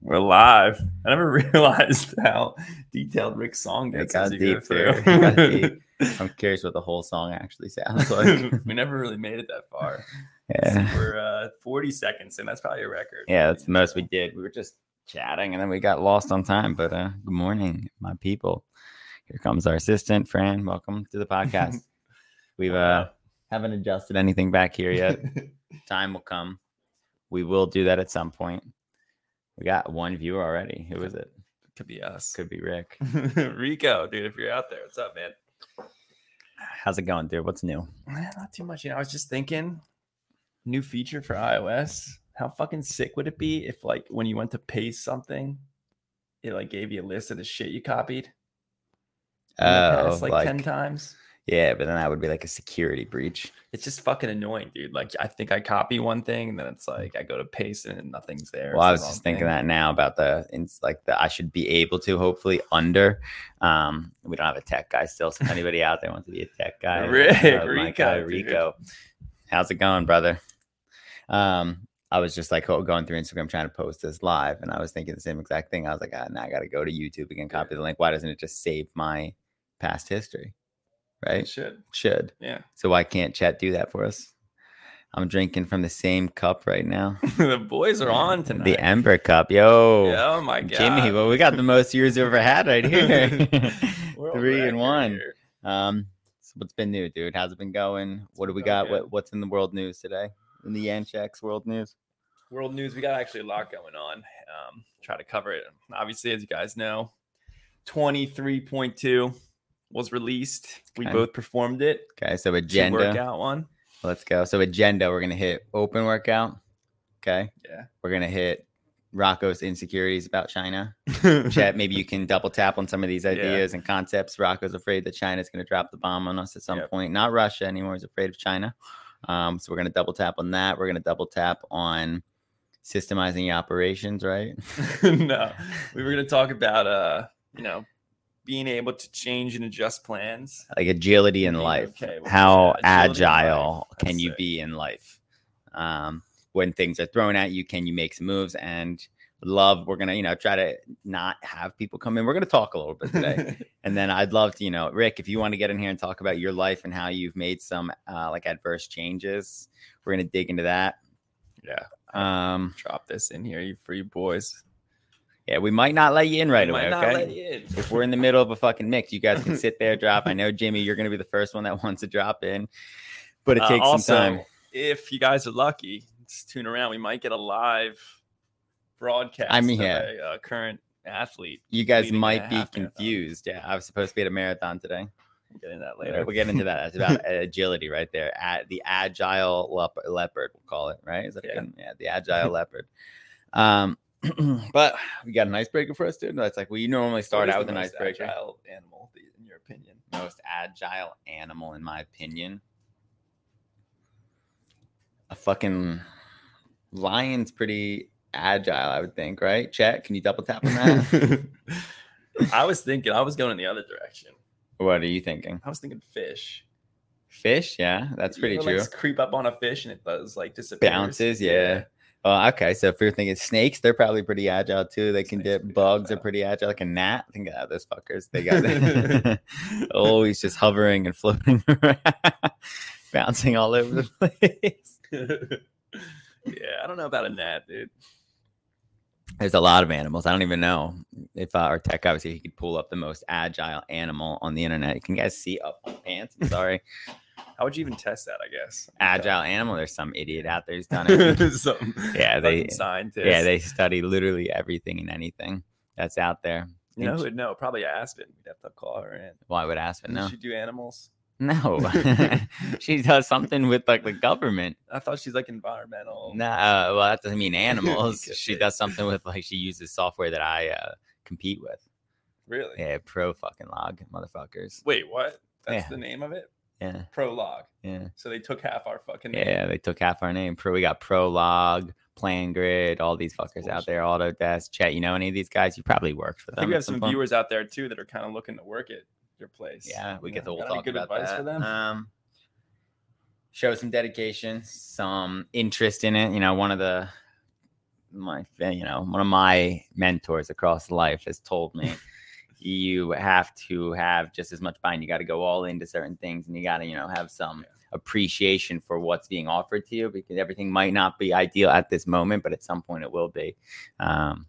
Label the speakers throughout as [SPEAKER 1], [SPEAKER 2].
[SPEAKER 1] We're live. I never realized how detailed Rick's song
[SPEAKER 2] It
[SPEAKER 1] gets.
[SPEAKER 2] got
[SPEAKER 1] as you go
[SPEAKER 2] deep there.
[SPEAKER 1] through.
[SPEAKER 2] It got deep. I'm curious what the whole song actually sounds like.
[SPEAKER 1] we never really made it that far.
[SPEAKER 2] yeah.
[SPEAKER 1] We're uh, 40 seconds, and that's probably a record.
[SPEAKER 2] yeah, that's the most we did. We were just chatting and then we got lost on time. But uh, good morning, my people. Here comes our assistant, Fran. Welcome to the podcast.
[SPEAKER 1] Oh,
[SPEAKER 2] We've uh, haven't adjusted anything back here yet. time will come. We will do that at some point. We got one viewer already. Who is it?
[SPEAKER 1] Could be us.
[SPEAKER 2] Could be Rick.
[SPEAKER 1] Rico, dude, if you're out there, what's up, man?
[SPEAKER 2] How's it going, dude? What's new?
[SPEAKER 1] Eh, Not too much. You know, I was just thinking new feature for iOS. How fucking sick would it be if, like, when you went to paste something, it like gave you a list of the shit you copied? in the
[SPEAKER 2] Oh,
[SPEAKER 1] past, like, ten times.
[SPEAKER 2] yeah, but then that would be like a security breach.
[SPEAKER 1] It's just fucking annoying, dude. Like I think I copy one thing, and then it's like I go to paste it, and nothing's there.
[SPEAKER 2] Mm.
[SPEAKER 1] It's
[SPEAKER 2] Well, I
[SPEAKER 1] the
[SPEAKER 2] was
[SPEAKER 1] wrong
[SPEAKER 2] just thinking
[SPEAKER 1] thing.
[SPEAKER 2] that now about the it's like the I should be able to hopefully under. Um, we don't have a tech guy still. So if anybody out there wants to be a tech guy,
[SPEAKER 1] Rick,
[SPEAKER 2] uh, my
[SPEAKER 1] Rico,
[SPEAKER 2] guy,
[SPEAKER 1] dude.
[SPEAKER 2] Rico, how's it going, brother? Um, I was just like ho- going through Instagram trying to post this live, and I was thinking the same exact thing. I was like, ah, now I got to go to YouTube again, copy the link. Why doesn't it just save my past history? Right?
[SPEAKER 1] It should.
[SPEAKER 2] Should.
[SPEAKER 1] Yeah,
[SPEAKER 2] So why can't chat do that for us? I'm drinking from the same cup right now.
[SPEAKER 1] the boys are on tonight.
[SPEAKER 2] The Ember Cup. Yo.
[SPEAKER 1] Yeah, oh my god,
[SPEAKER 2] Jimmy, well, we got the most years ever had right here.
[SPEAKER 1] World
[SPEAKER 2] Three
[SPEAKER 1] record
[SPEAKER 2] and one.
[SPEAKER 1] here.
[SPEAKER 2] Um, so what's been new, dude? How's it been going? What do we
[SPEAKER 1] been
[SPEAKER 2] got?
[SPEAKER 1] good.
[SPEAKER 2] What, what's in the world news today? In the Yanchex world news?
[SPEAKER 1] World news. We got actually a lot going on. Um, try to cover it. Obviously, as you guys know, twenty three point two was released. We
[SPEAKER 2] Okay.
[SPEAKER 1] both performed it.
[SPEAKER 2] Okay, so
[SPEAKER 1] Two
[SPEAKER 2] agenda.
[SPEAKER 1] workout one.
[SPEAKER 2] Let's go. So agenda, we're gonna hit open workout. Okay,
[SPEAKER 1] Yeah.
[SPEAKER 2] we're gonna hit Rocco's insecurities about China. Chat, maybe you can double tap on some of these ideas and concepts. Rocco's afraid that China's gonna drop the bomb on us at some
[SPEAKER 1] Yep.
[SPEAKER 2] point. Not Russia anymore; is afraid of China. Um, so we're gonna double tap on that. We're gonna double tap on systemizing your operations, right?
[SPEAKER 1] no, we were going to talk about uh, you know, being able to change and adjust plans.
[SPEAKER 2] like agility in
[SPEAKER 1] Being
[SPEAKER 2] life.
[SPEAKER 1] okay with
[SPEAKER 2] How
[SPEAKER 1] that. Agility in life.
[SPEAKER 2] agile
[SPEAKER 1] That's
[SPEAKER 2] can you
[SPEAKER 1] sick.
[SPEAKER 2] be in life? Um, when things are thrown at you, can you make some moves? And love, we're gonna, you know, try to not have people come in. We're gonna talk a little bit today. and then I'd love to, you know, Rick, if you want to get in here and talk about your life and how you've made some uh, like adverse changes, we're gonna dig into that.
[SPEAKER 1] yeah,
[SPEAKER 2] Um,
[SPEAKER 1] drop this in here, you free boys.
[SPEAKER 2] yeah, we might not let you in right
[SPEAKER 1] We
[SPEAKER 2] away.
[SPEAKER 1] might not
[SPEAKER 2] okay.
[SPEAKER 1] let you in.
[SPEAKER 2] if we're in the middle of a fucking mix, you guys can sit there, drop. I know Jimmy, you're gonna be the first one that wants to drop in, but it
[SPEAKER 1] Uh,
[SPEAKER 2] takes
[SPEAKER 1] also,
[SPEAKER 2] some time.
[SPEAKER 1] If you guys are lucky, just tune around. We might get a live broadcast.
[SPEAKER 2] I mean,
[SPEAKER 1] of
[SPEAKER 2] yeah.
[SPEAKER 1] a, uh, current athlete.
[SPEAKER 2] You guys
[SPEAKER 1] leading
[SPEAKER 2] might
[SPEAKER 1] a
[SPEAKER 2] be
[SPEAKER 1] half marathon.
[SPEAKER 2] confused. Yeah, I was supposed to be at a marathon today.
[SPEAKER 1] We'll get into that
[SPEAKER 2] Later.
[SPEAKER 1] later.
[SPEAKER 2] We'll get into that. It's about agility right there. At the agile lep- leopard, we'll call it, right? Is that a
[SPEAKER 1] Yeah.
[SPEAKER 2] good- yeah, the agile leopard. Um, but we got an icebreaker for us, dude. That's like we normally start
[SPEAKER 1] What is
[SPEAKER 2] out
[SPEAKER 1] the
[SPEAKER 2] with an
[SPEAKER 1] most
[SPEAKER 2] icebreaker.
[SPEAKER 1] Agile animal, in your opinion?
[SPEAKER 2] Most agile animal, in my opinion. A fucking lion's pretty agile, I would think, right? Chet, can you double tap on that?
[SPEAKER 1] I was thinking. I was going in the other direction.
[SPEAKER 2] what are you thinking?
[SPEAKER 1] I was thinking fish.
[SPEAKER 2] Fish, yeah, that's
[SPEAKER 1] You
[SPEAKER 2] pretty
[SPEAKER 1] ever,
[SPEAKER 2] true.
[SPEAKER 1] Like, creep up on a fish and it does like disappear.
[SPEAKER 2] bounces. Yeah. Well, okay. So if you're thinking snakes, they're probably pretty agile too. They can
[SPEAKER 1] Snakes are
[SPEAKER 2] dip.
[SPEAKER 1] pretty
[SPEAKER 2] Bugs are
[SPEAKER 1] agile.
[SPEAKER 2] pretty agile. Like a gnat. Think of those fuckers. They got always just hovering and floating around, bouncing all over the place.
[SPEAKER 1] yeah, I don't know about a gnat, dude.
[SPEAKER 2] There's a lot of animals. I don't even know if uh, our tech guy was here, he could pull up the most agile animal on the internet. Can you guys see up my pants? I'm sorry.
[SPEAKER 1] How would you even test that? I guess
[SPEAKER 2] agile animal. There's some idiot out there who's done it.
[SPEAKER 1] Some
[SPEAKER 2] Yeah, they-
[SPEAKER 1] fucking scientists.
[SPEAKER 2] yeah, they study literally everything and anything that's out there.
[SPEAKER 1] You know who would know? Probably Aspen. We'd have to call her in.
[SPEAKER 2] Why would Aspen know?
[SPEAKER 1] Does she do animals?
[SPEAKER 2] No, she does something with like the government.
[SPEAKER 1] I thought she's like environmental.
[SPEAKER 2] No, uh, well, that doesn't mean animals.
[SPEAKER 1] Good
[SPEAKER 2] she
[SPEAKER 1] for
[SPEAKER 2] does something with like she uses software that I uh, compete with.
[SPEAKER 1] Really?
[SPEAKER 2] Yeah, pro fucking log motherfuckers.
[SPEAKER 1] Wait, what? That's
[SPEAKER 2] Yeah.
[SPEAKER 1] the name of it.
[SPEAKER 2] Yeah,
[SPEAKER 1] Prologue.
[SPEAKER 2] yeah,
[SPEAKER 1] So they took half our fucking. name.
[SPEAKER 2] yeah. They took half our name. Pro, we got pro log, plan grid, all these fuckers
[SPEAKER 1] bullshit.
[SPEAKER 2] out there. Autodesk, chat. You know any of these guys? You probably worked for
[SPEAKER 1] I
[SPEAKER 2] them.
[SPEAKER 1] think we
[SPEAKER 2] at
[SPEAKER 1] have some
[SPEAKER 2] point.
[SPEAKER 1] viewers out there too that are kind of looking to work at your place.
[SPEAKER 2] Yeah, we
[SPEAKER 1] You
[SPEAKER 2] get
[SPEAKER 1] know,
[SPEAKER 2] the whole
[SPEAKER 1] got any
[SPEAKER 2] talk
[SPEAKER 1] good
[SPEAKER 2] about
[SPEAKER 1] advice
[SPEAKER 2] that.
[SPEAKER 1] for them.
[SPEAKER 2] Um, show some dedication, some interest in it. You know, one of the my you know one of my mentors across life has told me you have to have just as much buy-in. You got to go all into certain things, and you got to you know have some appreciation for what's being offered to you because everything might not be ideal at this moment, but at some point it will be. Um,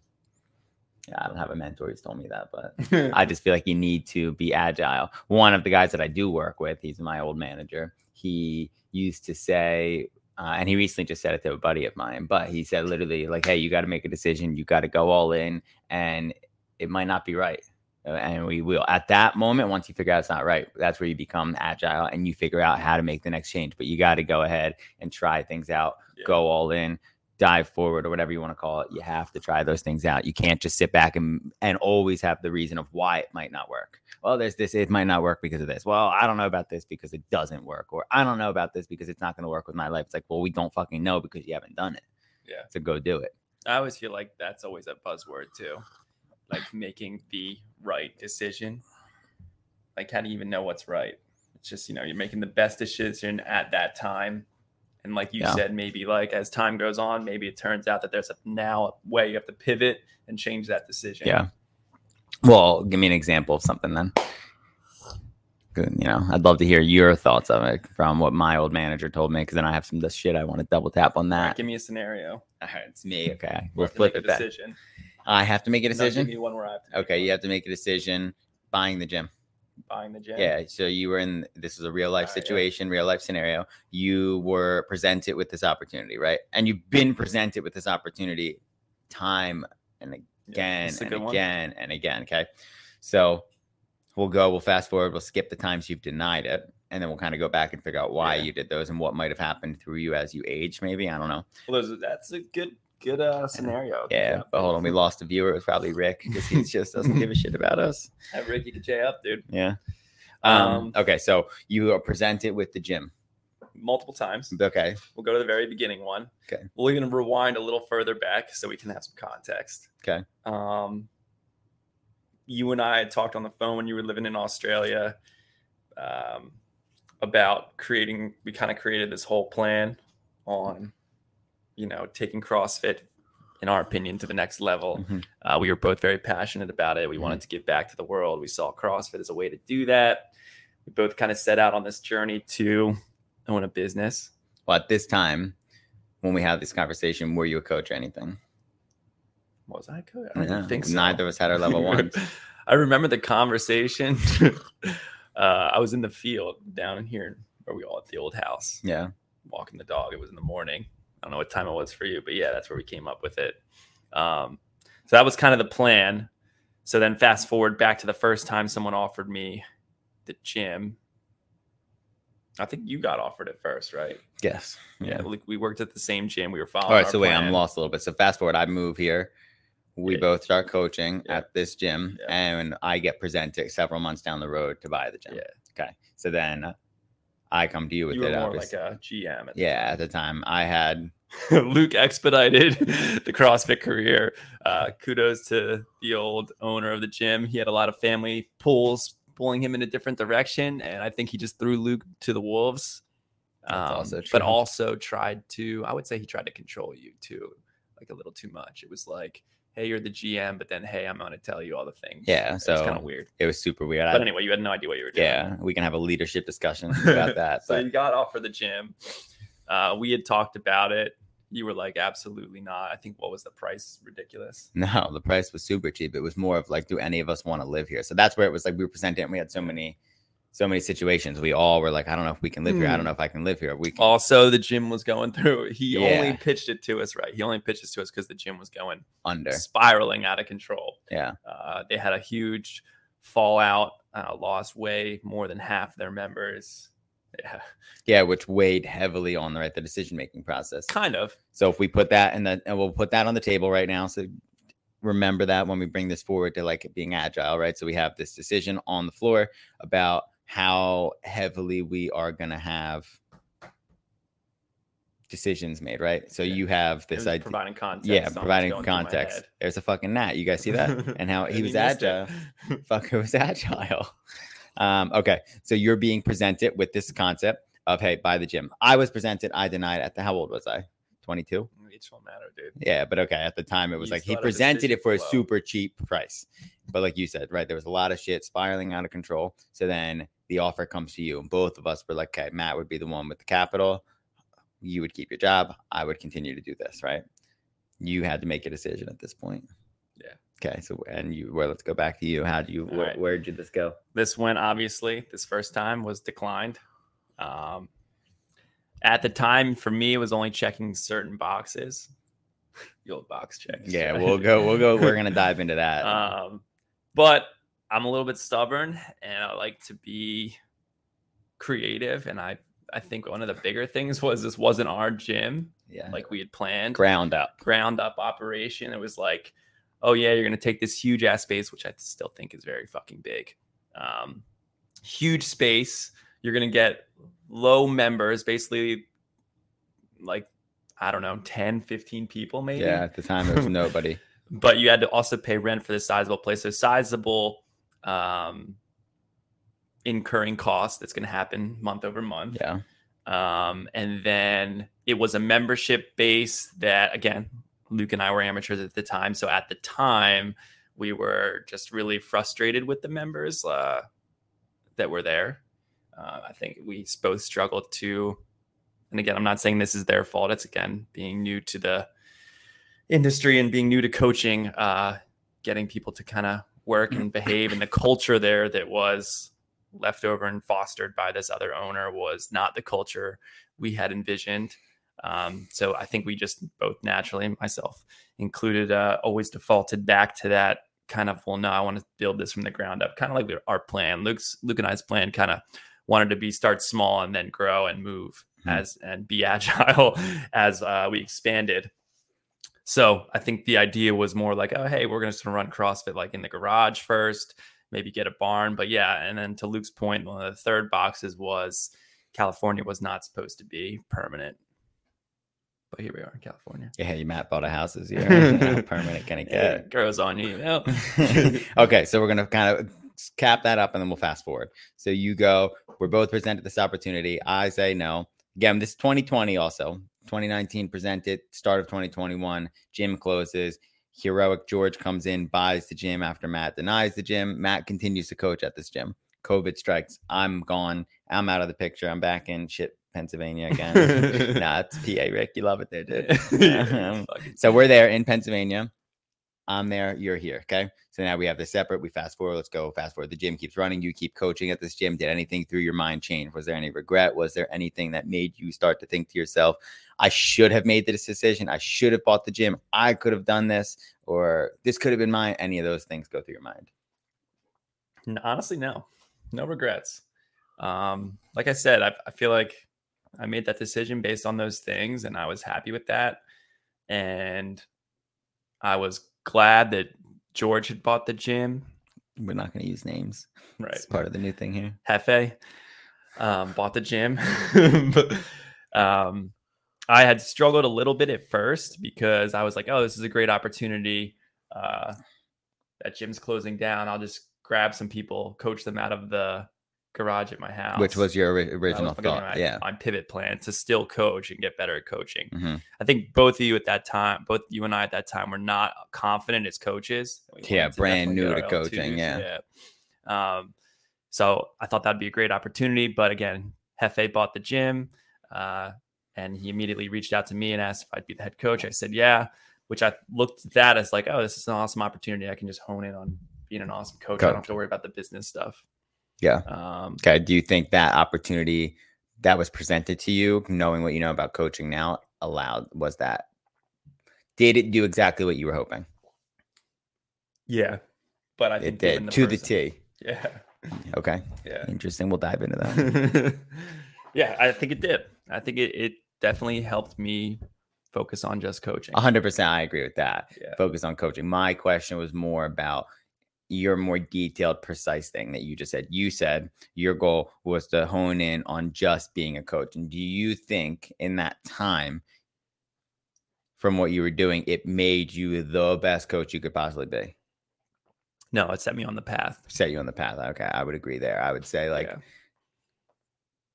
[SPEAKER 2] yeah, I don't have a mentor who's told me that, but I just feel like you need to be agile. One of the guys that I do work with, he's my old manager. He used to say, uh, and he recently just said it to a buddy of mine, but he said literally, like, hey, you got to make a decision. You got to go all in, and it might not be right. Uh, And we will. At that moment, once you figure out it's not right, that's where you become agile and you figure out how to make the next change. But you got to go ahead and try things out
[SPEAKER 1] Yeah.
[SPEAKER 2] go all in dive forward or whatever you want to call it you have to try those things out you can't just sit back and and always have the reason of why it might not work well there's this it might not work because of this well i don't know about this because it doesn't work or i don't know about this because it's not going to work with my life it's like well we don't fucking know because you haven't done it
[SPEAKER 1] Yeah.
[SPEAKER 2] so go do it
[SPEAKER 1] I always feel like that's always a buzzword too, like making the right decision. Like, how do you even know what's right? It's just you know you're making the best decision at that time, and like you
[SPEAKER 2] Yeah.
[SPEAKER 1] said, maybe like as time goes on, maybe it turns out that there's a now a way you have to pivot and change that decision.
[SPEAKER 2] yeah well give me an example of something then Good, you know i'd love to hear your thoughts on it from what my old manager told me because then i have some of the shit i want to double tap on that
[SPEAKER 1] Give me a scenario.
[SPEAKER 2] All right, it's me. Okay,
[SPEAKER 1] We'll
[SPEAKER 2] we'll
[SPEAKER 1] have to make
[SPEAKER 2] flip
[SPEAKER 1] a
[SPEAKER 2] it back.
[SPEAKER 1] decision.
[SPEAKER 2] I have to make a
[SPEAKER 1] No, give
[SPEAKER 2] decision.
[SPEAKER 1] me one where I have to make
[SPEAKER 2] Okay,
[SPEAKER 1] one.
[SPEAKER 2] you have to make a decision. Buying the gym.
[SPEAKER 1] Buying the gym.
[SPEAKER 2] Yeah. So you were in. This is a real life
[SPEAKER 1] All right, yeah.
[SPEAKER 2] situation, real life scenario. You were presented with this opportunity, right? And you've been presented with this opportunity time and again
[SPEAKER 1] that's a
[SPEAKER 2] and
[SPEAKER 1] good one.
[SPEAKER 2] again and again. Okay. So we'll go. We'll fast forward. We'll skip the times you've denied it, and then we'll kind of go back and figure out why
[SPEAKER 1] Yeah.
[SPEAKER 2] you did those and what might have happened through you as you age. Maybe I don't know.
[SPEAKER 1] Well, those, that's a good good uh, scenario.
[SPEAKER 2] Yeah, but hold on, we lost a viewer. It was probably Rick because he just doesn't give a shit about us.
[SPEAKER 1] Have Ricky to J up, dude,
[SPEAKER 2] Yeah. Um,
[SPEAKER 1] Um,
[SPEAKER 2] okay, so you are presented with the gym.
[SPEAKER 1] multiple times.
[SPEAKER 2] Okay.
[SPEAKER 1] We'll go to the very beginning one.
[SPEAKER 2] Okay.
[SPEAKER 1] We're going to rewind a little further back so we can have some context.
[SPEAKER 2] Okay.
[SPEAKER 1] Um, you and I had talked on the phone when you were living in Australia um, about creating, we kind of created this whole plan on, you know, taking CrossFit, in our opinion, to the next level.
[SPEAKER 2] Mhm.
[SPEAKER 1] Uh, we were both very passionate about it. We
[SPEAKER 2] Mm-hmm.
[SPEAKER 1] wanted to give back to the world. We saw CrossFit as a way to do that. We both kind of set out on this journey to own a business.
[SPEAKER 2] Well, at this time, when we had this conversation, were you a coach or anything?
[SPEAKER 1] Was I coach? I don't
[SPEAKER 2] No,
[SPEAKER 1] even think so.
[SPEAKER 2] Neither of us had our level one.
[SPEAKER 1] I remember the conversation. uh, I was in the field down in here, where we all at the old house,
[SPEAKER 2] Yeah.
[SPEAKER 1] walking the dog. It was in the morning. I don't know what time it was for you, but yeah, that's where we came up with it. Um, so that was kind of the plan. So then fast forward back to the first time someone offered me the gym. I think you got offered it first, right?
[SPEAKER 2] Yes. Yeah.
[SPEAKER 1] Like, we worked at the same gym. We were following.
[SPEAKER 2] All right.
[SPEAKER 1] our
[SPEAKER 2] So wait, I'm
[SPEAKER 1] plan.
[SPEAKER 2] lost a little bit. So fast forward, I move here. We
[SPEAKER 1] Yeah.
[SPEAKER 2] both start coaching
[SPEAKER 1] Yeah.
[SPEAKER 2] at this gym,
[SPEAKER 1] Yeah.
[SPEAKER 2] and I get presented several months down the road to buy the gym.
[SPEAKER 1] Yeah.
[SPEAKER 2] Okay. So then I come to you with
[SPEAKER 1] You were
[SPEAKER 2] it.
[SPEAKER 1] more like
[SPEAKER 2] obviously.
[SPEAKER 1] a GM. At the
[SPEAKER 2] yeah. At the time, I had
[SPEAKER 1] Luke expedited the CrossFit career. Uh, kudos to the old owner of the gym. He had a lot of family pulls pulling him in a different direction, and I think he just threw Luke to the wolves. Um,
[SPEAKER 2] That's also true.
[SPEAKER 1] But also tried to, I would say he tried to control you too, like a little too much. It was like, hey, you're the GM, but then hey, I'm going to tell you all the things.
[SPEAKER 2] Yeah,
[SPEAKER 1] it's
[SPEAKER 2] so-
[SPEAKER 1] kind of weird.
[SPEAKER 2] It was super weird.
[SPEAKER 1] But
[SPEAKER 2] I,
[SPEAKER 1] anyway, you had no idea what you were doing.
[SPEAKER 2] yeah, we can have a leadership discussion about that.
[SPEAKER 1] So
[SPEAKER 2] But
[SPEAKER 1] you got offered the gym. Uh, we had talked about it. You were like, absolutely not. I think what was the price? Ridiculous.
[SPEAKER 2] no, the price was super cheap. It was more of like, do any of us want to live here? So that's where it was like we were presented and we had so many, so many situations. We all were like, I don't know if we can live here. I don't know if I can live here. We can,
[SPEAKER 1] Also, the gym was going through. He only
[SPEAKER 2] Yeah.
[SPEAKER 1] pitched it to us, right? He only pitched it to us because the gym was going
[SPEAKER 2] under.
[SPEAKER 1] spiraling out of control.
[SPEAKER 2] Yeah.
[SPEAKER 1] Uh, they had a huge fallout, uh, lost way more than half their members. Yeah,
[SPEAKER 2] Yeah, which weighed heavily on the right the decision making process.
[SPEAKER 1] kind of.
[SPEAKER 2] So if we put that in the and we'll put that on the table right now. So remember that when we bring this forward to like it being agile, right? So we have this decision on the floor about how heavily we are gonna have decisions made, right? So
[SPEAKER 1] Yeah.
[SPEAKER 2] you have
[SPEAKER 1] It
[SPEAKER 2] this
[SPEAKER 1] was
[SPEAKER 2] idea.
[SPEAKER 1] providing context.
[SPEAKER 2] yeah,
[SPEAKER 1] on what's
[SPEAKER 2] providing
[SPEAKER 1] going through my
[SPEAKER 2] context.
[SPEAKER 1] head.
[SPEAKER 2] There's a fucking gnat. You guys see that? And how he was
[SPEAKER 1] missed it.
[SPEAKER 2] agile. Fucker was agile. Um, okay, so you're being presented with this concept of hey, buy the gym. I was presented. I denied. At the how old was I? 22.
[SPEAKER 1] reach will matter, dude.
[SPEAKER 2] Yeah, but okay. At the time, it was
[SPEAKER 1] You
[SPEAKER 2] like he
[SPEAKER 1] thought a
[SPEAKER 2] presented
[SPEAKER 1] decision
[SPEAKER 2] it for a
[SPEAKER 1] flow.
[SPEAKER 2] super cheap price. But like you said, right, there was a lot of shit spiraling out of control. So then the offer comes to you, and both of us were like, okay, Matt would be the one with the capital. You would keep your job. I would continue to do this, right? You had to make a decision at this point.
[SPEAKER 1] Yeah.
[SPEAKER 2] Okay. So, and you, well, let's go back to you. How do you,
[SPEAKER 1] All
[SPEAKER 2] where,
[SPEAKER 1] right.
[SPEAKER 2] where did this go?
[SPEAKER 1] This went obviously this first time was declined. Um, at the time, for me, it was only checking certain boxes. The old box check.
[SPEAKER 2] Yeah, we'll go, we'll go, we're going to dive into that.
[SPEAKER 1] Um, but I'm a little bit stubborn and I like to be creative. And I, I think one of the bigger things was this wasn't our gym
[SPEAKER 2] yeah.
[SPEAKER 1] like we had planned.
[SPEAKER 2] ground up.
[SPEAKER 1] ground up operation. It was like, oh yeah, you're gonna take this huge ass space, which I still think is very fucking big. Um, huge space. You're gonna get low members, basically like I don't know, 10, 15 people maybe.
[SPEAKER 2] Yeah. At the time, it was nobody.
[SPEAKER 1] But you had to also pay rent for the sizable place. So sizable um incurring cost that's gonna happen month over month
[SPEAKER 2] Yeah.
[SPEAKER 1] um, and then it was a membership base that again luke and i were amateurs at the time so at the time we were just really frustrated with the members uh, that were there uh, i think we s- both struggled to and again i'm not saying this is their fault it's again being new to the industry and being new to coaching uh, getting people to kind of work and behave and the culture there that was left over and fostered by this other owner was not the culture we had envisioned. Um, so I think we just both naturally, myself included, uh, always defaulted back to that kind of, well, no, I want to build this from the ground up, kind of like we- our plan. Luke's Luke and I's plan kind of wanted to be start small and then grow and move
[SPEAKER 2] Hmm.
[SPEAKER 1] as and be agile as uh, we expanded. So I think the idea was more like, oh, hey, we're going to run CrossFit like in the garage first, maybe get a barn. But yeah, and then to Luke's point, one of the third boxes was California was not supposed to be permanent. But here we are in California.
[SPEAKER 2] Yeah. You, Matt, bought a house this year. How permanent can it
[SPEAKER 1] Yeah,
[SPEAKER 2] get?
[SPEAKER 1] it grows on you. you know?
[SPEAKER 2] okay, so we're gonna kind of cap that up, and then we'll fast forward. So you go. We're both presented this opportunity. I say no. Again, this is 2020 also. 2019 presented. Start of 2021. Gym closes. Heroic George comes in, buys the gym after Matt denies the gym. Matt continues to coach at this gym. COVID strikes. I'm gone. I'm out of the picture. I'm back in shit Pennsylvania again. nah, it's PA Rick. You love it there, dude.
[SPEAKER 1] Yeah, fuck it.
[SPEAKER 2] So we're there in Pennsylvania. I'm there. You're here. Okay. So now we have this separate. We fast forward. Let's go fast forward. The gym keeps running. You keep coaching at this gym. Did anything through your mind change? Was there any regret? Was there anything that made you start to think to yourself, I should have made this decision. I should have bought the gym. I could have done this, or this could have been mine. Any of those things go through your mind.
[SPEAKER 1] N- honestly, no, no regrets. Um, like I said, I, I feel like I made that decision based on those things, and I was happy with that. And I was glad that George had bought the gym.
[SPEAKER 2] We're not going to use names.
[SPEAKER 1] Right.
[SPEAKER 2] It's part of the new thing here.
[SPEAKER 1] Hefe um, bought the gym. But, um, I had struggled a little bit at first because I was like, oh, this is a great opportunity. Uh, that gym's closing down. I'll just grab some people, coach them out of the garage at my house.
[SPEAKER 2] Which was your ori-
[SPEAKER 1] That was
[SPEAKER 2] original
[SPEAKER 1] fucking
[SPEAKER 2] thought.
[SPEAKER 1] my-
[SPEAKER 2] yeah.
[SPEAKER 1] My pivot plan to still coach and get better at coaching.
[SPEAKER 2] Mhm.
[SPEAKER 1] I think both of you at that time, both you and I at that time, were not confident as coaches. We
[SPEAKER 2] Yeah,
[SPEAKER 1] wanted
[SPEAKER 2] brand
[SPEAKER 1] definitely
[SPEAKER 2] new
[SPEAKER 1] get
[SPEAKER 2] to
[SPEAKER 1] our L2s,
[SPEAKER 2] coaching, yeah.
[SPEAKER 1] yeah. Um, so I thought that'd be a great opportunity, but again, Hefe bought the gym, uh, and he immediately reached out to me and asked if I'd be the head coach. I said yeah, which I looked at that as like, oh, this is an awesome opportunity. I can just hone in on being an awesome coach. I
[SPEAKER 2] Coach.
[SPEAKER 1] don't have to worry about the business stuff.
[SPEAKER 2] Yeah.
[SPEAKER 1] Um,
[SPEAKER 2] Okay. Do you think that opportunity that was presented to you, knowing what you know about coaching now, allowed was that? Did it do exactly what you were hoping?
[SPEAKER 1] yeah, but I
[SPEAKER 2] It
[SPEAKER 1] think given
[SPEAKER 2] did to the
[SPEAKER 1] person-
[SPEAKER 2] T.
[SPEAKER 1] Yeah,
[SPEAKER 2] Okay.
[SPEAKER 1] yeah.
[SPEAKER 2] Interesting. We'll dive into that.
[SPEAKER 1] yeah, I think it did. I think it, it definitely helped me focus on just coaching.
[SPEAKER 2] A hundred percent. I agree with that.
[SPEAKER 1] Yeah.
[SPEAKER 2] Focus on coaching. My question was more about your more detailed, precise thing that you just said. You said your goal was to hone in on just being a coach. And do you think in that time, from what you were doing, it made you the best coach you could possibly be?
[SPEAKER 1] No, it set me on the path.
[SPEAKER 2] Set you on the path. Okay. I would agree there. I would say, like,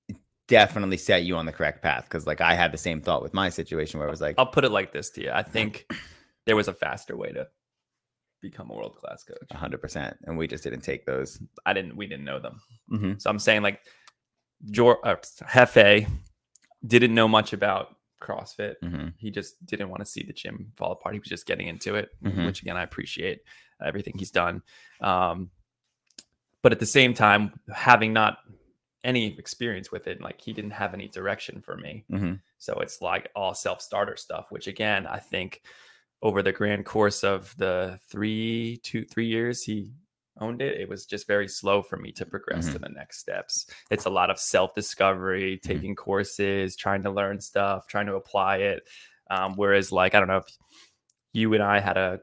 [SPEAKER 1] Yeah.
[SPEAKER 2] definitely set you on the correct path because like I had the same thought with my situation where I was like,
[SPEAKER 1] I'll put it like this to you. I think there was a faster way to become a world class coach.
[SPEAKER 2] 100%, and we just didn't take those.
[SPEAKER 1] I didn't. We didn't know them.
[SPEAKER 2] Mm-hmm.
[SPEAKER 1] So I'm saying like, Jor uh, Hefe didn't know much about CrossFit.
[SPEAKER 2] Mm-hmm.
[SPEAKER 1] He just didn't want to see the gym fall apart. He was just getting into it,
[SPEAKER 2] Mhm.
[SPEAKER 1] which again I appreciate uh, everything he's done. Um, but at the same time, having not any experience with it, like he didn't have any direction for me.
[SPEAKER 2] Mm-hmm.
[SPEAKER 1] So it's like all self starter stuff, which again, I think over the grand course of the three, two, three years he owned it, it was just very slow for me to progress
[SPEAKER 2] Mm-hmm.
[SPEAKER 1] to the next steps. It's a lot of self discovery, taking courses, trying to learn stuff, trying to apply it. Um, whereas, like, I don't know if you and I had a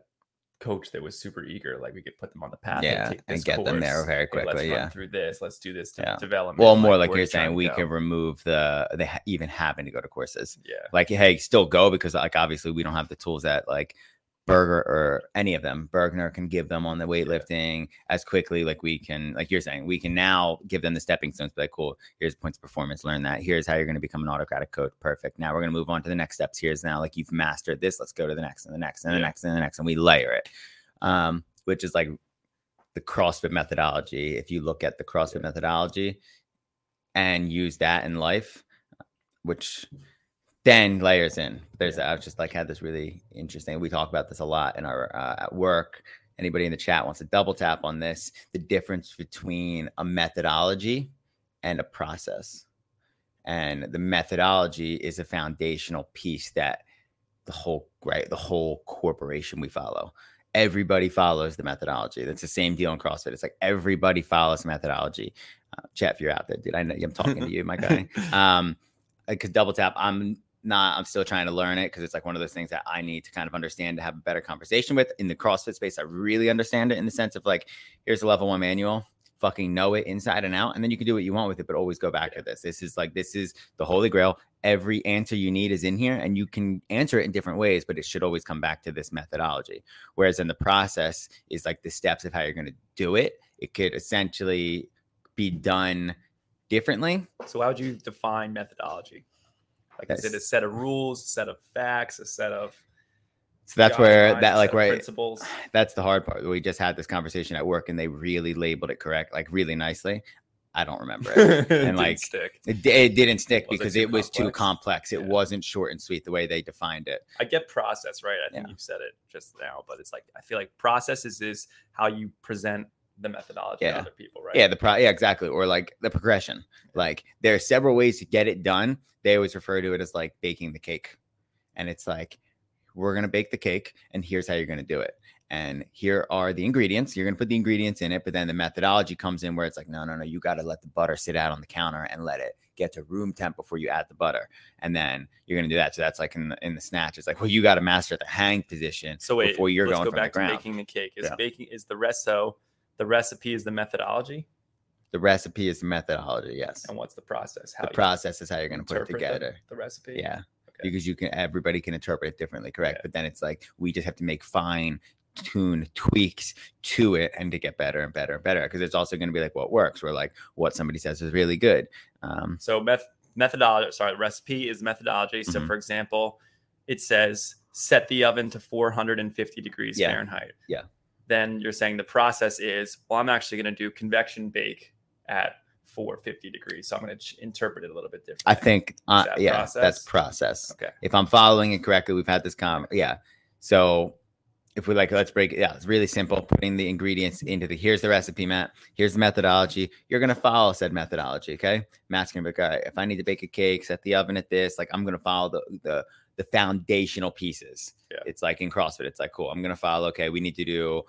[SPEAKER 1] coach that was super eager, like we could put them on the path,
[SPEAKER 2] Yeah,
[SPEAKER 1] take
[SPEAKER 2] and
[SPEAKER 1] this
[SPEAKER 2] get them there
[SPEAKER 1] course,
[SPEAKER 2] very
[SPEAKER 1] like,
[SPEAKER 2] quickly,
[SPEAKER 1] Let's run
[SPEAKER 2] yeah.
[SPEAKER 1] through this, let's do this to
[SPEAKER 2] Yeah.
[SPEAKER 1] development.
[SPEAKER 2] Well, more like
[SPEAKER 1] where
[SPEAKER 2] you're
[SPEAKER 1] trying
[SPEAKER 2] saying,
[SPEAKER 1] to
[SPEAKER 2] we
[SPEAKER 1] go.
[SPEAKER 2] can remove the they ha- even having to go to courses.
[SPEAKER 1] yeah,
[SPEAKER 2] like hey still go because like obviously we don't have the tools that like Berger or any of them Bergner can give them on the weightlifting as quickly like we can like you're saying we can now give them the stepping stones be like cool here's points of performance learn that here's how you're going to become an autocratic coach perfect now we're going to move on to the next steps here's now like you've mastered this let's go to the next and the next and the
[SPEAKER 1] Yeah.
[SPEAKER 2] next and the next and we layer it um which is like the CrossFit methodology if you look at the CrossFit methodology and use that in life which then layers in. There's
[SPEAKER 1] Yeah.
[SPEAKER 2] I've just like had this really interesting. We talk about this a lot in our uh, at work. Anybody in the chat wants to double tap on this? The difference between a methodology and a process, and the methodology is a foundational piece that the whole right the whole corporation we follow. Everybody follows the methodology. That's the same deal in CrossFit. It's like everybody follows methodology. Uh, Jeff, you're out there, dude. I know I'm talking to you, my guy um because double tap i'm not i'm still trying to learn it because it's like one of those things that i need to kind of understand to have a better conversation with in the crossfit space i really understand it in the sense of like here's a level one manual fucking know it inside and out and then you can do what you want with it but always go back to this this is like this is the holy grail every answer you need is in here and you can answer it in different ways but it should always come back to this methodology whereas in the process is like the steps of how you're going to do it it could essentially be done differently
[SPEAKER 1] So how would you define methodology? Like is it a
[SPEAKER 2] That's-
[SPEAKER 1] set of rules, a set of facts, a set of
[SPEAKER 2] So that's where
[SPEAKER 1] guidelines,
[SPEAKER 2] that
[SPEAKER 1] a
[SPEAKER 2] like
[SPEAKER 1] set of
[SPEAKER 2] right
[SPEAKER 1] principles?
[SPEAKER 2] that's the hard part. We just had this conversation at work and they really labeled it correct, like really nicely. I don't remember it.
[SPEAKER 1] Didn't
[SPEAKER 2] like,
[SPEAKER 1] stick.
[SPEAKER 2] It, di- it didn't stick
[SPEAKER 1] Was it
[SPEAKER 2] because
[SPEAKER 1] too
[SPEAKER 2] it was too
[SPEAKER 1] complex?
[SPEAKER 2] complex. It
[SPEAKER 1] Yeah.
[SPEAKER 2] wasn't short and sweet the way they defined it.
[SPEAKER 1] I get process, right? I think
[SPEAKER 2] Yeah.
[SPEAKER 1] you said it just now, but it's like I feel like processes is how you present the methodology
[SPEAKER 2] Yeah.
[SPEAKER 1] to other people, right?
[SPEAKER 2] Yeah, the pro yeah, exactly. Or like the progression. Like there are several ways to get it done. They always refer to it as like baking the cake. And it's like, we're gonna bake the cake and here's how you're gonna do it. And here are the ingredients. You're gonna put the ingredients in it, but then the methodology comes in where it's like, no, no, no, you gotta let the butter sit out on the counter and let it get to room temp before you add the butter. And then you're gonna do that. So that's like in the in the snatch, it's like, well, you gotta master the hang position
[SPEAKER 1] So wait,
[SPEAKER 2] before you're
[SPEAKER 1] let's
[SPEAKER 2] going
[SPEAKER 1] go
[SPEAKER 2] from the
[SPEAKER 1] back to
[SPEAKER 2] ground.
[SPEAKER 1] baking the cake. Is
[SPEAKER 2] Yeah.
[SPEAKER 1] baking is the reso the recipe is the methodology,
[SPEAKER 2] The recipe is the methodology, yes.
[SPEAKER 1] and what's the process? How
[SPEAKER 2] the process is how you're going to put it
[SPEAKER 1] interpret the-
[SPEAKER 2] together.
[SPEAKER 1] The, recipe.
[SPEAKER 2] Yeah.
[SPEAKER 1] Okay.
[SPEAKER 2] Because you can, everybody can interpret it differently, correct?
[SPEAKER 1] Yeah.
[SPEAKER 2] But then it's like we just have to make fine tuned tweaks to it and to get better and better and better. Because it's also going to be like what works, or like what somebody says is really good. Um,
[SPEAKER 1] So meth- methodology, sorry, recipe is methodology. So
[SPEAKER 2] Mhm.
[SPEAKER 1] for example, it says set the oven to 450 degrees
[SPEAKER 2] Yeah.
[SPEAKER 1] Fahrenheit.
[SPEAKER 2] Yeah.
[SPEAKER 1] Then you're saying the process is, well, I'm actually going to do convection bake at 450 degrees. So I'm going to ch- interpret it a little bit differently.
[SPEAKER 2] I think, uh,
[SPEAKER 1] that
[SPEAKER 2] yeah, that's
[SPEAKER 1] process?
[SPEAKER 2] process.
[SPEAKER 1] Okay.
[SPEAKER 2] If I'm following it correctly, we've had this com. Yeah. So if we like, let's break it. Yeah, it's really simple. Putting the ingredients into the here's the recipe, Matt. Here's the methodology. You're gonna follow said methodology. Okay. Matt's gonna be like, all right, if I need to bake a cake, set the oven at this, like I'm gonna follow the the the foundational pieces.
[SPEAKER 1] Yeah.
[SPEAKER 2] It's like in CrossFit, it's like cool. I'm gonna follow, okay, we need to do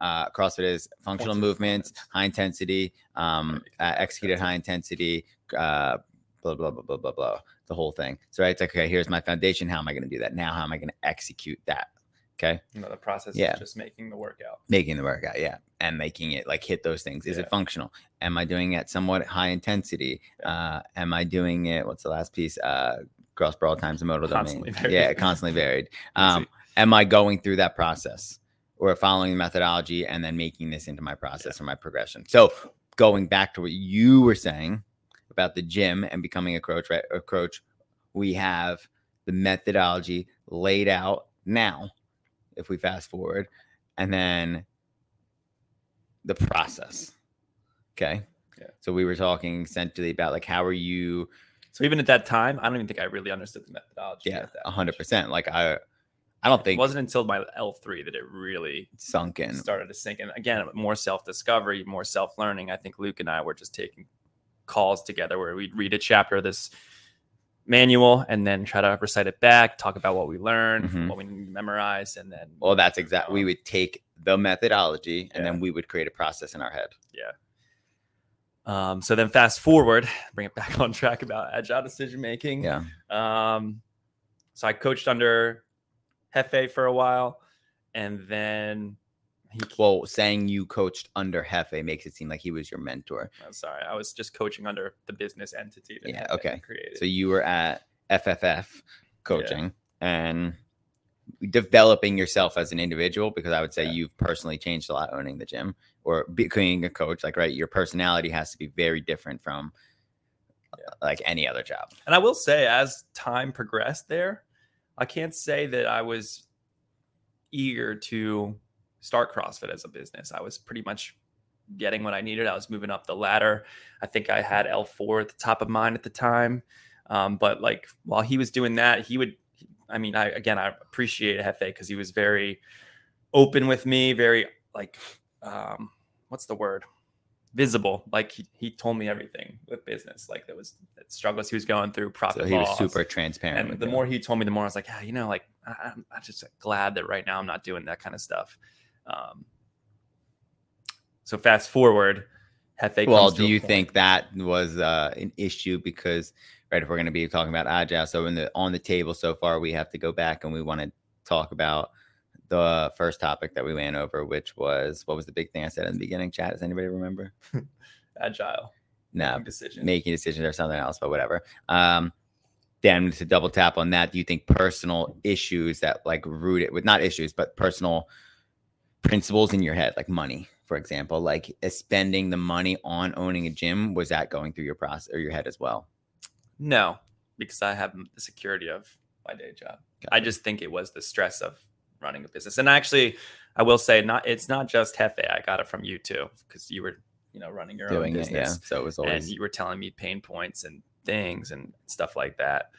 [SPEAKER 2] uh CrossFit is functional
[SPEAKER 1] Functional
[SPEAKER 2] movements,
[SPEAKER 1] movements.
[SPEAKER 2] high intensity, um uh, executed high intensity, uh blah blah blah blah blah blah the whole thing. So right, it's like, okay, here's my foundation. How am I going to do that now? How am I going to execute that? Okay,
[SPEAKER 1] You know, the process
[SPEAKER 2] Yeah.
[SPEAKER 1] is just making the workout.
[SPEAKER 2] making the workout, yeah, and making it like hit those things. Is
[SPEAKER 1] Yeah.
[SPEAKER 2] it functional? Am I doing it somewhat high intensity? Uh, am I doing it? What's the last piece? Uh, gross brawl times a modal
[SPEAKER 1] Constantly
[SPEAKER 2] domain.
[SPEAKER 1] varied.
[SPEAKER 2] Yeah, constantly varied. Um,
[SPEAKER 1] Easy.
[SPEAKER 2] am I going through that process or following the methodology and then making this into my process or my progression? So going back to what you were saying about the gym and becoming a coach, right? A coach, we have the methodology laid out now. If we fast forward, and then the process. Okay.
[SPEAKER 1] Yeah.
[SPEAKER 2] So we were talking essentially about like how are you
[SPEAKER 1] So even at that time, I don't even think I really understood the methodology.
[SPEAKER 2] yeah,
[SPEAKER 1] at that
[SPEAKER 2] hundred percent. Like I I don't
[SPEAKER 1] It
[SPEAKER 2] think
[SPEAKER 1] wasn't until my L three that it really
[SPEAKER 2] sunk in.
[SPEAKER 1] started to sink in. Again, more self discovery, more self learning. I think Luke and I were just taking calls together where we'd read a chapter of this manual and then try to recite it back, talk about what we learned,
[SPEAKER 2] Mhm.
[SPEAKER 1] what we memorized, and then
[SPEAKER 2] Well, that's exactly we
[SPEAKER 1] Um,
[SPEAKER 2] would take the methodology and
[SPEAKER 1] Yeah.
[SPEAKER 2] then we would create a process in our head.
[SPEAKER 1] Um, so then fast forward, bring it back on track about agile decision making.
[SPEAKER 2] Yeah.
[SPEAKER 1] Um, so I coached under Hefe for a while, and then he.
[SPEAKER 2] Well, saying you coached under Hefe makes it seem like he was your mentor.
[SPEAKER 1] I'm sorry, I was just coaching under the business entity that
[SPEAKER 2] Yeah,
[SPEAKER 1] Hefe
[SPEAKER 2] okay.
[SPEAKER 1] created.
[SPEAKER 2] So you were at FFF coaching and developing yourself as an individual because I would say
[SPEAKER 1] Yeah.
[SPEAKER 2] you've personally changed a lot owning the gym or being a coach. Like, right, your personality has to be very different from
[SPEAKER 1] Yeah.
[SPEAKER 2] like any other job.
[SPEAKER 1] And I will say, as time progressed there, I can't say that I was eager to start CrossFit as a business. I was pretty much getting what I needed. I was moving up the ladder. I think I had L4 at the top of mine at the time. Um, but like while he was doing that, he would, I mean, I again, I appreciate Hefe because he was very open with me, very like, um, what's the word? Visible. Like he, he told me everything with business, like there was struggles he was going through, profit
[SPEAKER 2] So he was
[SPEAKER 1] loss.
[SPEAKER 2] super transparent.
[SPEAKER 1] And
[SPEAKER 2] with
[SPEAKER 1] the
[SPEAKER 2] you.
[SPEAKER 1] more he told me, the more I was like, ah, you know, like I, I'm I'm just glad that right now I'm not doing that kind of stuff. Um, so fast forward, Hefe.
[SPEAKER 2] well,
[SPEAKER 1] comes to
[SPEAKER 2] do
[SPEAKER 1] a
[SPEAKER 2] you
[SPEAKER 1] point-
[SPEAKER 2] think that was uh, an issue because right if we're going to be talking about agile, so in the on the table so far, we have to go back and we want to talk about the first topic that we went over, which was what was the big thing I said in the beginning? Chat, does anybody remember?
[SPEAKER 1] agile
[SPEAKER 2] No,
[SPEAKER 1] decision?
[SPEAKER 2] making decisions or something else, but whatever. Um, then to double tap on that, do you think personal issues that like root it with not issues, but personal principles in your head, like money, for example, like is spending the money on owning a gym, was that going through your process or your head as well?
[SPEAKER 1] No, because I have the security of my day job. I just think it was the stress of running a business. And actually, I will say, not it's not just Hefe. I got it from you too, because you were you know running your
[SPEAKER 2] Doing
[SPEAKER 1] own
[SPEAKER 2] it, yeah.
[SPEAKER 1] business.
[SPEAKER 2] So it was
[SPEAKER 1] and
[SPEAKER 2] always
[SPEAKER 1] you were telling me pain points and things and stuff like that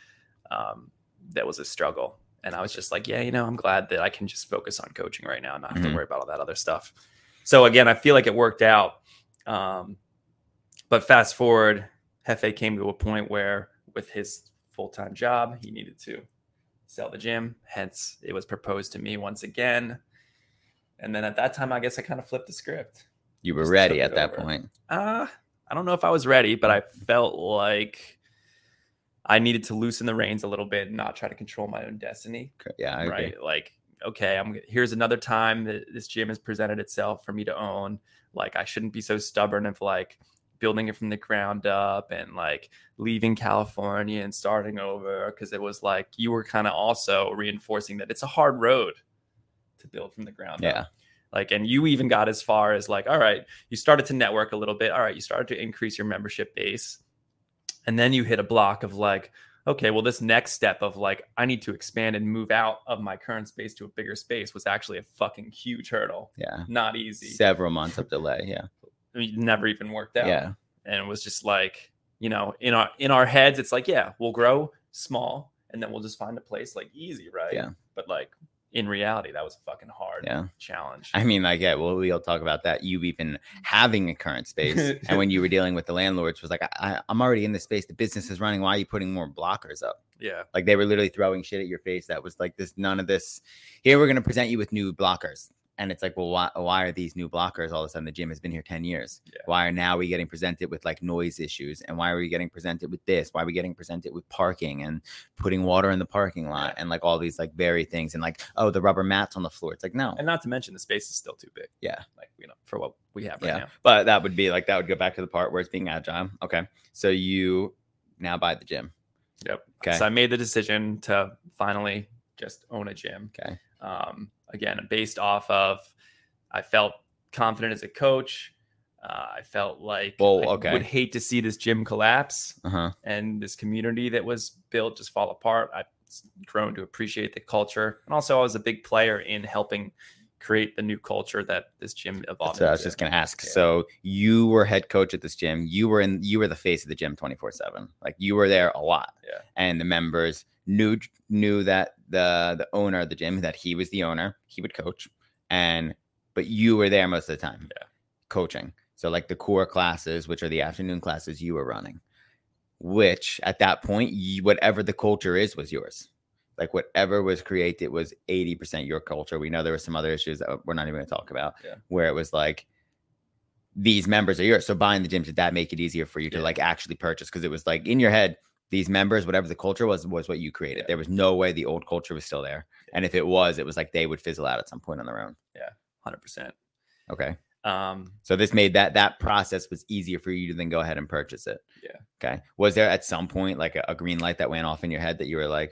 [SPEAKER 1] um, that was a struggle and i was just like yeah you know i'm glad that i can just focus on coaching right now and not have
[SPEAKER 2] Mhm.
[SPEAKER 1] to worry about all that other stuff so again i feel like it worked out um, but fast forward hefe came to a point where with his full-time job he needed to sell the gym hence it was proposed to me once again and then at that time i guess i kind of flipped the script
[SPEAKER 2] you were
[SPEAKER 1] just
[SPEAKER 2] ready
[SPEAKER 1] took
[SPEAKER 2] at
[SPEAKER 1] it
[SPEAKER 2] that
[SPEAKER 1] over.
[SPEAKER 2] point.
[SPEAKER 1] uh, I don't know if I was ready, but I felt like I needed to loosen the reins a little bit and not try to control my own destiny.
[SPEAKER 2] Cor- Yeah, I agree.
[SPEAKER 1] Right. Like, okay, I'm here's another time that this gym has presented itself for me to own. Like, I shouldn't be so stubborn of like building it from the ground up and like leaving California and starting over. Cause it was like you were kind of also reinforcing that it's a hard road to build from the ground up
[SPEAKER 2] Yeah.
[SPEAKER 1] like and you even got as far as like all right you started to network a little bit all right you started to increase your membership base and then you hit a block of like okay well this next step of like i need to expand and move out of my current space to a bigger space was actually a fucking huge hurdle
[SPEAKER 2] Yeah.
[SPEAKER 1] not easy
[SPEAKER 2] Several months of delay. Yeah.
[SPEAKER 1] I mean, never even worked out
[SPEAKER 2] Yeah.
[SPEAKER 1] and it was just like you know in our in our heads it's like yeah we'll grow small and then we'll just find a place like easy right
[SPEAKER 2] Yeah.
[SPEAKER 1] but like in reality that was a fucking hard
[SPEAKER 2] Yeah.
[SPEAKER 1] challenge
[SPEAKER 2] I mean, like, yeah, well, we'll talk about that. You even having a current space, and when you were dealing with the landlords, was like, I, I, I'm already in this space. The business is running. Why are you putting more blockers up?
[SPEAKER 1] yeah
[SPEAKER 2] Like, they were literally throwing shit at your face. That was like, this none of this. Here, we're gonna present you with new blockers, and it's like, well, why, why are these new blockers all of a sudden? The gym has been here ten years.
[SPEAKER 1] Yeah.
[SPEAKER 2] Why are now we getting presented with like noise issues, and why are we getting presented with this? Why are we getting presented with parking and putting water in the parking lot,
[SPEAKER 1] Yeah.
[SPEAKER 2] and like all these like very things, and like, oh, the rubber mats on the floor. It's like, no,
[SPEAKER 1] and not to mention the space is still too big.
[SPEAKER 2] Yeah.
[SPEAKER 1] like you know for what we have right
[SPEAKER 2] yeah
[SPEAKER 1] now.
[SPEAKER 2] but that would be like that would go back to the part where it's being agile okay so you now buy the gym
[SPEAKER 1] Yep.
[SPEAKER 2] okay
[SPEAKER 1] So I made the decision to finally just own a gym.
[SPEAKER 2] okay
[SPEAKER 1] Um, again, based off of I felt confident as a coach. Uh, I felt like
[SPEAKER 2] Well,
[SPEAKER 1] I
[SPEAKER 2] okay.
[SPEAKER 1] would hate to see this gym collapse
[SPEAKER 2] Uh huh.
[SPEAKER 1] and this community that was built just fall apart. I've grown to appreciate the culture. And also, I was a big player in helping create the new culture that this gym evolved.
[SPEAKER 2] That's what I was
[SPEAKER 1] into.
[SPEAKER 2] just gonna ask.
[SPEAKER 1] Yeah.
[SPEAKER 2] So you were head coach at this gym. You were in. You were the face of the gym twenty four seven. Like you were there a lot.
[SPEAKER 1] Yeah.
[SPEAKER 2] And the members knew knew that the the owner of the gym that he was the owner. He would coach, and but you were there most of the time.
[SPEAKER 1] Yeah.
[SPEAKER 2] Coaching. So like the core classes, which are the afternoon classes, you were running. Which at that point, you, whatever the culture is, was yours. Like whatever was created was eighty percent your culture. We know there were some other issues that we're not even going to talk about,
[SPEAKER 1] Yeah.
[SPEAKER 2] where it was like these members are yours. So buying the gym did that make it easier for you to
[SPEAKER 1] Yeah.
[SPEAKER 2] like actually purchase? Because it was like in your head, these members, whatever the culture was, was what you created.
[SPEAKER 1] Yeah.
[SPEAKER 2] There was no way the old culture was still there, and if it was, it was like they would fizzle out at some point on their own.
[SPEAKER 1] 100%.
[SPEAKER 2] Okay,
[SPEAKER 1] Um,
[SPEAKER 2] so this made that that process was easier for you to then go ahead and purchase it.
[SPEAKER 1] Yeah.
[SPEAKER 2] Okay. Was there at some point like a, a green light that went off in your head that you were like,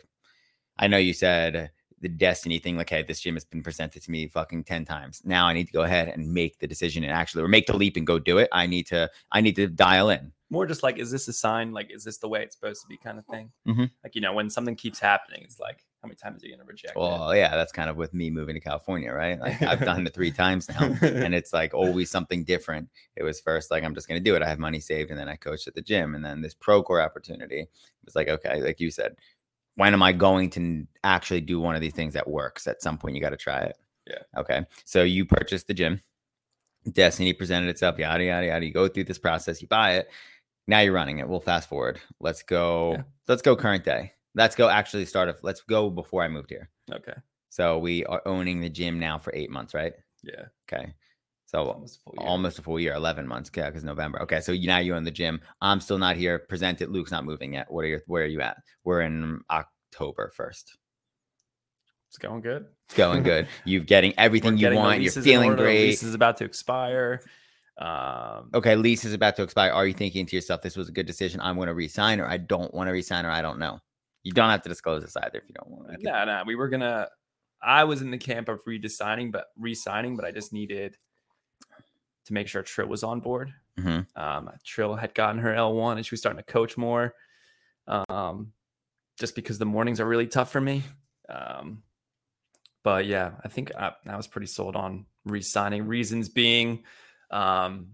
[SPEAKER 2] I know you said the destiny thing, like, hey, this gym has been presented to me fucking 10 times. Now I need to go ahead and make the decision and actually or make the leap and go do it. I need to, I need to dial in.
[SPEAKER 1] more just like, is this a sign? Like, is this the way it's supposed to be kind of thing?
[SPEAKER 2] Mhm.
[SPEAKER 1] Like, you know, when something keeps happening, it's like, how many times are you going to reject
[SPEAKER 2] Well, yeah, that's kind of with me moving to California, right? Like I've done it three times now.
[SPEAKER 1] it?
[SPEAKER 2] and it's like always something different. It was first like I'm just gonna do it. I have money saved, and then I coached at the gym, and then this pro core opportunity was like, okay, like you said, when am I going to n- actually do one of these things that works? At some point, you got to try it.
[SPEAKER 1] Yeah.
[SPEAKER 2] Okay. So you purchased the gym. Destiny presented itself. Yada yada yada. You go through this process. You buy it. Now you're running it. We'll fast forward. Let's go.
[SPEAKER 1] Yeah.
[SPEAKER 2] Let's go current day. Let's go actually start. Of, let's go before I moved here.
[SPEAKER 1] okay.
[SPEAKER 2] So we are owning the gym now for eight months, right?
[SPEAKER 1] Yeah.
[SPEAKER 2] Okay. So
[SPEAKER 1] Almost a full year.
[SPEAKER 2] almost a full year, 11 months. Yeah, because November. Okay. So you, now you're in the gym. I'm still not here. Present it. Luke's not moving yet. What are your, where are you at? We're in October 1st.
[SPEAKER 1] It's going good.
[SPEAKER 2] It's going good. You're getting everything
[SPEAKER 1] We're
[SPEAKER 2] you
[SPEAKER 1] getting the
[SPEAKER 2] want. You're
[SPEAKER 1] leases in
[SPEAKER 2] feeling
[SPEAKER 1] order. The
[SPEAKER 2] great.
[SPEAKER 1] Lease is about to expire. Um,
[SPEAKER 2] Okay. Lease is about to expire. Are you thinking to yourself, this was a good decision? I'm going to resign or I don't want to resign or I don't know. You don't have to disclose this either if you don't want to.
[SPEAKER 1] No, no, we were gonna. I was in the camp of redesigning, but re-signing, but I just needed to make sure Trill was on board.
[SPEAKER 2] Mhm.
[SPEAKER 1] Um, Trill had gotten her L one, and she was starting to coach more. Um, just because the mornings are really tough for me. Um, but yeah, I think I, I was pretty sold on re-signing. Reasons being, um,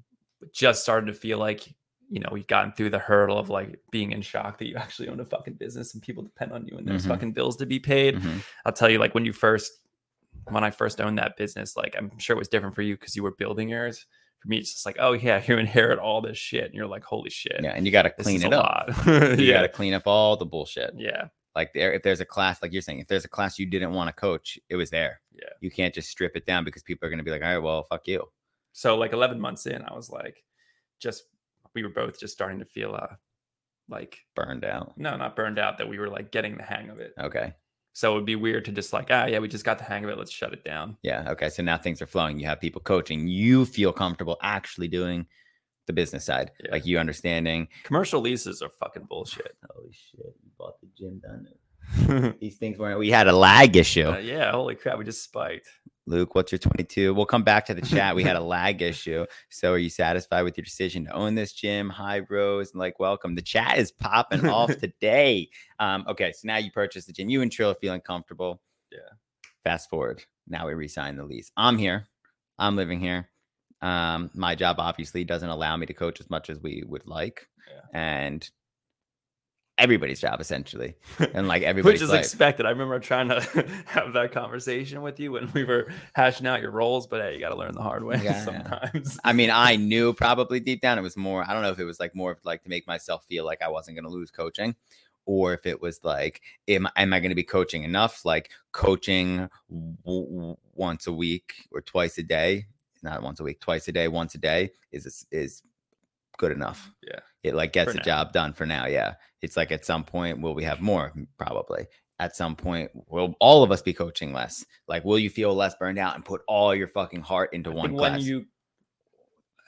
[SPEAKER 1] just started to feel like you know we've gotten through the hurdle of like being in shock that you actually own a fucking business and people depend on you and there's
[SPEAKER 2] Mhm.
[SPEAKER 1] fucking bills to be paid.
[SPEAKER 2] Mhm.
[SPEAKER 1] I'll tell you, like when you first, when I first owned that business, like I'm sure it was different for you because you were building yours. For me, it's just like, oh yeah, you inherit all this shit, and you're like, holy shit,
[SPEAKER 2] Yeah. And you got to
[SPEAKER 1] this
[SPEAKER 2] clean
[SPEAKER 1] is
[SPEAKER 2] it
[SPEAKER 1] a lot.
[SPEAKER 2] up. You got
[SPEAKER 1] yeah,
[SPEAKER 2] to clean up all the bullshit.
[SPEAKER 1] yeah,
[SPEAKER 2] like there if there's a class like you're saying if there's a class you didn't want to coach it was there
[SPEAKER 1] Yeah.
[SPEAKER 2] you can't just strip it down because people are going to be like all right well fuck you
[SPEAKER 1] So like 11 months in, I was like, just we were both just starting to feel uh, like
[SPEAKER 2] burned out
[SPEAKER 1] no, not burned out that we were like getting the hang of it.
[SPEAKER 2] okay
[SPEAKER 1] So it would be weird to just like, ah, yeah, we just got the hang of it. Let's shut it down.
[SPEAKER 2] yeah okay so now things are flowing you have people coaching you feel comfortable actually doing the business side
[SPEAKER 1] Yeah.
[SPEAKER 2] like you understanding
[SPEAKER 1] Commercial leases are fucking bullshit.
[SPEAKER 2] holy shit you bought the gym done
[SPEAKER 1] Uh,
[SPEAKER 2] these things weren't we had a lag issue
[SPEAKER 1] yeah, holy crap, we just spiked.
[SPEAKER 2] luke what's your 22 we'll come back to the chat we had a lag issue so are you satisfied with your decision to own this gym hi bros and like welcome the chat is popping off today Um, okay, so now you purchase the gym. You and Trill are feeling comfortable.
[SPEAKER 1] Yeah.
[SPEAKER 2] Fast forward. Now we re-sign the lease. I'm here. I'm living here. Um, my job obviously doesn't allow me to coach as much as we would like.
[SPEAKER 1] Yeah.
[SPEAKER 2] And everybody's job essentially. And like
[SPEAKER 1] which
[SPEAKER 2] everybody's
[SPEAKER 1] is
[SPEAKER 2] life.
[SPEAKER 1] expected. I remember trying to have that conversation with you when we were hashing out your roles, but hey, you got to learn the hard way
[SPEAKER 2] Yeah.
[SPEAKER 1] sometimes.
[SPEAKER 2] I mean, I knew probably deep down it was more, I don't know if it was like more of like to make myself feel like I wasn't going to lose coaching or if it was like, am, am I going to be coaching enough? Like coaching w- w- once a week or twice a day, not once a week, twice a day, once a day is, is good enough.
[SPEAKER 1] Mm, Yeah.
[SPEAKER 2] It like gets
[SPEAKER 1] For
[SPEAKER 2] the
[SPEAKER 1] now.
[SPEAKER 2] job done for now. Yeah. It's like at some point, will we have more? Probably. At some point, will all of us be coaching less? Like, will you feel less burned out and put all your fucking heart into
[SPEAKER 1] I
[SPEAKER 2] one
[SPEAKER 1] think
[SPEAKER 2] class?
[SPEAKER 1] when you,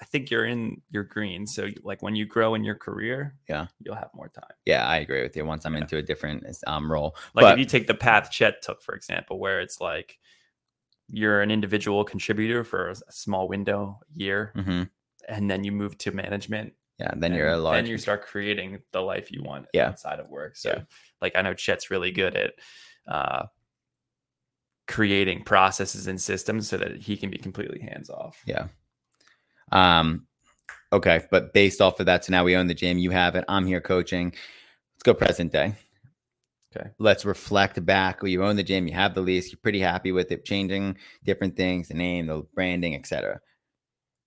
[SPEAKER 1] I think you're in your green, so you- like when you grow in your career,
[SPEAKER 2] Yeah.
[SPEAKER 1] you'll have more time.
[SPEAKER 2] Yeah, I agree with you. Once I'm
[SPEAKER 1] Yeah.
[SPEAKER 2] into a different um role,
[SPEAKER 1] Like
[SPEAKER 2] but
[SPEAKER 1] if you take the path Chet took, for example, where it's like you're an individual contributor for a s- a small window a year,
[SPEAKER 2] Mhm.
[SPEAKER 1] and then you move to management
[SPEAKER 2] Yeah. Then you're a
[SPEAKER 1] and
[SPEAKER 2] large.
[SPEAKER 1] Then you start creating the life you want
[SPEAKER 2] Yeah.
[SPEAKER 1] outside of work. So,
[SPEAKER 2] Yeah.
[SPEAKER 1] like, I know Chet's really good at uh, creating processes and systems so that he can be completely hands off.
[SPEAKER 2] Yeah. Um, okay, but based off of that, so now we own the gym. You have it. I'm here coaching. Let's go present day.
[SPEAKER 1] Okay.
[SPEAKER 2] Let's reflect back. You own the gym. You have the lease. You're pretty happy with it. Changing different things, the name, the branding, etc.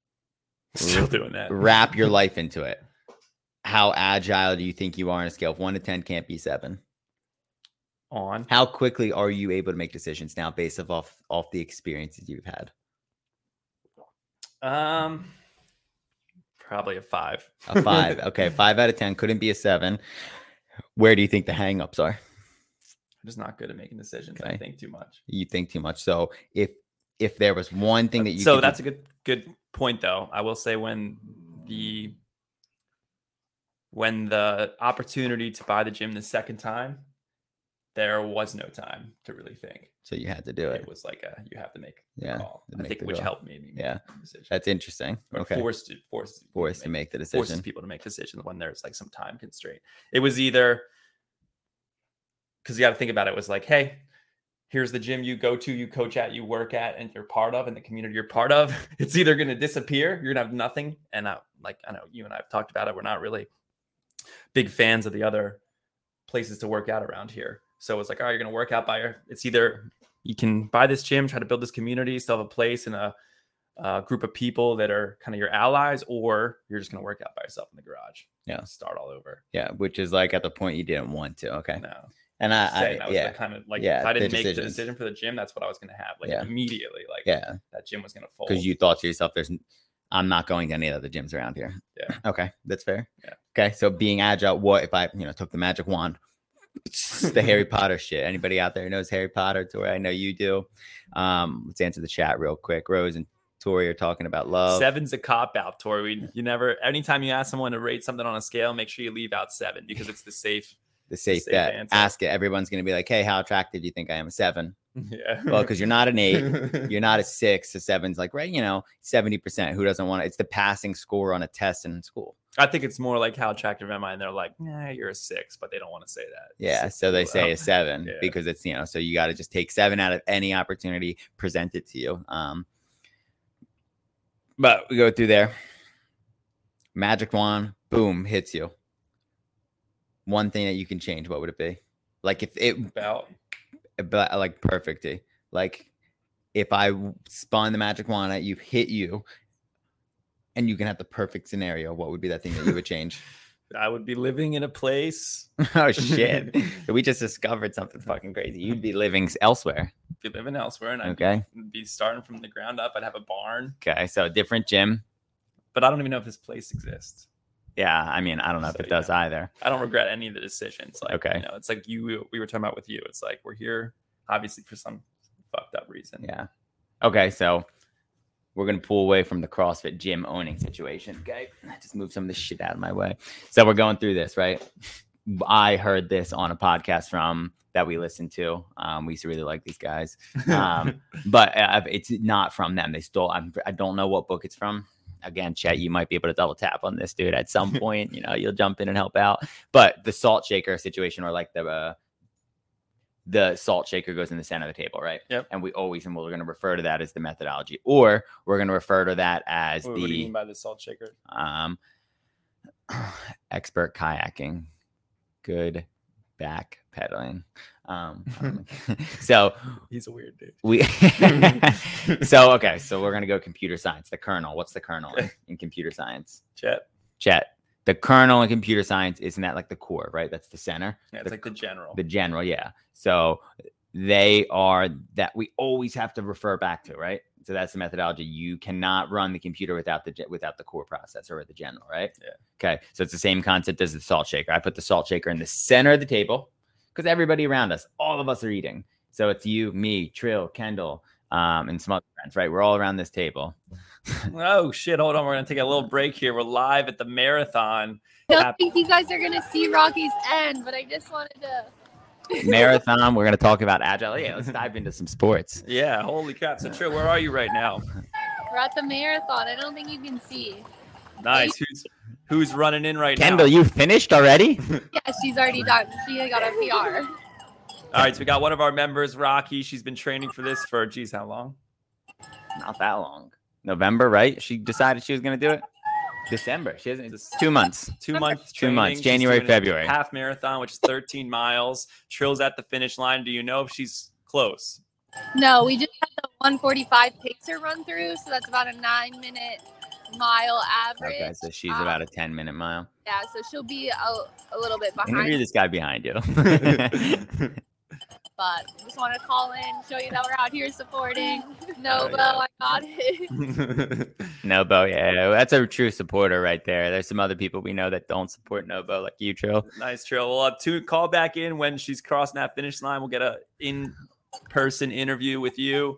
[SPEAKER 1] Still doing that.
[SPEAKER 2] Wrap your life into it. How agile do you think you are on a scale of one to ten? Can't be seven.
[SPEAKER 1] on.
[SPEAKER 2] How quickly are you able to make decisions now, based off- off off the experiences you've had?
[SPEAKER 1] Um, probably a five.
[SPEAKER 2] A five. okay, five out of ten. Couldn't be a seven. Where do you think the hangups are?
[SPEAKER 1] I'm just not good at making decisions. I
[SPEAKER 2] Okay.
[SPEAKER 1] think too much.
[SPEAKER 2] You think too much. So if if there was one thing that you
[SPEAKER 1] so
[SPEAKER 2] could do-
[SPEAKER 1] that's a good good point, though. I will say when the when the opportunity to buy the gym the second time, there was no time to really think.
[SPEAKER 2] so you had to do it.
[SPEAKER 1] It was like a you have to make
[SPEAKER 2] Yeah,
[SPEAKER 1] call.
[SPEAKER 2] to
[SPEAKER 1] I
[SPEAKER 2] make
[SPEAKER 1] think
[SPEAKER 2] the
[SPEAKER 1] which
[SPEAKER 2] call.
[SPEAKER 1] helped me. make
[SPEAKER 2] Yeah,
[SPEAKER 1] the decision.
[SPEAKER 2] That's interesting.
[SPEAKER 1] Or
[SPEAKER 2] okay,
[SPEAKER 1] forced it forces people
[SPEAKER 2] forced to
[SPEAKER 1] make-
[SPEAKER 2] make the
[SPEAKER 1] forces
[SPEAKER 2] decision.
[SPEAKER 1] people to make decisions when there's like some time constraint. It was either because you got to think about it, it was like, hey, here's the gym you go to, you coach at, you work at, and you're part of, and the community you're part of. It's either going to disappear, you're going to have nothing. And I, like, I know you and I have talked about it. We're not really big fans of the other places to work out around here. So it's like, all right, you're going to work out by your, it's either you can buy this gym, try to build this community, still have a place and a, a group of people that are kind of your allies, or you're just going to work out by yourself in the garage.
[SPEAKER 2] Yeah.
[SPEAKER 1] Start all over.
[SPEAKER 2] Yeah, which is like at the point you didn't want to. Okay,
[SPEAKER 1] No.
[SPEAKER 2] and I, I
[SPEAKER 1] Saying that was
[SPEAKER 2] yeah
[SPEAKER 1] the kind of like,
[SPEAKER 2] Yeah,
[SPEAKER 1] if I
[SPEAKER 2] the
[SPEAKER 1] didn't make the
[SPEAKER 2] decisions.
[SPEAKER 1] decision for the gym, that's what I was going to have. Like
[SPEAKER 2] Yeah.
[SPEAKER 1] immediately, like
[SPEAKER 2] yeah
[SPEAKER 1] that gym was going to fold.
[SPEAKER 2] because you thought to yourself, "There's n- I'm not going to any other gyms around here.
[SPEAKER 1] Yeah.
[SPEAKER 2] Okay, that's fair.
[SPEAKER 1] Yeah.
[SPEAKER 2] Okay, so being agile. What if I you know took the magic wand? the Harry Potter shit. Anybody out there who knows Harry Potter? Tori, I know you do. Um, let's answer the chat real quick. Rose and Tori are talking about love.
[SPEAKER 1] Seven's a cop out, Tori. We, you never, anytime you ask someone to rate something on a scale, make sure you leave out seven because it's the safe.
[SPEAKER 2] the safe,
[SPEAKER 1] safe
[SPEAKER 2] bet.
[SPEAKER 1] answer.
[SPEAKER 2] Ask it. Everyone's gonna be like, "Hey, how attractive do you think I am?" A seven.
[SPEAKER 1] Yeah.
[SPEAKER 2] Well, because you're not an eight, you're not a six. A seven's like right, you know, seventy percent. Who doesn't want it? It's the passing score on a test in school.
[SPEAKER 1] I think it's more like how attractive am I? And they're like, nah, you're a six, but they don't want to say that.
[SPEAKER 2] Yeah,
[SPEAKER 1] Six
[SPEAKER 2] so
[SPEAKER 1] is
[SPEAKER 2] they
[SPEAKER 1] low.
[SPEAKER 2] say a seven
[SPEAKER 1] Yeah.
[SPEAKER 2] because it's you know. So you got to just take seven out of any opportunity presented to you. Um, but we go through there. Magic wand, boom, hits you. One thing that you can change, what would it be? Like if it
[SPEAKER 1] about.
[SPEAKER 2] but like perfecty. Like if I w- spun the magic wand at you, hit you, and you can have the perfect scenario, what would be that thing that you would change?
[SPEAKER 1] I would be living in a place,
[SPEAKER 2] oh shit! we just discovered something fucking crazy. You'd be living s- elsewhere.
[SPEAKER 1] be living elsewhere, and I'd
[SPEAKER 2] Okay.
[SPEAKER 1] be starting from the ground up. I'd have a barn,
[SPEAKER 2] Okay. So different gym.
[SPEAKER 1] but I don't even know if this place exists.
[SPEAKER 2] Yeah. I mean, I don't know if
[SPEAKER 1] So,
[SPEAKER 2] it does either.
[SPEAKER 1] I don't regret any of the decisions. Like,
[SPEAKER 2] Okay.
[SPEAKER 1] you know, it's like you we were talking about with you. It's like we're here, obviously for some fucked up reason.
[SPEAKER 2] Yeah. Okay. So we're gonna pull away from the CrossFit gym owning situation. Okay. Just move some of this shit out of my way. So we're going through this, right? I heard this on a podcast from that we listened to. Um, we used to really like these guys, Um, but uh, it's not from them. They stole. I'm, I don't know what book it's from. Again, Chet, you might be able to double tap on this, dude. At some point, you know, you'll jump in and help out. But the salt shaker situation, or like the uh, the salt shaker goes in the center of the table, right?
[SPEAKER 1] Yep.
[SPEAKER 2] And we always and we're going to refer to that as the methodology, or we're going to refer to that as
[SPEAKER 1] What, what
[SPEAKER 2] the
[SPEAKER 1] do you mean by the salt shaker?
[SPEAKER 2] um, expert kayaking, good back pedaling. Um, I don't know. so
[SPEAKER 1] He's a weird dude.
[SPEAKER 2] we, so okay, so we're gonna go computer science. The kernel. What's the kernel in, in computer science?
[SPEAKER 1] Jet.
[SPEAKER 2] Chet. The kernel in computer science isn't that like the core, right? That's the center,
[SPEAKER 1] Yeah, it's
[SPEAKER 2] The
[SPEAKER 1] like the general.
[SPEAKER 2] the general. Yeah. So they are that we always have to refer back to, right? So that's the methodology. You cannot run the computer without the ge- without the core processor or the general, right?
[SPEAKER 1] Yeah.
[SPEAKER 2] Okay. So it's the same concept as the salt shaker. I put the salt shaker in the center of the table because everybody around us, all of us are eating. So it's you, me, Trill, Kendall, um, and some other friends, right? We're all around this table.
[SPEAKER 1] oh shit! Hold on, we're gonna take a little break here. We're live at the marathon.
[SPEAKER 3] I
[SPEAKER 1] Hap-
[SPEAKER 3] don't think you guys are gonna see Rocky's end, but I just wanted to.
[SPEAKER 2] Marathon. We're gonna talk about agile. Yeah, let's dive into some sports.
[SPEAKER 1] Yeah, holy crap! So true. Where are you right now?
[SPEAKER 3] We're at the marathon. I don't think you can see.
[SPEAKER 1] Nice. Who's who's running in right
[SPEAKER 2] Kendall,
[SPEAKER 1] now?
[SPEAKER 2] you finished already?
[SPEAKER 3] Yeah, she's already done. She got a PR.
[SPEAKER 1] All right, so we got one of our members, Rocky. She's been training for this for geez, how long?
[SPEAKER 2] Not that long. November, right? She decided she was going to do it. December. She hasn't. It's two months.
[SPEAKER 1] Two
[SPEAKER 3] Two
[SPEAKER 1] months.
[SPEAKER 2] Two months,
[SPEAKER 1] training. She's
[SPEAKER 2] January,
[SPEAKER 1] doing a
[SPEAKER 2] February.
[SPEAKER 1] Half marathon, which is 13 miles. Trills at the finish line. Do you know if she's close?
[SPEAKER 3] No, we just had the 145 pacer run through, so that's about a nine minute mile average.
[SPEAKER 2] Okay, so she's about a ten-minute mile.
[SPEAKER 3] Yeah, so she'll be a, a little bit
[SPEAKER 2] Interview
[SPEAKER 3] behind,
[SPEAKER 2] this guy behind you.
[SPEAKER 3] but just want to call in, show you that we're out here supporting. No,
[SPEAKER 2] Oh,
[SPEAKER 3] Bo,
[SPEAKER 2] yeah.
[SPEAKER 3] I got it.
[SPEAKER 2] Nobo, yeah, that's a true supporter right there. There's some other people we know that don't support Nobo, like you, Trill.
[SPEAKER 1] nice trail. We'll have two call back in when she's crossing that finish line. We'll get a in person interview with you.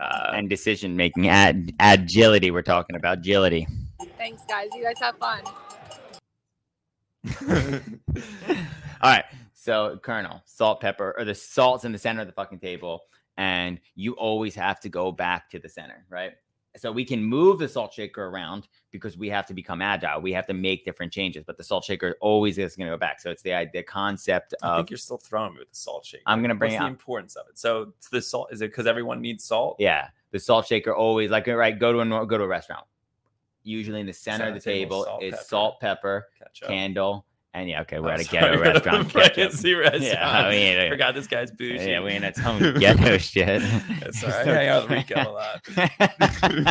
[SPEAKER 1] Uh,
[SPEAKER 2] and decision making. Ad- agility, we're talking about agility.
[SPEAKER 3] Thanks, guys. You guys have fun.
[SPEAKER 2] All right. So, Colonel, salt, pepper, or the salt's in the center of the fucking table, and you always have to go back to the center, right? So we can move the salt shaker around because we have to become agile. We have to make different changes, but the salt shaker always is going to go back. So it's the i- the concept
[SPEAKER 1] I
[SPEAKER 2] of
[SPEAKER 1] think you're still throwing me with the salt shake.
[SPEAKER 2] I'm going to bring
[SPEAKER 1] What's
[SPEAKER 2] it
[SPEAKER 1] the
[SPEAKER 2] up.
[SPEAKER 1] importance of it? So it's the salt is it because everyone needs salt?
[SPEAKER 2] Yeah, the salt shaker always like right. Go to a nor- go to a restaurant. Usually in the center of the
[SPEAKER 1] Center table,
[SPEAKER 2] table
[SPEAKER 1] salt,
[SPEAKER 2] is
[SPEAKER 1] pepper.
[SPEAKER 2] salt, pepper,
[SPEAKER 1] Ketchup.
[SPEAKER 2] candle, and yeah, okay, we're
[SPEAKER 1] Oh,
[SPEAKER 2] at a
[SPEAKER 1] sorry,
[SPEAKER 2] ghetto
[SPEAKER 1] we're at a
[SPEAKER 2] restaurant. Ketchup.
[SPEAKER 1] fancy restaurant.
[SPEAKER 2] I mean, yeah.
[SPEAKER 1] forgot this guy's bougie.
[SPEAKER 2] Yeah, we ain't at some ghetto shit.
[SPEAKER 1] That's all right. I hang out with Rico a lot.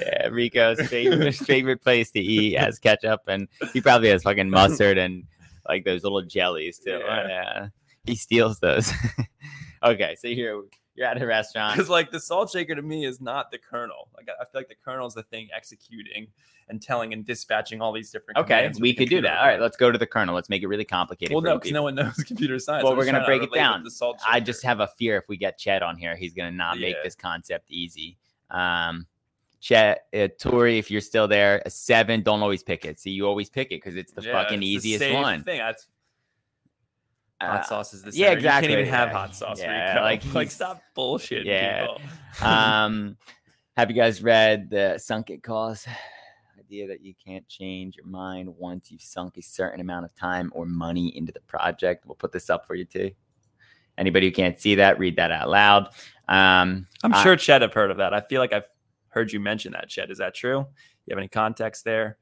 [SPEAKER 2] yeah, Rico's favorite, favorite place to eat has ketchup, and he probably has fucking mustard and like those little jellies too. Oh,
[SPEAKER 1] Yeah.
[SPEAKER 2] Yeah, he steals those. okay, so you're you're at a restaurant.
[SPEAKER 1] Because like the salt shaker to me is not the colonel. Like I I feel like the colonel's the thing executing and telling and dispatching all these different.
[SPEAKER 2] Okay,
[SPEAKER 1] commands with
[SPEAKER 2] we
[SPEAKER 1] the
[SPEAKER 2] could do
[SPEAKER 1] computer.
[SPEAKER 2] that. All right, let's go to the kernel. Let's make it really complicated.
[SPEAKER 1] Well,
[SPEAKER 2] for
[SPEAKER 1] no,
[SPEAKER 2] you
[SPEAKER 1] because
[SPEAKER 2] people.
[SPEAKER 1] no one knows computer science.
[SPEAKER 2] Well,
[SPEAKER 1] I'm
[SPEAKER 2] we're
[SPEAKER 1] just
[SPEAKER 2] gonna
[SPEAKER 1] trying
[SPEAKER 2] break it
[SPEAKER 1] relate with
[SPEAKER 2] down.
[SPEAKER 1] The salt
[SPEAKER 2] I
[SPEAKER 1] shaker.
[SPEAKER 2] just have a fear if we get Chet on here, he's gonna not make
[SPEAKER 1] Yeah.
[SPEAKER 2] this concept easy. Um, Chet, uh, Tori, if you're still there, a seven. Don't always pick it. See, you always pick it because it's the
[SPEAKER 1] Yeah,
[SPEAKER 2] fucking
[SPEAKER 1] it's the
[SPEAKER 2] easiest
[SPEAKER 1] same
[SPEAKER 2] one.
[SPEAKER 1] Thing. That's,
[SPEAKER 2] Uh,
[SPEAKER 1] hot sauce is the
[SPEAKER 2] yeah,
[SPEAKER 1] center. You
[SPEAKER 2] exactly,
[SPEAKER 1] can't even have
[SPEAKER 2] yeah.
[SPEAKER 1] hot sauce.
[SPEAKER 2] Yeah,
[SPEAKER 1] Rico.
[SPEAKER 2] like,
[SPEAKER 1] Like,
[SPEAKER 2] he's-
[SPEAKER 1] stop bullshitting
[SPEAKER 2] Yeah.
[SPEAKER 1] people.
[SPEAKER 2] um, have you guys read the sunk it cost? Idea that you can't change your mind once you've sunk a certain amount of time or money into the project. We'll put this up for you too. Anybody who can't see that, read that out loud. Um,
[SPEAKER 1] I'm
[SPEAKER 2] I-
[SPEAKER 1] sure Chet have heard of that. I feel like I've heard you mention that, Chet. Is that true? You have any context there?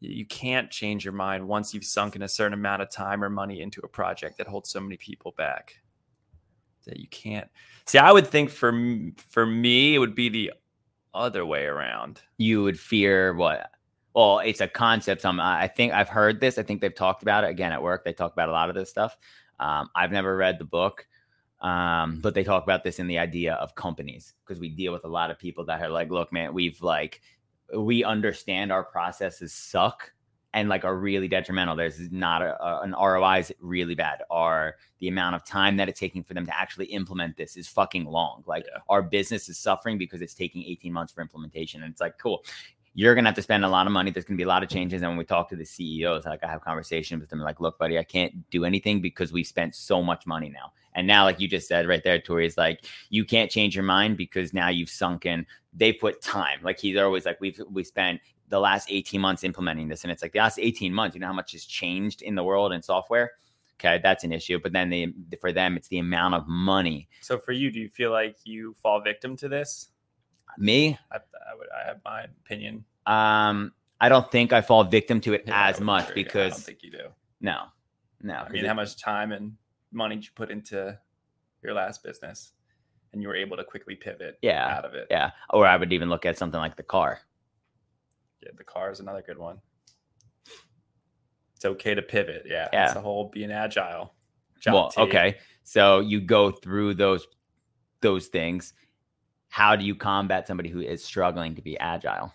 [SPEAKER 1] Y- You can't change your mind once you've sunk in a certain amount of time or money into a project that holds so many people back. That you can't see. I would think for m- for me, it would be the other way around.
[SPEAKER 2] you would fear what? Well, it's a concept. Um, I I think I've heard this. I think they've talked about it again at work. They talk about a lot of this stuff. Um, I've never read the book, um, but they talk about this in the idea of companies because we deal with a lot of people that are like, look, man, we've like, we understand our processes suck and like are really detrimental. There's not a, a- an ROI is really bad. Our the amount of time that it's taking for them to actually implement this is fucking long. Like
[SPEAKER 1] Yeah.
[SPEAKER 2] our business is suffering because it's taking 18 months for implementation. And it's like, cool, you're gonna have to spend a lot of money. There's gonna be a lot of changes. And when we talk to the CEOs, like I have conversations with them, like, look, buddy, I can't do anything because we've spent so much money now. And now, like you just said right there, Tori, is like you can't change your mind because now you've sunk in. They put time. Like he's always like, we've we spent the last 18 months implementing this. And it's like the last 18 months, you know how much has changed in the world and software? Okay, that's an issue. But then they for them, it's the amount of money.
[SPEAKER 1] So for you, do you feel like you fall victim to this?
[SPEAKER 2] Me,
[SPEAKER 1] I, I would. I have my opinion.
[SPEAKER 2] um, I don't think I fall victim to it
[SPEAKER 1] Yeah, I
[SPEAKER 2] as
[SPEAKER 1] would
[SPEAKER 2] much
[SPEAKER 1] agree. I don't
[SPEAKER 2] because
[SPEAKER 1] think you do.
[SPEAKER 2] no, no.
[SPEAKER 1] I
[SPEAKER 2] 'cause
[SPEAKER 1] mean,
[SPEAKER 2] it-
[SPEAKER 1] how much time and money did you put into your last business, and you were able to quickly pivot
[SPEAKER 2] Yeah,
[SPEAKER 1] out of it?
[SPEAKER 2] Yeah. Or I would even look at something like the car.
[SPEAKER 1] Yeah, the car is another good one. It's okay to pivot. Yeah,
[SPEAKER 2] Yeah.
[SPEAKER 1] It's the whole being agile.
[SPEAKER 2] well,
[SPEAKER 1] Agility.
[SPEAKER 2] okay. So you go through those those things. How do you combat somebody who is struggling to be agile?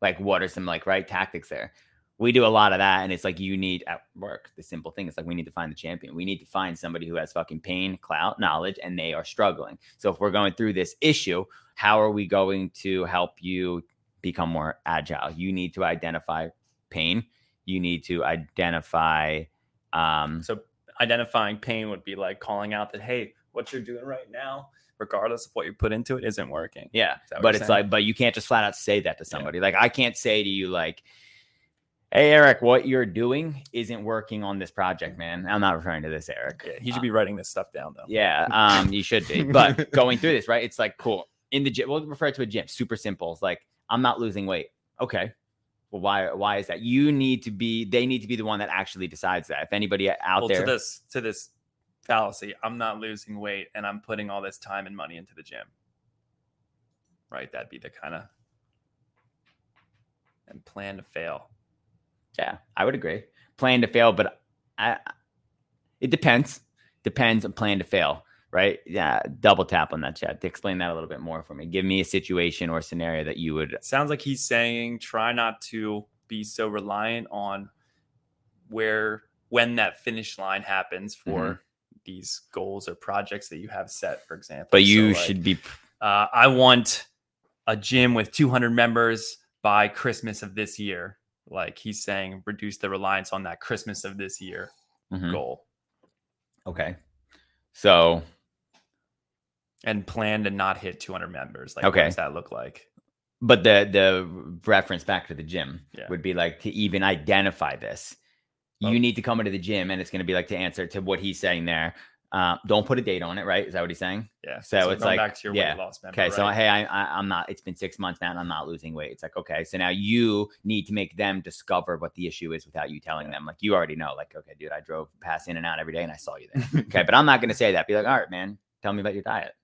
[SPEAKER 2] Like what are some like right tactics there? We do a lot of that and it's like you need at work the simple thing. It's like we need to find the champion. We need to find somebody who has fucking pain, clout, knowledge and they are struggling. So if we're going through this issue, how are we going to help you become more agile? You need to identify pain. You need to identify um Hmm.
[SPEAKER 1] So identifying pain would be like calling out that, hey, what you're doing right now, regardless of what you put into it, isn't working.
[SPEAKER 2] Yeah.
[SPEAKER 1] that what you're
[SPEAKER 2] But it's
[SPEAKER 1] saying?
[SPEAKER 2] like, but you can't just flat out say that to somebody. Like, I can't say to you, like, hey, Eric, what you're doing isn't working on this project, man. I'm not referring to this, Eric.
[SPEAKER 1] Yeah, he should be writing this stuff down though.
[SPEAKER 2] Yeah. Um, you should be. But going through this, right? It's like, cool. In the gym, we'll refer to a gym, super simple. It's like, I'm not losing weight. Okay. Well, why, why is that? You need to be, they need to be the one that actually decides that. If anybody out
[SPEAKER 1] well,
[SPEAKER 2] there,
[SPEAKER 1] to this to this fallacy, I'm not losing weight and I'm putting all this time and money into the gym. Right? That'd be the kind of and plan to fail.
[SPEAKER 2] Yeah, I would agree. Plan to fail, but I it depends. Depends on plan to fail, right? Yeah, double tap on that chat to explain that a little bit more for me. Give me a situation or scenario that you would
[SPEAKER 1] It sounds like he's saying try not to be so reliant on where when that finish line happens for
[SPEAKER 2] Mm-hmm.
[SPEAKER 1] these goals or projects that you have set, for example.
[SPEAKER 2] but
[SPEAKER 1] So,
[SPEAKER 2] you
[SPEAKER 1] like,
[SPEAKER 2] should be
[SPEAKER 1] uh, I want a gym with 200 members by Christmas of this year. Like he's saying, reduce the reliance on that Christmas of this year
[SPEAKER 2] Mhm.
[SPEAKER 1] goal
[SPEAKER 2] okay. So
[SPEAKER 1] and plan to not hit 200 members. Like,
[SPEAKER 2] Okay.
[SPEAKER 1] what does that look like?
[SPEAKER 2] but the the reference back to the gym
[SPEAKER 1] Yeah.
[SPEAKER 2] would be like to even identify this
[SPEAKER 1] Oh.
[SPEAKER 2] you need to come into the gym and it's going to be like to answer to what he's saying there uh, don't put a date on it right is that what he's saying
[SPEAKER 1] Yeah.
[SPEAKER 2] So it's
[SPEAKER 1] going
[SPEAKER 2] like-
[SPEAKER 1] back to your
[SPEAKER 2] yeah.
[SPEAKER 1] weight loss member.
[SPEAKER 2] Okay, so
[SPEAKER 1] right?
[SPEAKER 2] hey, I, I, I'm not. It's been six months now, and I'm not losing weight. It's like okay, so now you need to make them discover what the issue is without you telling them. Like you already know. Like okay, dude, I drove past In and Out every day, and I saw you there. okay, but I'm not gonna say that. Be like, all right, man, tell me about your diet.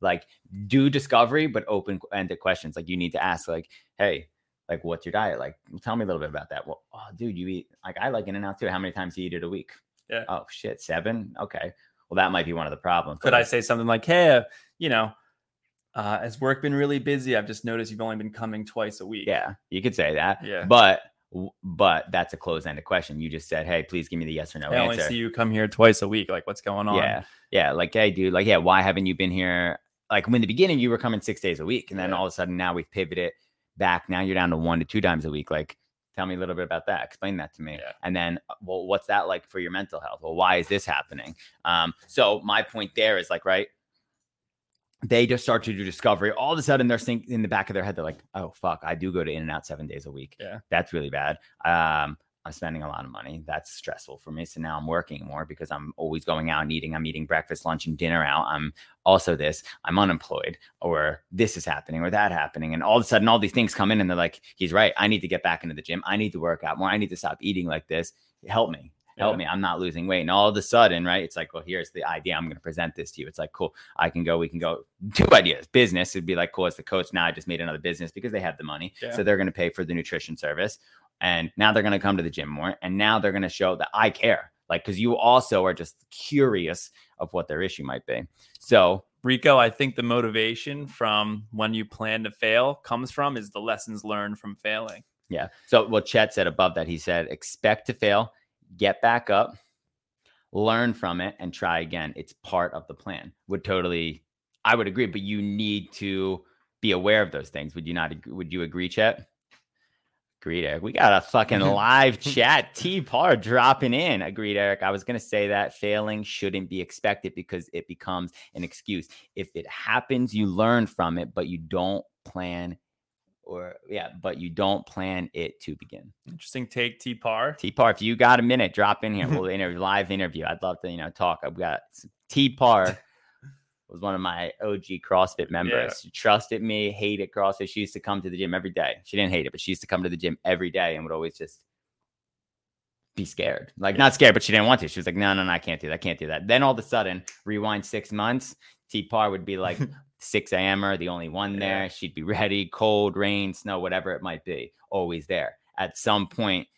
[SPEAKER 2] Like do discovery, but open ended questions. Like you need to ask, like, hey, like what's your diet? Like tell me a little bit about that. Well, oh, dude, you eat like I like In and Out too. How many times do you eat it a week?
[SPEAKER 1] Yeah.
[SPEAKER 2] Oh shit, seven. Okay. Well, that might be one of the problems. but
[SPEAKER 1] could I
[SPEAKER 2] like-
[SPEAKER 1] say something like, hey, uh, you know, uh, has work been really busy? I've just noticed you've only been coming twice a week.
[SPEAKER 2] Yeah, you could say that.
[SPEAKER 1] Yeah.
[SPEAKER 2] But but that's a closed-ended question. You just said, "Hey, please give me the yes or no
[SPEAKER 1] I only
[SPEAKER 2] answer."
[SPEAKER 1] see you come here twice a week. Like, what's going on?
[SPEAKER 2] yeah, yeah. Like, hey, dude. Like, yeah. Why haven't you been here? Like, when in the beginning you were coming six days a week, and then
[SPEAKER 1] Yeah.
[SPEAKER 2] all of a sudden now we've pivoted back. Now you're down to one to two times a week. Like, tell me a little bit about that. Explain that to me.
[SPEAKER 1] Yeah.
[SPEAKER 2] And then, uh, well, what's that like for your mental health? Well, why is this happening? Um, so my point there is like, right. They just start to do discovery. All of a sudden, they're think in the back of their head. They're like, "Oh fuck, I do go to In and Out seven days a week.
[SPEAKER 1] Yeah.
[SPEAKER 2] that's really bad. Um, I'm spending a lot of money. That's stressful for me. So now I'm working more because I'm always going out and eating. I'm eating breakfast, lunch, and dinner out. I'm also this. I'm unemployed, or this is happening, or that happening. And all of a sudden, all these things come in, and they're like, "He's right. I need to get back into the gym. I need to work out more. I need to stop eating like this. Help me." Help
[SPEAKER 1] Yeah.
[SPEAKER 2] me. I'm not losing weight. And all of a sudden, right? It's like, well, here's the idea. I'm going to present this to you. It's like, cool. I can go. We can go. Two ideas. Business. It'd be like, cool. As the coach, now I just made another business because they have the money.
[SPEAKER 1] Yeah.
[SPEAKER 2] So they're going to pay for the nutrition service and now they're going to come to the gym more and now they're going to show that i care like because you also are just curious of what their issue might be so
[SPEAKER 1] Rico, I think the motivation from when you plan to fail comes from is the lessons learned from failing.
[SPEAKER 2] yeah so what chet said above that he said expect to fail get back up learn from it and try again it's part of the plan would totally i would agree but you need to be aware of those things would you not ag- would you agree chet Agreed, Eric. We got a fucking live chat. T Par dropping in. Agreed, Eric. I was going to say that failing shouldn't be expected because it becomes an excuse. If it happens, you learn from it, but you don't plan or, yeah, but you don't plan it to begin.
[SPEAKER 1] Interesting take, T Par.
[SPEAKER 2] T Par, if you got a minute, drop in here. We'll interview, live interview. I'd love to, you know, talk. I've got T Par was one of my OG CrossFit members. She trusted me, hated CrossFit. She used to come to the gym every day. She didn't hate it, but she used to come to the gym every day and would always just be scared. Like not scared, but she didn't want to. She was like, no, no, no, I can't do that. I can't do that. Then all of a sudden, rewind six months, T Par would be like 6 a.m. or the only one
[SPEAKER 1] Yeah.
[SPEAKER 2] there. She'd be ready, cold, rain, snow, whatever it might be, always there. At some point,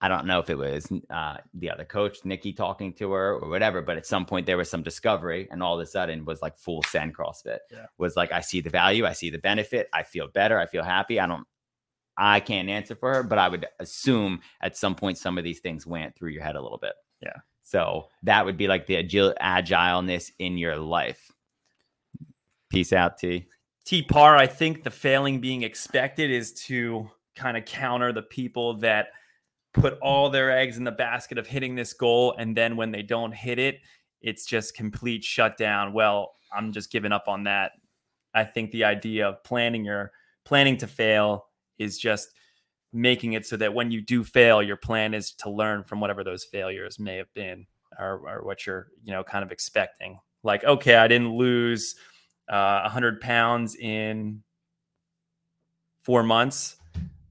[SPEAKER 2] I don't know if it was uh, the other coach, Nikki, talking to her or whatever, but at some point there was some discovery, and all of a sudden was like full send CrossFit.
[SPEAKER 1] Yeah.
[SPEAKER 2] Was like, I see the value, I see the benefit, I feel better, I feel happy. I don't, I can't answer for her, but I would assume at some point some of these things went through your head a little bit.
[SPEAKER 1] Yeah.
[SPEAKER 2] So that would be like the agil- agileness in your life. Peace out, T.
[SPEAKER 1] T Par, I think the failing being expected is to kind of counter the people that put all their eggs in the basket of hitting this goal. And then when they don't hit it, it's just complete shutdown. Well, I'm just giving up on that. I think the idea of planning your planning to fail is just making it so that when you do fail, your plan is to learn from whatever those failures may have been or, or what you're, you know, kind of expecting. Like, okay, I didn't lose uh, 100 pounds in four months,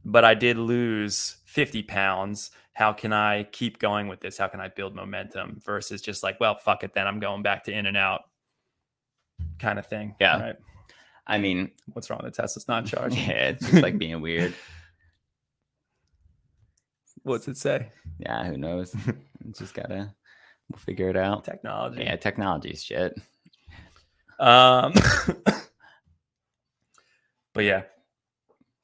[SPEAKER 1] but I did lose 50 pounds. How can I keep going with this? How can I build momentum versus just like, well, fuck it, then I'm going back to in and out kind of thing.
[SPEAKER 2] Yeah.
[SPEAKER 1] Right.
[SPEAKER 2] I mean,
[SPEAKER 1] What's wrong with Tesla's not charging?
[SPEAKER 2] yeah, it's just like being weird.
[SPEAKER 1] What's it say?
[SPEAKER 2] Yeah, who knows? It's just gotta we'll figure it out.
[SPEAKER 1] Technology.
[SPEAKER 2] Yeah, technology's shit.
[SPEAKER 1] Um, but yeah,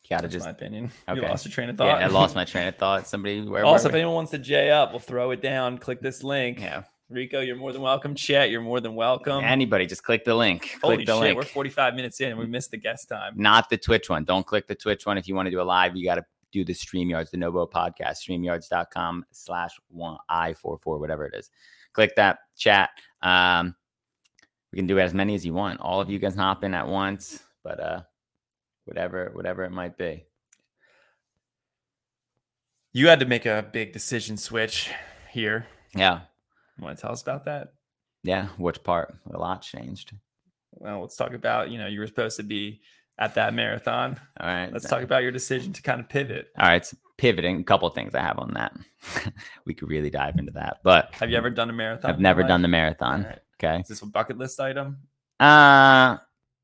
[SPEAKER 2] Gotta
[SPEAKER 1] that's
[SPEAKER 2] just
[SPEAKER 1] my opinion. You
[SPEAKER 2] okay.
[SPEAKER 1] lost your train of thought.
[SPEAKER 2] yeah. I lost my train of thought. Somebody where
[SPEAKER 1] also, if
[SPEAKER 2] were we?
[SPEAKER 1] anyone wants to J up, we'll throw it down. Click this link.
[SPEAKER 2] yeah.
[SPEAKER 1] Rico, you're more than welcome. Chat, you're more than welcome.
[SPEAKER 2] Anybody, just click the link. Click
[SPEAKER 1] Um, Holy
[SPEAKER 2] the
[SPEAKER 1] shit,
[SPEAKER 2] link.
[SPEAKER 1] we're 45 minutes in and we missed the guest time.
[SPEAKER 2] Not the Twitch one. Don't click the Twitch one. If you want to do a live, you gotta do the StreamYards, the Novo podcast, StreamYards.com slash one I four four, whatever it is. Click that chat. Um we can do as many as you want. All of you guys hop in at once, but uh whatever, whatever it might be.
[SPEAKER 1] You had to make a big decision switch here.
[SPEAKER 2] Yeah.
[SPEAKER 1] You want to tell us about that?
[SPEAKER 2] Yeah. Which part? A lot changed.
[SPEAKER 1] Well, let's talk about, you know, you were supposed to be at that marathon.
[SPEAKER 2] All right.
[SPEAKER 1] Let's talk about your decision to kind of pivot.
[SPEAKER 2] All right. So pivoting, a couple things I have on that. we could really dive into that, but
[SPEAKER 1] Have you ever done a marathon?
[SPEAKER 2] I've never done the marathon.
[SPEAKER 1] All right.
[SPEAKER 2] Okay.
[SPEAKER 1] Is this a bucket list item?
[SPEAKER 2] Uh,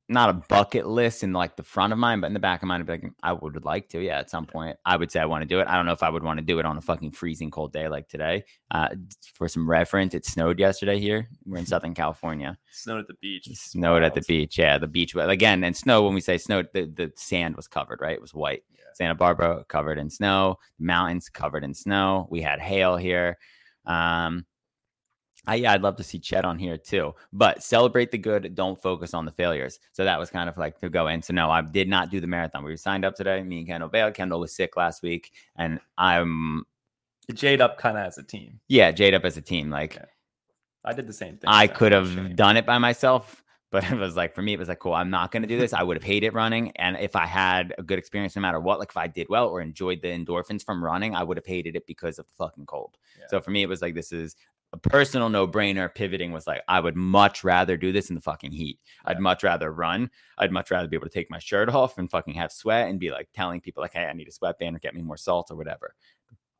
[SPEAKER 2] not a bucket list in like the front of mine, but in the back of mine, I'd be like, I would like to. Yeah. At some point, I would say I want to do it. I don't know if I would want to do it on a fucking freezing cold day like today. Uh, for some reference, it snowed yesterday here. We're in Southern California.
[SPEAKER 1] Snowed at the beach.
[SPEAKER 2] It snowed at the
[SPEAKER 1] wild.
[SPEAKER 2] beach. Yeah, the beach. Well, again, and snow. When we say snow, the, the sand was covered, right? It was white.
[SPEAKER 1] Yeah.
[SPEAKER 2] Santa Barbara covered in snow. Mountains covered in snow. We had hail here. Um, I yeah, I'd love to see Chet on here too. But celebrate the good. Don't focus on the failures. So that was kind of like to go in. So no, I did not do the marathon. We were signed up today. Me and Kendall bailed. Kendall was sick last week, and I'm
[SPEAKER 1] The Jade Up kind of has a team.
[SPEAKER 2] yeah, jade up as a team. Like
[SPEAKER 1] Yeah. I did the same thing.
[SPEAKER 2] I
[SPEAKER 1] so
[SPEAKER 2] could
[SPEAKER 1] it's a shame.
[SPEAKER 2] have done it by myself, but it was like for me, it was like, cool, I'm not going to do this. I would have hated running. And if I had a good experience, no matter what, like if I did well or enjoyed the endorphins from running, I would have hated it because of the fucking cold.
[SPEAKER 1] Yeah.
[SPEAKER 2] So for me, it was like, this is a personal no brainer. Pivoting was like, I would much rather do this in the fucking heat. I'd much rather run. I'd much rather be able to take my shirt off and fucking have sweat and be like telling people, like, hey, I need a sweatband or get me more salt or whatever.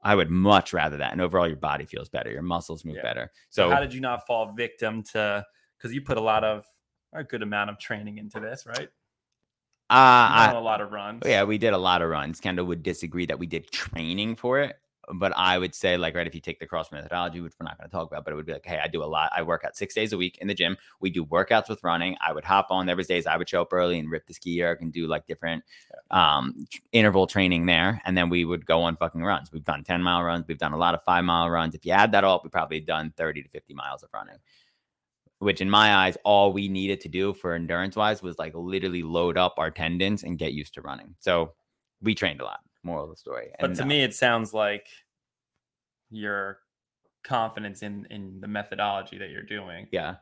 [SPEAKER 2] I would much rather that. And overall, your body feels better. Your muscles move
[SPEAKER 1] Yeah.
[SPEAKER 2] better.
[SPEAKER 1] So
[SPEAKER 2] So uh,
[SPEAKER 1] how did you not fall victim to? Because you put a lot of a good amount of training into this, right?
[SPEAKER 2] Uh, I,
[SPEAKER 1] Not a lot of runs.
[SPEAKER 2] yeah, we did a lot of runs. Kendall would disagree that we did training for it, but I would say, like, right, if you take the cross methodology, which we're not going to talk about, but it would be like, hey, I do a lot. I work out six days a week in the gym. We do workouts with running. I would hop on. There was days I would show up early and rip the ski erg and do like different um, tr- interval training there, and then we would go on fucking runs. We've done ten mile runs. We've done a lot of five mile runs. If you add that all up, we probably done thirty to fifty miles of running. Which, in my eyes, all we needed to do for endurance wise was like literally load up our tendons and get used to running. So we trained a lot. Moral of the story.
[SPEAKER 1] but
[SPEAKER 2] And,
[SPEAKER 1] to
[SPEAKER 2] uh,
[SPEAKER 1] me, it sounds like your confidence in in the methodology that you're doing
[SPEAKER 2] yeah,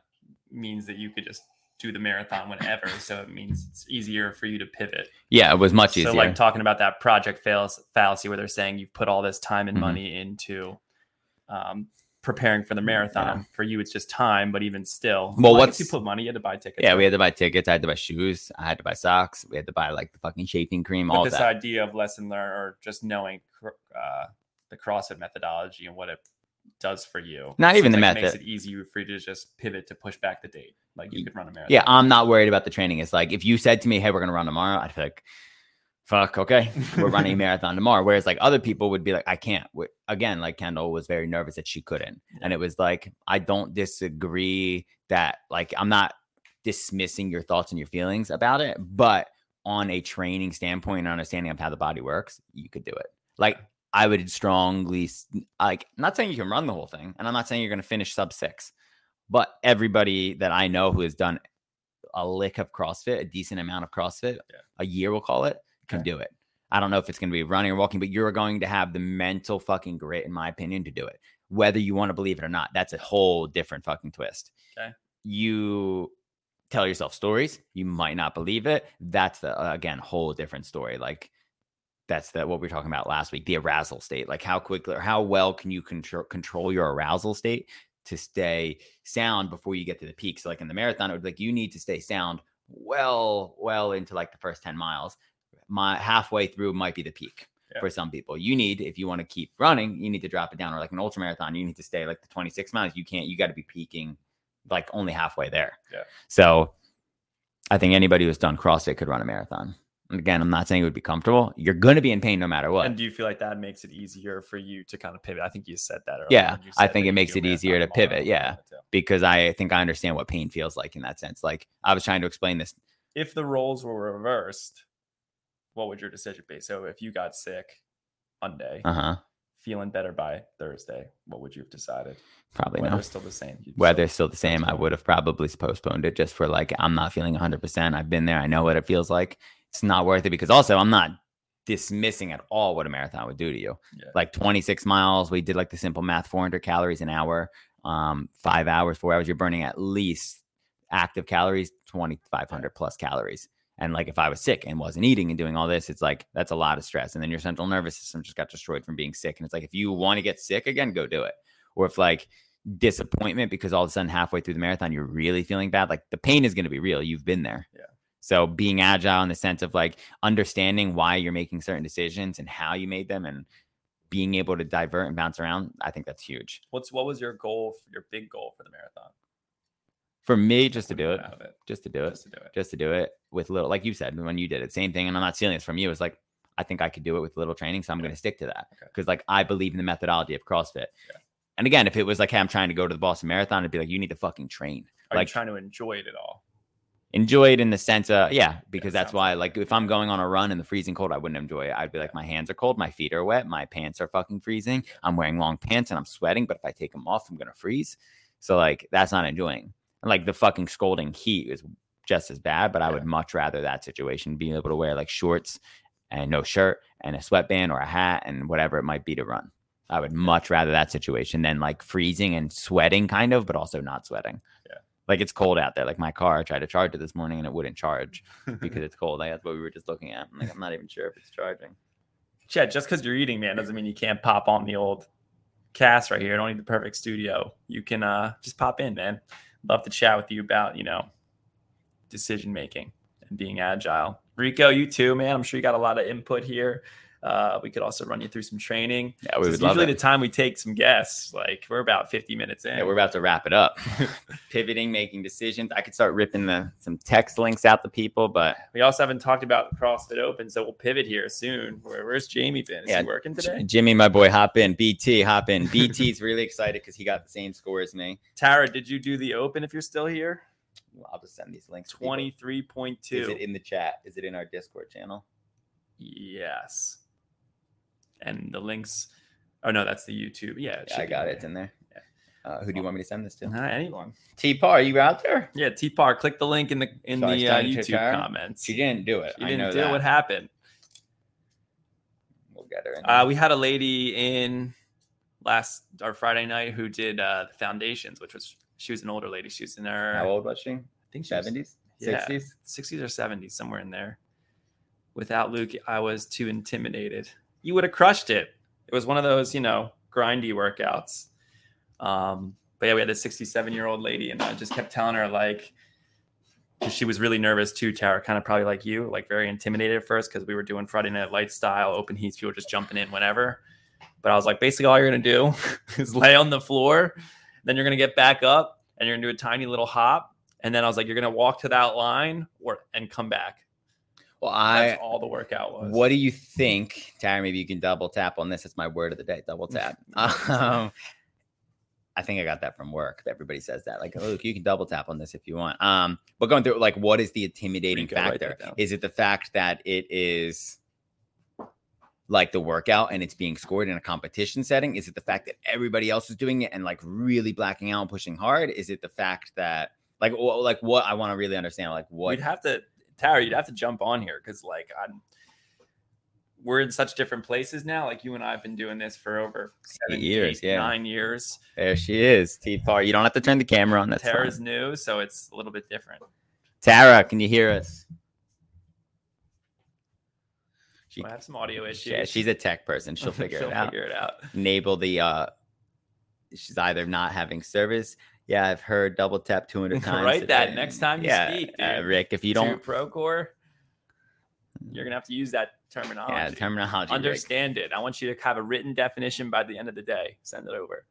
[SPEAKER 1] means that you could just do the marathon whenever. so it means it's easier for you to pivot.
[SPEAKER 2] yeah, it was much easier.
[SPEAKER 1] So like talking about that project fails fallacy where they're saying you've put all this time and
[SPEAKER 2] Mhm.
[SPEAKER 1] money into um preparing for the marathon. For you it's just time, but even still.
[SPEAKER 2] Well,
[SPEAKER 1] I guess
[SPEAKER 2] what's-
[SPEAKER 1] you put money, you had to buy tickets.
[SPEAKER 2] yeah, we
[SPEAKER 1] right?
[SPEAKER 2] had to buy tickets. I had to buy shoes. I had to buy socks. We had to buy like the fucking shaving cream.
[SPEAKER 1] but
[SPEAKER 2] all
[SPEAKER 1] this
[SPEAKER 2] that.
[SPEAKER 1] idea of lesson learn or just knowing cr- uh, the CrossFit methodology and what it does for you.
[SPEAKER 2] Not
[SPEAKER 1] It
[SPEAKER 2] even
[SPEAKER 1] seems
[SPEAKER 2] the
[SPEAKER 1] like it makes
[SPEAKER 2] method.
[SPEAKER 1] it easier for you to just pivot to push back the date. Like you
[SPEAKER 2] Y-
[SPEAKER 1] could run a marathon.
[SPEAKER 2] Yeah, I'm not worried about the training. It's like if you said to me, "Hey, we're gonna run tomorrow," I'd be like, "Fuck, okay, we're running a marathon tomorrow." Whereas like other people would be like, "I can't." Wh- Again, like Kendall was very nervous that she couldn't, and it was like I don't disagree that like I'm not dismissing your thoughts and your feelings about it, but on a training standpoint and understanding of how the body works, you could do it. Like I would strongly s- like I'm not saying you can run the whole thing, and I'm not saying you're gonna finish sub six, but everybody that I know who has done a lick of CrossFit, a decent amount of CrossFit,
[SPEAKER 1] Yeah.
[SPEAKER 2] a year we'll call it, can
[SPEAKER 1] Okay.
[SPEAKER 2] do it. I don't know if it's going to be running or walking, but you're going to have the mental fucking grit, in my opinion, to do it. whether you want to believe it or not. That's a whole different fucking twist.
[SPEAKER 1] Okay.
[SPEAKER 2] You tell yourself stories, you might not believe it. That's the uh, again whole different story. Like that's the what we were talking about last week, the arousal state. Like how quickly or how well can you control control your arousal state to stay sound before you get to the peak. So like in the marathon, it would like you need to stay sound well, well into like the first 10 miles. My halfway through might be the peak
[SPEAKER 1] Yeah.
[SPEAKER 2] for some people. You need, if you want to keep running, you need to drop it down. Or like an ultra marathon, you need to stay like the 26 miles. You can't, you got to be peaking like only halfway there.
[SPEAKER 1] Yeah.
[SPEAKER 2] So I think anybody who's done CrossFit could run a marathon. And again, I'm not saying it would be comfortable. You're going to be in pain no matter what.
[SPEAKER 1] And do you feel like that makes it easier for you to kind of pivot? I think you said that earlier.
[SPEAKER 2] Yeah,
[SPEAKER 1] when you
[SPEAKER 2] I
[SPEAKER 1] said
[SPEAKER 2] think
[SPEAKER 1] that
[SPEAKER 2] it
[SPEAKER 1] you
[SPEAKER 2] makes
[SPEAKER 1] do a
[SPEAKER 2] it easier
[SPEAKER 1] marathon
[SPEAKER 2] to pivot,
[SPEAKER 1] mile,
[SPEAKER 2] yeah.
[SPEAKER 1] too.
[SPEAKER 2] because I think I understand what pain feels like in that sense. Like I was trying to explain this
[SPEAKER 1] If the roles were reversed, what would your decision be? So if you got sick Monday,
[SPEAKER 2] Uh-huh.
[SPEAKER 1] feeling better by Thursday, what would you have decided?
[SPEAKER 2] Probably
[SPEAKER 1] Weather's
[SPEAKER 2] no.
[SPEAKER 1] still the same. You'd still-
[SPEAKER 2] Weather's still the same. I
[SPEAKER 1] fine.
[SPEAKER 2] would have probably postponed it just for like I'm not feeling 100%. I've been there. I know what it feels like. It's not worth it because also I'm not dismissing at all what a marathon would do to you.
[SPEAKER 1] Yeah.
[SPEAKER 2] Like 26 miles, we did like the simple math, 400 calories an hour, um 5 hours, 4 hours you're burning at least active calories 2500 plus calories. And like if I was sick and wasn't eating and doing all this, it's like that's a lot of stress. And then your central nervous system just got destroyed from being sick. And it's like if you want to get sick again, go do it. Or if like disappointment because all of a sudden halfway through the marathon you're really feeling bad, like the pain is going to be real. You've been there.
[SPEAKER 1] Yeah.
[SPEAKER 2] So being agile in the sense of like understanding why you're making certain decisions and how you made them and being able to divert and bounce around, I think that's huge.
[SPEAKER 1] What's what was your goal? Your big goal for the marathon?
[SPEAKER 2] For me, just to
[SPEAKER 1] What do you
[SPEAKER 2] do it,
[SPEAKER 1] want out of it?
[SPEAKER 2] just to do it.
[SPEAKER 1] Just to do it.
[SPEAKER 2] just to do it with little, like you said, when you did it, same thing. And I'm not stealing this from you. It's like, I think I could do it with little training. So I'm
[SPEAKER 1] Okay.
[SPEAKER 2] going to stick to that
[SPEAKER 1] Okay.
[SPEAKER 2] because like I believe in the methodology of CrossFit.
[SPEAKER 1] Yeah.
[SPEAKER 2] And again, if it was like, Hey, I'm trying to go to the Boston marathon, it'd be like, you need to fucking train.
[SPEAKER 1] Are
[SPEAKER 2] like-
[SPEAKER 1] you trying to enjoy it at all?
[SPEAKER 2] Enjoy it in the sense of, yeah, because that's
[SPEAKER 1] sounds
[SPEAKER 2] why, like, if I'm going on a run in the freezing cold, I wouldn't enjoy it. I'd be like, my hands are cold, my feet are wet, my pants are fucking freezing. I'm wearing long pants and I'm sweating, but if I take them off, I'm going to freeze. So, like, that's not enjoying. And, like, the fucking scolding heat is just as bad, but I
[SPEAKER 1] Yeah.
[SPEAKER 2] would much rather that situation being able to wear like shorts and no shirt and a sweatband or a hat and whatever it might be to run. I would much rather that situation than like freezing and sweating, kind of, but also not sweating.
[SPEAKER 1] Yeah.
[SPEAKER 2] Like it's cold out there. Like my car, I tried to charge it this morning and it wouldn't charge because it's cold. Like, that's what we were just looking at. I'm like, I'm not even sure if it's charging.
[SPEAKER 1] Chad, just because you're eating, man, doesn't mean you can't pop on the old cast right here. You don't need the perfect studio. You can uh, just pop in, man. Love to chat with you about, you know, decision making and being agile. Rico, you too, man. I'm sure you got a lot of input here. Uh, we could also run you through some training.
[SPEAKER 2] Yeah,
[SPEAKER 1] This
[SPEAKER 2] we
[SPEAKER 1] is
[SPEAKER 2] would love
[SPEAKER 1] usually
[SPEAKER 2] it.
[SPEAKER 1] the time we take some guests. Like we're about 50 minutes in.
[SPEAKER 2] Yeah, we're about to wrap it up. Pivoting, making decisions. I could start ripping the some text links out to people, but
[SPEAKER 1] we also haven't talked about the CrossFit Open, so we'll pivot here soon. Where, where's Jamie been? Is
[SPEAKER 2] Yeah,
[SPEAKER 1] he working
[SPEAKER 2] J-
[SPEAKER 1] today?
[SPEAKER 2] Jimmy, my boy, hop in. BT, hop in. BT's really excited because he got the same score as me.
[SPEAKER 1] Tara, did you do the Open? If you're still here,
[SPEAKER 2] Well, I'll just send these links. to people.
[SPEAKER 1] 23.2.
[SPEAKER 2] Is it in the chat? Is it in our Discord channel?
[SPEAKER 1] Yes. And the links. Oh no, that's the YouTube. Yeah, it
[SPEAKER 2] Yeah,
[SPEAKER 1] should
[SPEAKER 2] I
[SPEAKER 1] be
[SPEAKER 2] got
[SPEAKER 1] in
[SPEAKER 2] it. It's in there. Uh, who do you want me to send this
[SPEAKER 1] there.
[SPEAKER 2] to?
[SPEAKER 1] Not anyone.
[SPEAKER 2] T Par, you out there?
[SPEAKER 1] Yeah, T Par, click the link in the in
[SPEAKER 2] Shall I
[SPEAKER 1] the uh,
[SPEAKER 2] send it to
[SPEAKER 1] YouTube
[SPEAKER 2] Tara?
[SPEAKER 1] comments.
[SPEAKER 2] She didn't do it.
[SPEAKER 1] She
[SPEAKER 2] I know
[SPEAKER 1] didn't do
[SPEAKER 2] that.
[SPEAKER 1] what happened.
[SPEAKER 2] we'll get her. In
[SPEAKER 1] Uh,
[SPEAKER 2] there.
[SPEAKER 1] we had a lady in last our Friday night who did uh, the foundations, which was she was an older lady. She was in her
[SPEAKER 2] How old was she?
[SPEAKER 1] I think she was
[SPEAKER 2] Seventies,
[SPEAKER 1] Yeah.
[SPEAKER 2] sixties.
[SPEAKER 1] 60s or 70s, somewhere in there. Without Luke, I was too intimidated. You would have crushed it. It was one of those, you know, grindy workouts. Um, but yeah, we had this 67 year old lady, and I just kept telling her, like, 'cause she was really nervous too, Tara, kind of probably like you, like very intimidated at first because we were doing Friday Night Lights style, open heats, people were just jumping in whenever. But I was like, basically, all you're going to do is lay on the floor, then you're going to get back up, and you're going to do a tiny little hop, and then I was like, you're gonna walk to that line or and come back.
[SPEAKER 2] Well,
[SPEAKER 1] That's
[SPEAKER 2] I.
[SPEAKER 1] all the workout was.
[SPEAKER 2] What do you think, Tyra? Maybe you can double tap on this. It's my word of the day. Double tap. um, I think I got that from work. Everybody says that. Like, look, you can double tap on this if you want. Um, but going through like, what is the intimidating
[SPEAKER 1] Rico, write that
[SPEAKER 2] factor?
[SPEAKER 1] down.
[SPEAKER 2] Is it the fact that it is like the workout and it's being scored in a competition setting? Is it the fact that everybody else is doing it and like really blacking out and pushing hard? Is it the fact that like, wh- like what I want to really understand, like what
[SPEAKER 1] You'd have to, Tara, you'd have to jump on here because like I'm. we're in such different places now. Like you and I have been doing this for over seven
[SPEAKER 2] years,
[SPEAKER 1] eight,
[SPEAKER 2] yeah.
[SPEAKER 1] nine years.
[SPEAKER 2] There she is, T Far. You don't have to turn the camera on. That's
[SPEAKER 1] Tara's
[SPEAKER 2] fine.
[SPEAKER 1] new, so it's a little bit different.
[SPEAKER 2] Tara, can you hear us? She,
[SPEAKER 1] I have some audio issues.
[SPEAKER 2] yeah, she's a tech person. She'll figure it out.
[SPEAKER 1] Figure it out.
[SPEAKER 2] Enable the. uh She's either not having service. Yeah, I've heard double tap two hundred times.
[SPEAKER 1] Write that
[SPEAKER 2] today.
[SPEAKER 1] next time you speak,
[SPEAKER 2] uh,
[SPEAKER 1] dude.
[SPEAKER 2] Rick. If you
[SPEAKER 1] To
[SPEAKER 2] don't,
[SPEAKER 1] Procore. You're gonna have to use that terminology.
[SPEAKER 2] yeah, terminology. Rick.
[SPEAKER 1] Understand it. I want you to have a written definition by the end of the day. Send it over.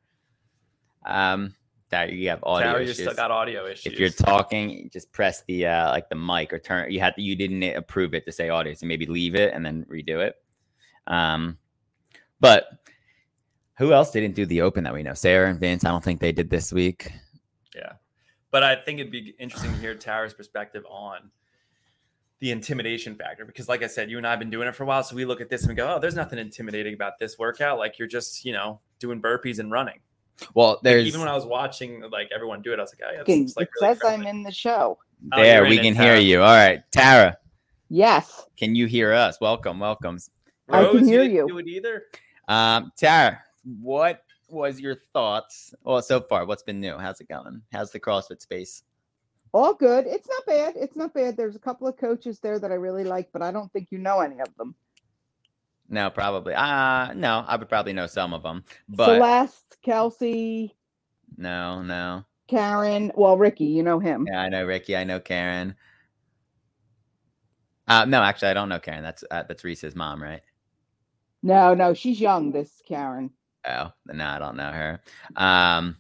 [SPEAKER 2] Um, that you have audio
[SPEAKER 1] Tara, you
[SPEAKER 2] issues.
[SPEAKER 1] still got audio issues.
[SPEAKER 2] if you're talking, just press the uh, like the mic or turn. You had to, you didn't approve it to say audio, so maybe leave it and then redo it. Um, but who else didn't do the open that we know? Sarah and Vince. I don't think they did this week.
[SPEAKER 1] Yeah. But I think it'd be interesting to hear Tara's perspective on the intimidation factor because like I said, you and I have been doing it for a while. So we look at this and we go, Oh, there's nothing intimidating about this workout. Like you're just, you know, doing burpees and running.
[SPEAKER 2] Well, there's
[SPEAKER 1] Even when I was watching like everyone do it, I was like, Oh yeah, this
[SPEAKER 4] It
[SPEAKER 1] looks like really
[SPEAKER 4] says I'm
[SPEAKER 1] friendly."
[SPEAKER 4] in the show.
[SPEAKER 1] Oh,
[SPEAKER 2] there
[SPEAKER 1] you're
[SPEAKER 2] we
[SPEAKER 1] in
[SPEAKER 2] can
[SPEAKER 1] it,
[SPEAKER 2] hear
[SPEAKER 1] Tara.
[SPEAKER 2] you. All right, Tara,
[SPEAKER 4] Yes.
[SPEAKER 2] can you hear us? Welcome, welcome.
[SPEAKER 4] I can
[SPEAKER 1] Rose,
[SPEAKER 4] hear
[SPEAKER 1] didn't
[SPEAKER 4] you.
[SPEAKER 1] Do it either.
[SPEAKER 2] Um, Tara, what was your thoughts? Well, so far, what's been new? How's it going? How's the CrossFit space?
[SPEAKER 4] All good. It's not bad. It's not bad. There's a couple of coaches there that I really like, but I don't think you know any of them.
[SPEAKER 2] No, probably. Uh no, I would probably know some of them, but
[SPEAKER 4] Celeste, Kelsey,
[SPEAKER 2] no, no.
[SPEAKER 4] Karen. Well, Ricky, you know him.
[SPEAKER 2] Yeah, I know Ricky. I know Karen. Uh, no, actually, I don't know Karen. That's uh, that's Reese's mom, right?
[SPEAKER 4] No, no, she's young, this Karen.
[SPEAKER 2] Oh, no, I don't know her. Um,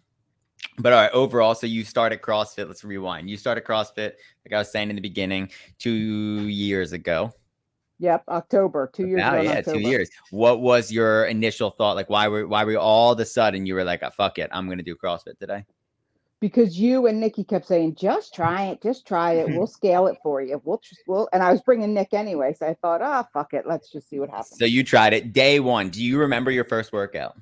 [SPEAKER 2] but all right, overall, so you started CrossFit. Let's rewind. You started CrossFit, like I was saying in the beginning, two years ago.
[SPEAKER 4] Yep, October, two years
[SPEAKER 2] Wow,
[SPEAKER 4] ago. in
[SPEAKER 2] yeah,
[SPEAKER 4] October.
[SPEAKER 2] two years. What was your initial thought? Like, why were why were you all of a sudden you were like, "Ah, "Fuck it, I'm gonna do CrossFit today"?
[SPEAKER 4] Because you and Nikki kept saying, "Just try it, just try
[SPEAKER 2] Mm-hmm.
[SPEAKER 4] it. We'll scale it for you. We'll just we'll." And I was bringing Nick anyway, so I thought, "Ah, fuck it, let's just see what happens."
[SPEAKER 2] So you tried it day one. Do you remember your first workout?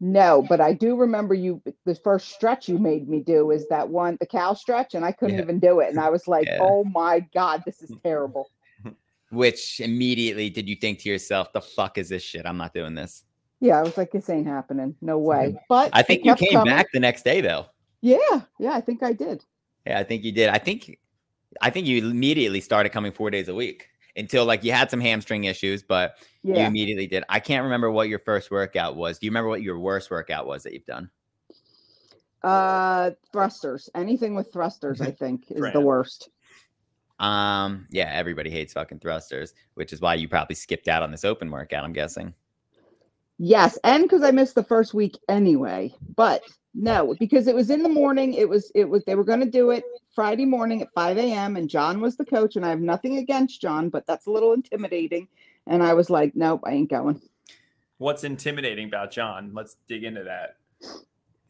[SPEAKER 4] No, but I do remember you. The first stretch you made me do is that one, the cow stretch, and I couldn't
[SPEAKER 2] Yeah.
[SPEAKER 4] even do it. And I was like,
[SPEAKER 2] Yeah. Mm.
[SPEAKER 4] "Oh my god, this is terrible."
[SPEAKER 2] Which immediately did you think to yourself, "The fuck is this shit? I'm not doing this."
[SPEAKER 4] Yeah, I was like, "This ain't happening. No way." But
[SPEAKER 2] I
[SPEAKER 4] it
[SPEAKER 2] think you
[SPEAKER 4] kept
[SPEAKER 2] came
[SPEAKER 4] coming.
[SPEAKER 2] back the next day though.
[SPEAKER 4] Yeah, yeah, I think I did.
[SPEAKER 2] Yeah, I think you did. I think, I think you immediately started coming four days a week until like you had some hamstring issues, but you
[SPEAKER 4] Yeah,
[SPEAKER 2] immediately did. I can't remember what your first workout was. Do you remember what your worst workout was that you've done?
[SPEAKER 4] uh, thrusters. Anything with thrusters, I think, is the
[SPEAKER 1] Fran.
[SPEAKER 4] worst.
[SPEAKER 2] Um, yeah, everybody hates fucking thrusters, which is why you probably skipped out on this open workout. I'm guessing.
[SPEAKER 4] Yes, and because I missed the first week anyway. But no, because it was in the morning. It was it was they were going to do it Friday morning at five a.m. and John was the coach, and I have nothing against John, but that's a little intimidating. And I was like, nope, I ain't going.
[SPEAKER 1] What's intimidating about John? Let's dig into that.
[SPEAKER 2] Is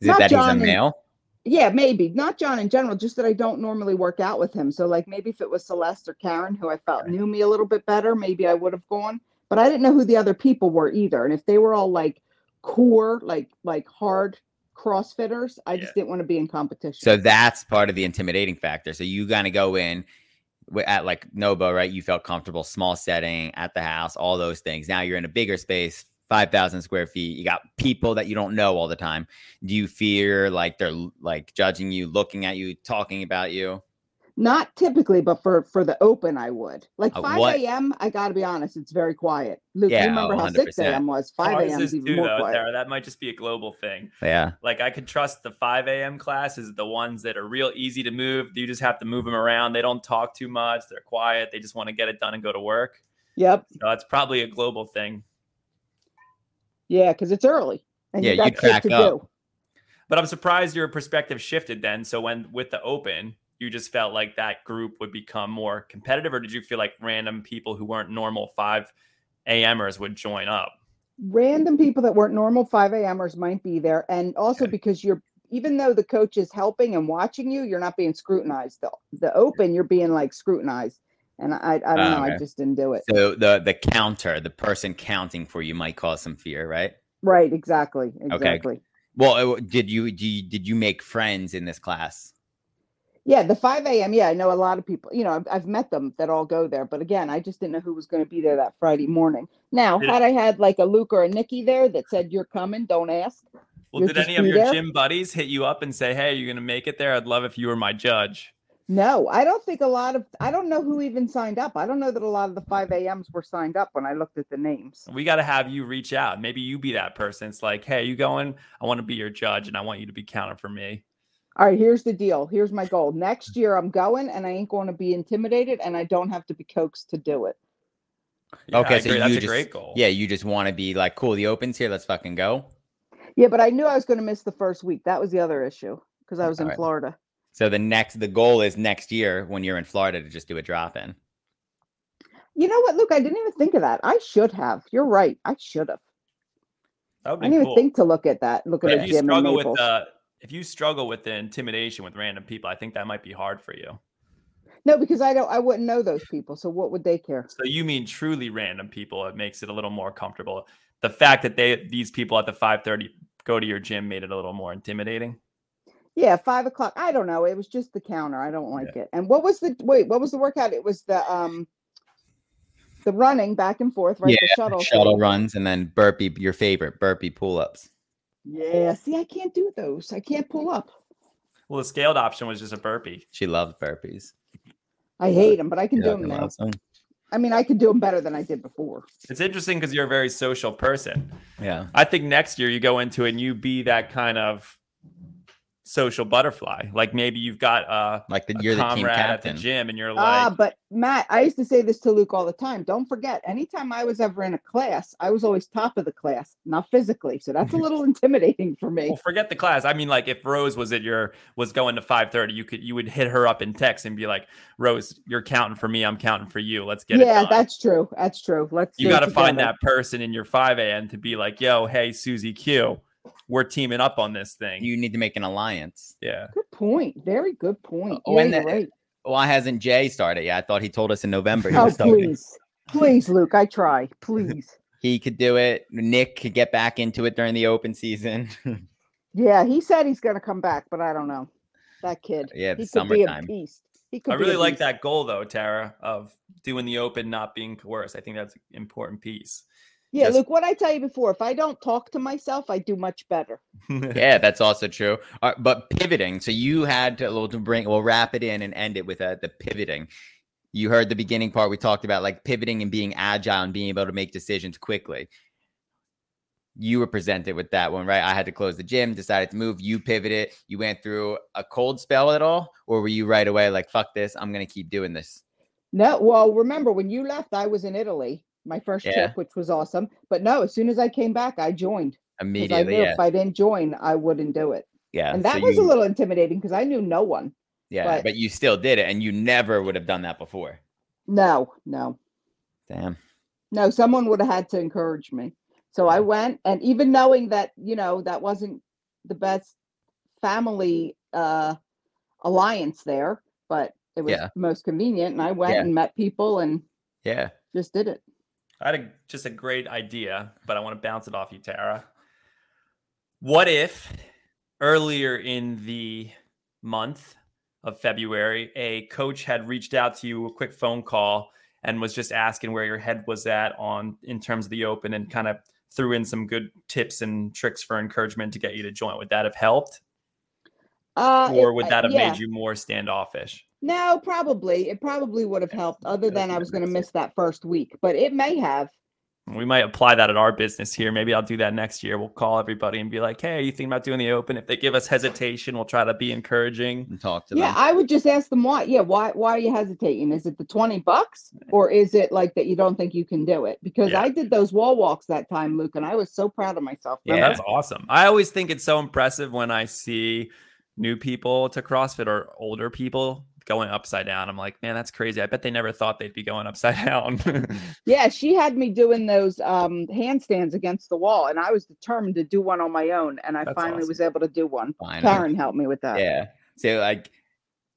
[SPEAKER 2] it
[SPEAKER 4] Not
[SPEAKER 2] that
[SPEAKER 4] John
[SPEAKER 2] he's a
[SPEAKER 4] and-
[SPEAKER 2] male?
[SPEAKER 4] Yeah, maybe not John in general, just that I don't normally work out with him. So like maybe if it was Celeste or Karen, who I felt knew me a little bit better, maybe I would have gone. But I didn't know who the other people were either, and if they were all like core, like like hard CrossFitters, I just didn't want to be in competition.
[SPEAKER 2] So that's part of the intimidating factor. So you kind of go in wi- at like Nobo, right? You felt comfortable, small setting at the house, all those things. Now you're in a bigger space, 5,000 square feet. You got people that you don't know all the time. Do you fear like they're l- like judging you, looking at you, talking about you?
[SPEAKER 4] Not typically, but for for the open, I would. Like
[SPEAKER 2] Uh,
[SPEAKER 4] 5
[SPEAKER 2] what-
[SPEAKER 4] a.m. I got to be honest, it's very quiet. Luke,
[SPEAKER 2] Yeah,
[SPEAKER 4] you remember
[SPEAKER 2] oh,
[SPEAKER 4] how 6 a.m. was? 5
[SPEAKER 1] Ours
[SPEAKER 4] a.m.
[SPEAKER 1] is
[SPEAKER 4] is even
[SPEAKER 1] too,
[SPEAKER 4] more
[SPEAKER 1] though,
[SPEAKER 4] quiet.
[SPEAKER 1] Tara. That might just be a global thing.
[SPEAKER 2] Yeah.
[SPEAKER 1] Like I could trust the 5 a.m. class is the ones that are real easy to move. You just have to move them around. They don't talk too much. They're quiet. They just want to get it done and go to work.
[SPEAKER 4] Yep.
[SPEAKER 1] So it's probably a global thing.
[SPEAKER 4] Yeah, because it's early. And
[SPEAKER 2] Yeah,
[SPEAKER 4] you got
[SPEAKER 2] you'd
[SPEAKER 4] shit
[SPEAKER 2] crack
[SPEAKER 4] to
[SPEAKER 2] up.
[SPEAKER 4] do.
[SPEAKER 1] But I'm surprised your perspective shifted then. So when with the open, you just felt like that group would become more competitive, or did you feel like random people who weren't normal 5 a.m.ers would join up?
[SPEAKER 4] Random people that weren't normal 5 a.m.ers might be there. And also because you're, even though the coach is helping and watching you, you're not being scrutinized. The, the open, you're being like scrutinized. And I, I don't
[SPEAKER 2] Ah,
[SPEAKER 4] know,
[SPEAKER 2] okay.
[SPEAKER 4] I just didn't do it.
[SPEAKER 2] So the the counter, the person counting for you might cause some fear, right?
[SPEAKER 4] Right, exactly. Exactly.
[SPEAKER 2] Well, uh, did you do you, did you make friends in this class?
[SPEAKER 4] Yeah, the 5 a.m. Yeah, I know a lot of people. You know, I've, I've met them that all go there, but again, I just didn't know who was going to be there that Friday morning. Now,
[SPEAKER 1] Did-
[SPEAKER 4] had I had like a Luke or a Nikki there that said, "You're coming, don't ask,"
[SPEAKER 1] Well,
[SPEAKER 4] You'll
[SPEAKER 1] did
[SPEAKER 4] just
[SPEAKER 1] any of
[SPEAKER 4] be
[SPEAKER 1] your
[SPEAKER 4] there?
[SPEAKER 1] gym buddies hit you up and say, "Hey, you're gonna make it there? I'd love if you were my judge."
[SPEAKER 4] No, I don't think a lot of I don't know who even signed up. I don't know that a lot of the 5 a.m.s were signed up when I looked at the names.
[SPEAKER 1] We got to have you reach out. Maybe you be that person. It's like, "Hey, you going? I want to be your judge, and I want you to be counted for me."
[SPEAKER 4] All right, here's the deal. Here's my goal. Next year I'm going and I ain't going to be intimidated and I don't have to be coaxed to do it.
[SPEAKER 1] Yeah,
[SPEAKER 2] Okay,
[SPEAKER 1] I
[SPEAKER 2] so
[SPEAKER 1] agree. that's
[SPEAKER 2] you
[SPEAKER 1] a
[SPEAKER 2] just-
[SPEAKER 1] great goal.
[SPEAKER 2] Yeah, you just want to be like, cool, the open's here. Let's fucking go.
[SPEAKER 4] Yeah, but I knew I was going to miss the first week. That was the other issue because I was in
[SPEAKER 2] All right.
[SPEAKER 4] Florida.
[SPEAKER 2] So the next, the goal is next year when you're in Florida to just do a drop in.
[SPEAKER 4] You know what, Luke? I didn't even think of that. I should have. You're right. I should have.
[SPEAKER 1] that would be
[SPEAKER 4] I didn't
[SPEAKER 1] cool.
[SPEAKER 4] even think to look at that. Look
[SPEAKER 1] But
[SPEAKER 4] at
[SPEAKER 1] if
[SPEAKER 4] a
[SPEAKER 1] you
[SPEAKER 4] gym in
[SPEAKER 1] struggle with uh,
[SPEAKER 4] Naples.
[SPEAKER 1] the if you struggle with the intimidation with random people, I think that might be hard for you.
[SPEAKER 4] No, because I don't. I wouldn't know those people. So what would they care?
[SPEAKER 1] So you mean truly random people? It makes it a little more comfortable. The fact that they these people at the 5:30 go to your gym made it a little more intimidating.
[SPEAKER 4] Yeah, five o'clock. I don't know. It was just the counter. I don't like it. And what was the wait? What was the workout? It was the um, the running back and forth, right? the shuttle. thing.
[SPEAKER 2] Shuttle runs and then burpee, your favorite burpee pull ups.
[SPEAKER 4] Yeah. See, I can't do those. I can't pull up.
[SPEAKER 1] Well, the scaled option was just a burpee.
[SPEAKER 2] She loves burpees.
[SPEAKER 4] I hate them, but I can
[SPEAKER 2] She
[SPEAKER 4] do them
[SPEAKER 2] fucking
[SPEAKER 4] now.
[SPEAKER 2] loves 'em.
[SPEAKER 4] I mean, I can do them better than I did before.
[SPEAKER 1] It's interesting because you're a very social person.
[SPEAKER 2] Yeah.
[SPEAKER 1] I think next year you go into it and you be that kind of social butterfly. Like maybe you've got a,
[SPEAKER 2] Like the,
[SPEAKER 1] a
[SPEAKER 2] you're the team
[SPEAKER 1] comrade at the
[SPEAKER 2] captain.
[SPEAKER 1] gym and you're
[SPEAKER 4] Ah,
[SPEAKER 1] like,
[SPEAKER 4] but Matt, I used to say this to Luke all the time. Don't forget, anytime I was ever in a class, I was always top of the class, not physically. So that's a little intimidating for me.
[SPEAKER 1] well, forget the class. I mean, like if Rose was at your was going to 5:30, you could you would hit her up in text and be like, Rose, you're counting for me. I'm counting for you. Let's get it
[SPEAKER 4] yeah,
[SPEAKER 1] done.
[SPEAKER 4] that's true. That's true. Let's.
[SPEAKER 1] you
[SPEAKER 4] do it
[SPEAKER 1] got to find
[SPEAKER 4] together.
[SPEAKER 1] that person in your 5 a.m. to be like, yo, hey, Susie Q, we're teaming up on this thing.
[SPEAKER 2] You need to make an alliance.
[SPEAKER 1] yeah.
[SPEAKER 4] Good point. Very good point.
[SPEAKER 2] Oh,
[SPEAKER 4] Yeah,
[SPEAKER 2] and
[SPEAKER 4] you're
[SPEAKER 2] that-
[SPEAKER 4] right.
[SPEAKER 2] Why hasn't Jay started yet? I thought he told us in November. He,
[SPEAKER 4] Oh,
[SPEAKER 2] was starting.
[SPEAKER 4] please. Please, Luke. I try. Please.
[SPEAKER 2] he could do it. Nick could get back into it during the open season.
[SPEAKER 4] Yeah, he said he's going to come back, but I don't know. That kid.
[SPEAKER 2] yeah, the
[SPEAKER 4] he could be a
[SPEAKER 2] summertime.
[SPEAKER 4] beast. He could
[SPEAKER 1] I
[SPEAKER 4] be a
[SPEAKER 1] really like
[SPEAKER 4] beast.
[SPEAKER 1] that goal though, Tara, of doing the open, not being coerced. I think that's an important piece.
[SPEAKER 4] Yeah,
[SPEAKER 1] Yes.
[SPEAKER 4] Luke, what I tell you before, if I don't talk to myself, I do much better.
[SPEAKER 2] yeah, that's also true. Uh, but pivoting, so you had to, well, to bring, we'll wrap it in and end it with uh, the pivoting. You heard the beginning part we talked about, like pivoting and being agile and being able to make decisions quickly. You were presented with that one, right? I had to close the gym, decided to move. You pivoted. You went through a cold spell at all, or were you right away like, "Fuck this, I'm gonna keep doing this"?
[SPEAKER 4] No, well, remember when you left, I was in Italy, my first
[SPEAKER 2] Yeah.
[SPEAKER 4] trip, which was awesome. But no, as soon as I came back, I joined because I
[SPEAKER 2] Immediately,
[SPEAKER 4] knew
[SPEAKER 2] yeah,
[SPEAKER 4] if I didn't join, I wouldn't do it.
[SPEAKER 2] yeah.
[SPEAKER 4] And
[SPEAKER 2] so
[SPEAKER 4] that was
[SPEAKER 2] you-
[SPEAKER 4] a little intimidating because I knew no one.
[SPEAKER 2] yeah,
[SPEAKER 4] but-
[SPEAKER 2] but you still did it, and you never would have done that before.
[SPEAKER 4] No, no.
[SPEAKER 2] Damn.
[SPEAKER 4] No, someone would have had to encourage me. So I went, and even knowing that, you know, that wasn't the best family uh, alliance there, but it was
[SPEAKER 2] Yeah.
[SPEAKER 4] most convenient. And I went
[SPEAKER 2] Yeah.
[SPEAKER 4] and met people and
[SPEAKER 2] Yeah.
[SPEAKER 4] just did it.
[SPEAKER 1] I had a, just a great idea, but I want to bounce it off you, Tara. What if earlier in the month of February, a coach had reached out to you, a quick phone call, and was just asking where your head was at on in terms of the open and kind of threw in some good tips and tricks for encouragement to get you to join? Would that have helped?
[SPEAKER 4] Uh, it-
[SPEAKER 1] Or would
[SPEAKER 4] uh,
[SPEAKER 1] that have
[SPEAKER 4] yeah.
[SPEAKER 1] made you more standoffish?
[SPEAKER 4] No, probably. It probably would have helped, other
[SPEAKER 2] that's
[SPEAKER 4] than I
[SPEAKER 2] what
[SPEAKER 4] was
[SPEAKER 2] it
[SPEAKER 4] going to
[SPEAKER 2] makes
[SPEAKER 4] miss that first week, but it may have.
[SPEAKER 1] We might apply that at our business here. Maybe I'll do that next year. We'll call everybody and be like, hey, are you thinking about doing the open? If they give us hesitation, we'll try to be encouraging.
[SPEAKER 2] And talk to
[SPEAKER 4] Yeah,
[SPEAKER 2] them.
[SPEAKER 4] I would just ask them why. Yeah, why why are you hesitating? Is it the 20 bucks or is it like that you don't think you can do it? Because
[SPEAKER 1] Yeah.
[SPEAKER 4] I did those wall walks that time, Luke, and I was so proud of myself.
[SPEAKER 2] Yeah.
[SPEAKER 1] That's awesome. I always think it's so impressive when I see new people to CrossFit or older people going upside down. I'm like, man, that's crazy. I bet they never thought they'd be going upside down.
[SPEAKER 4] Yeah, she had me doing those um handstands against the wall, and I was determined to do one on my own, and I
[SPEAKER 1] That's
[SPEAKER 4] finally
[SPEAKER 1] awesome.
[SPEAKER 4] was able to do one.
[SPEAKER 2] Fine.
[SPEAKER 4] Karen helped me with that.
[SPEAKER 2] Yeah. So like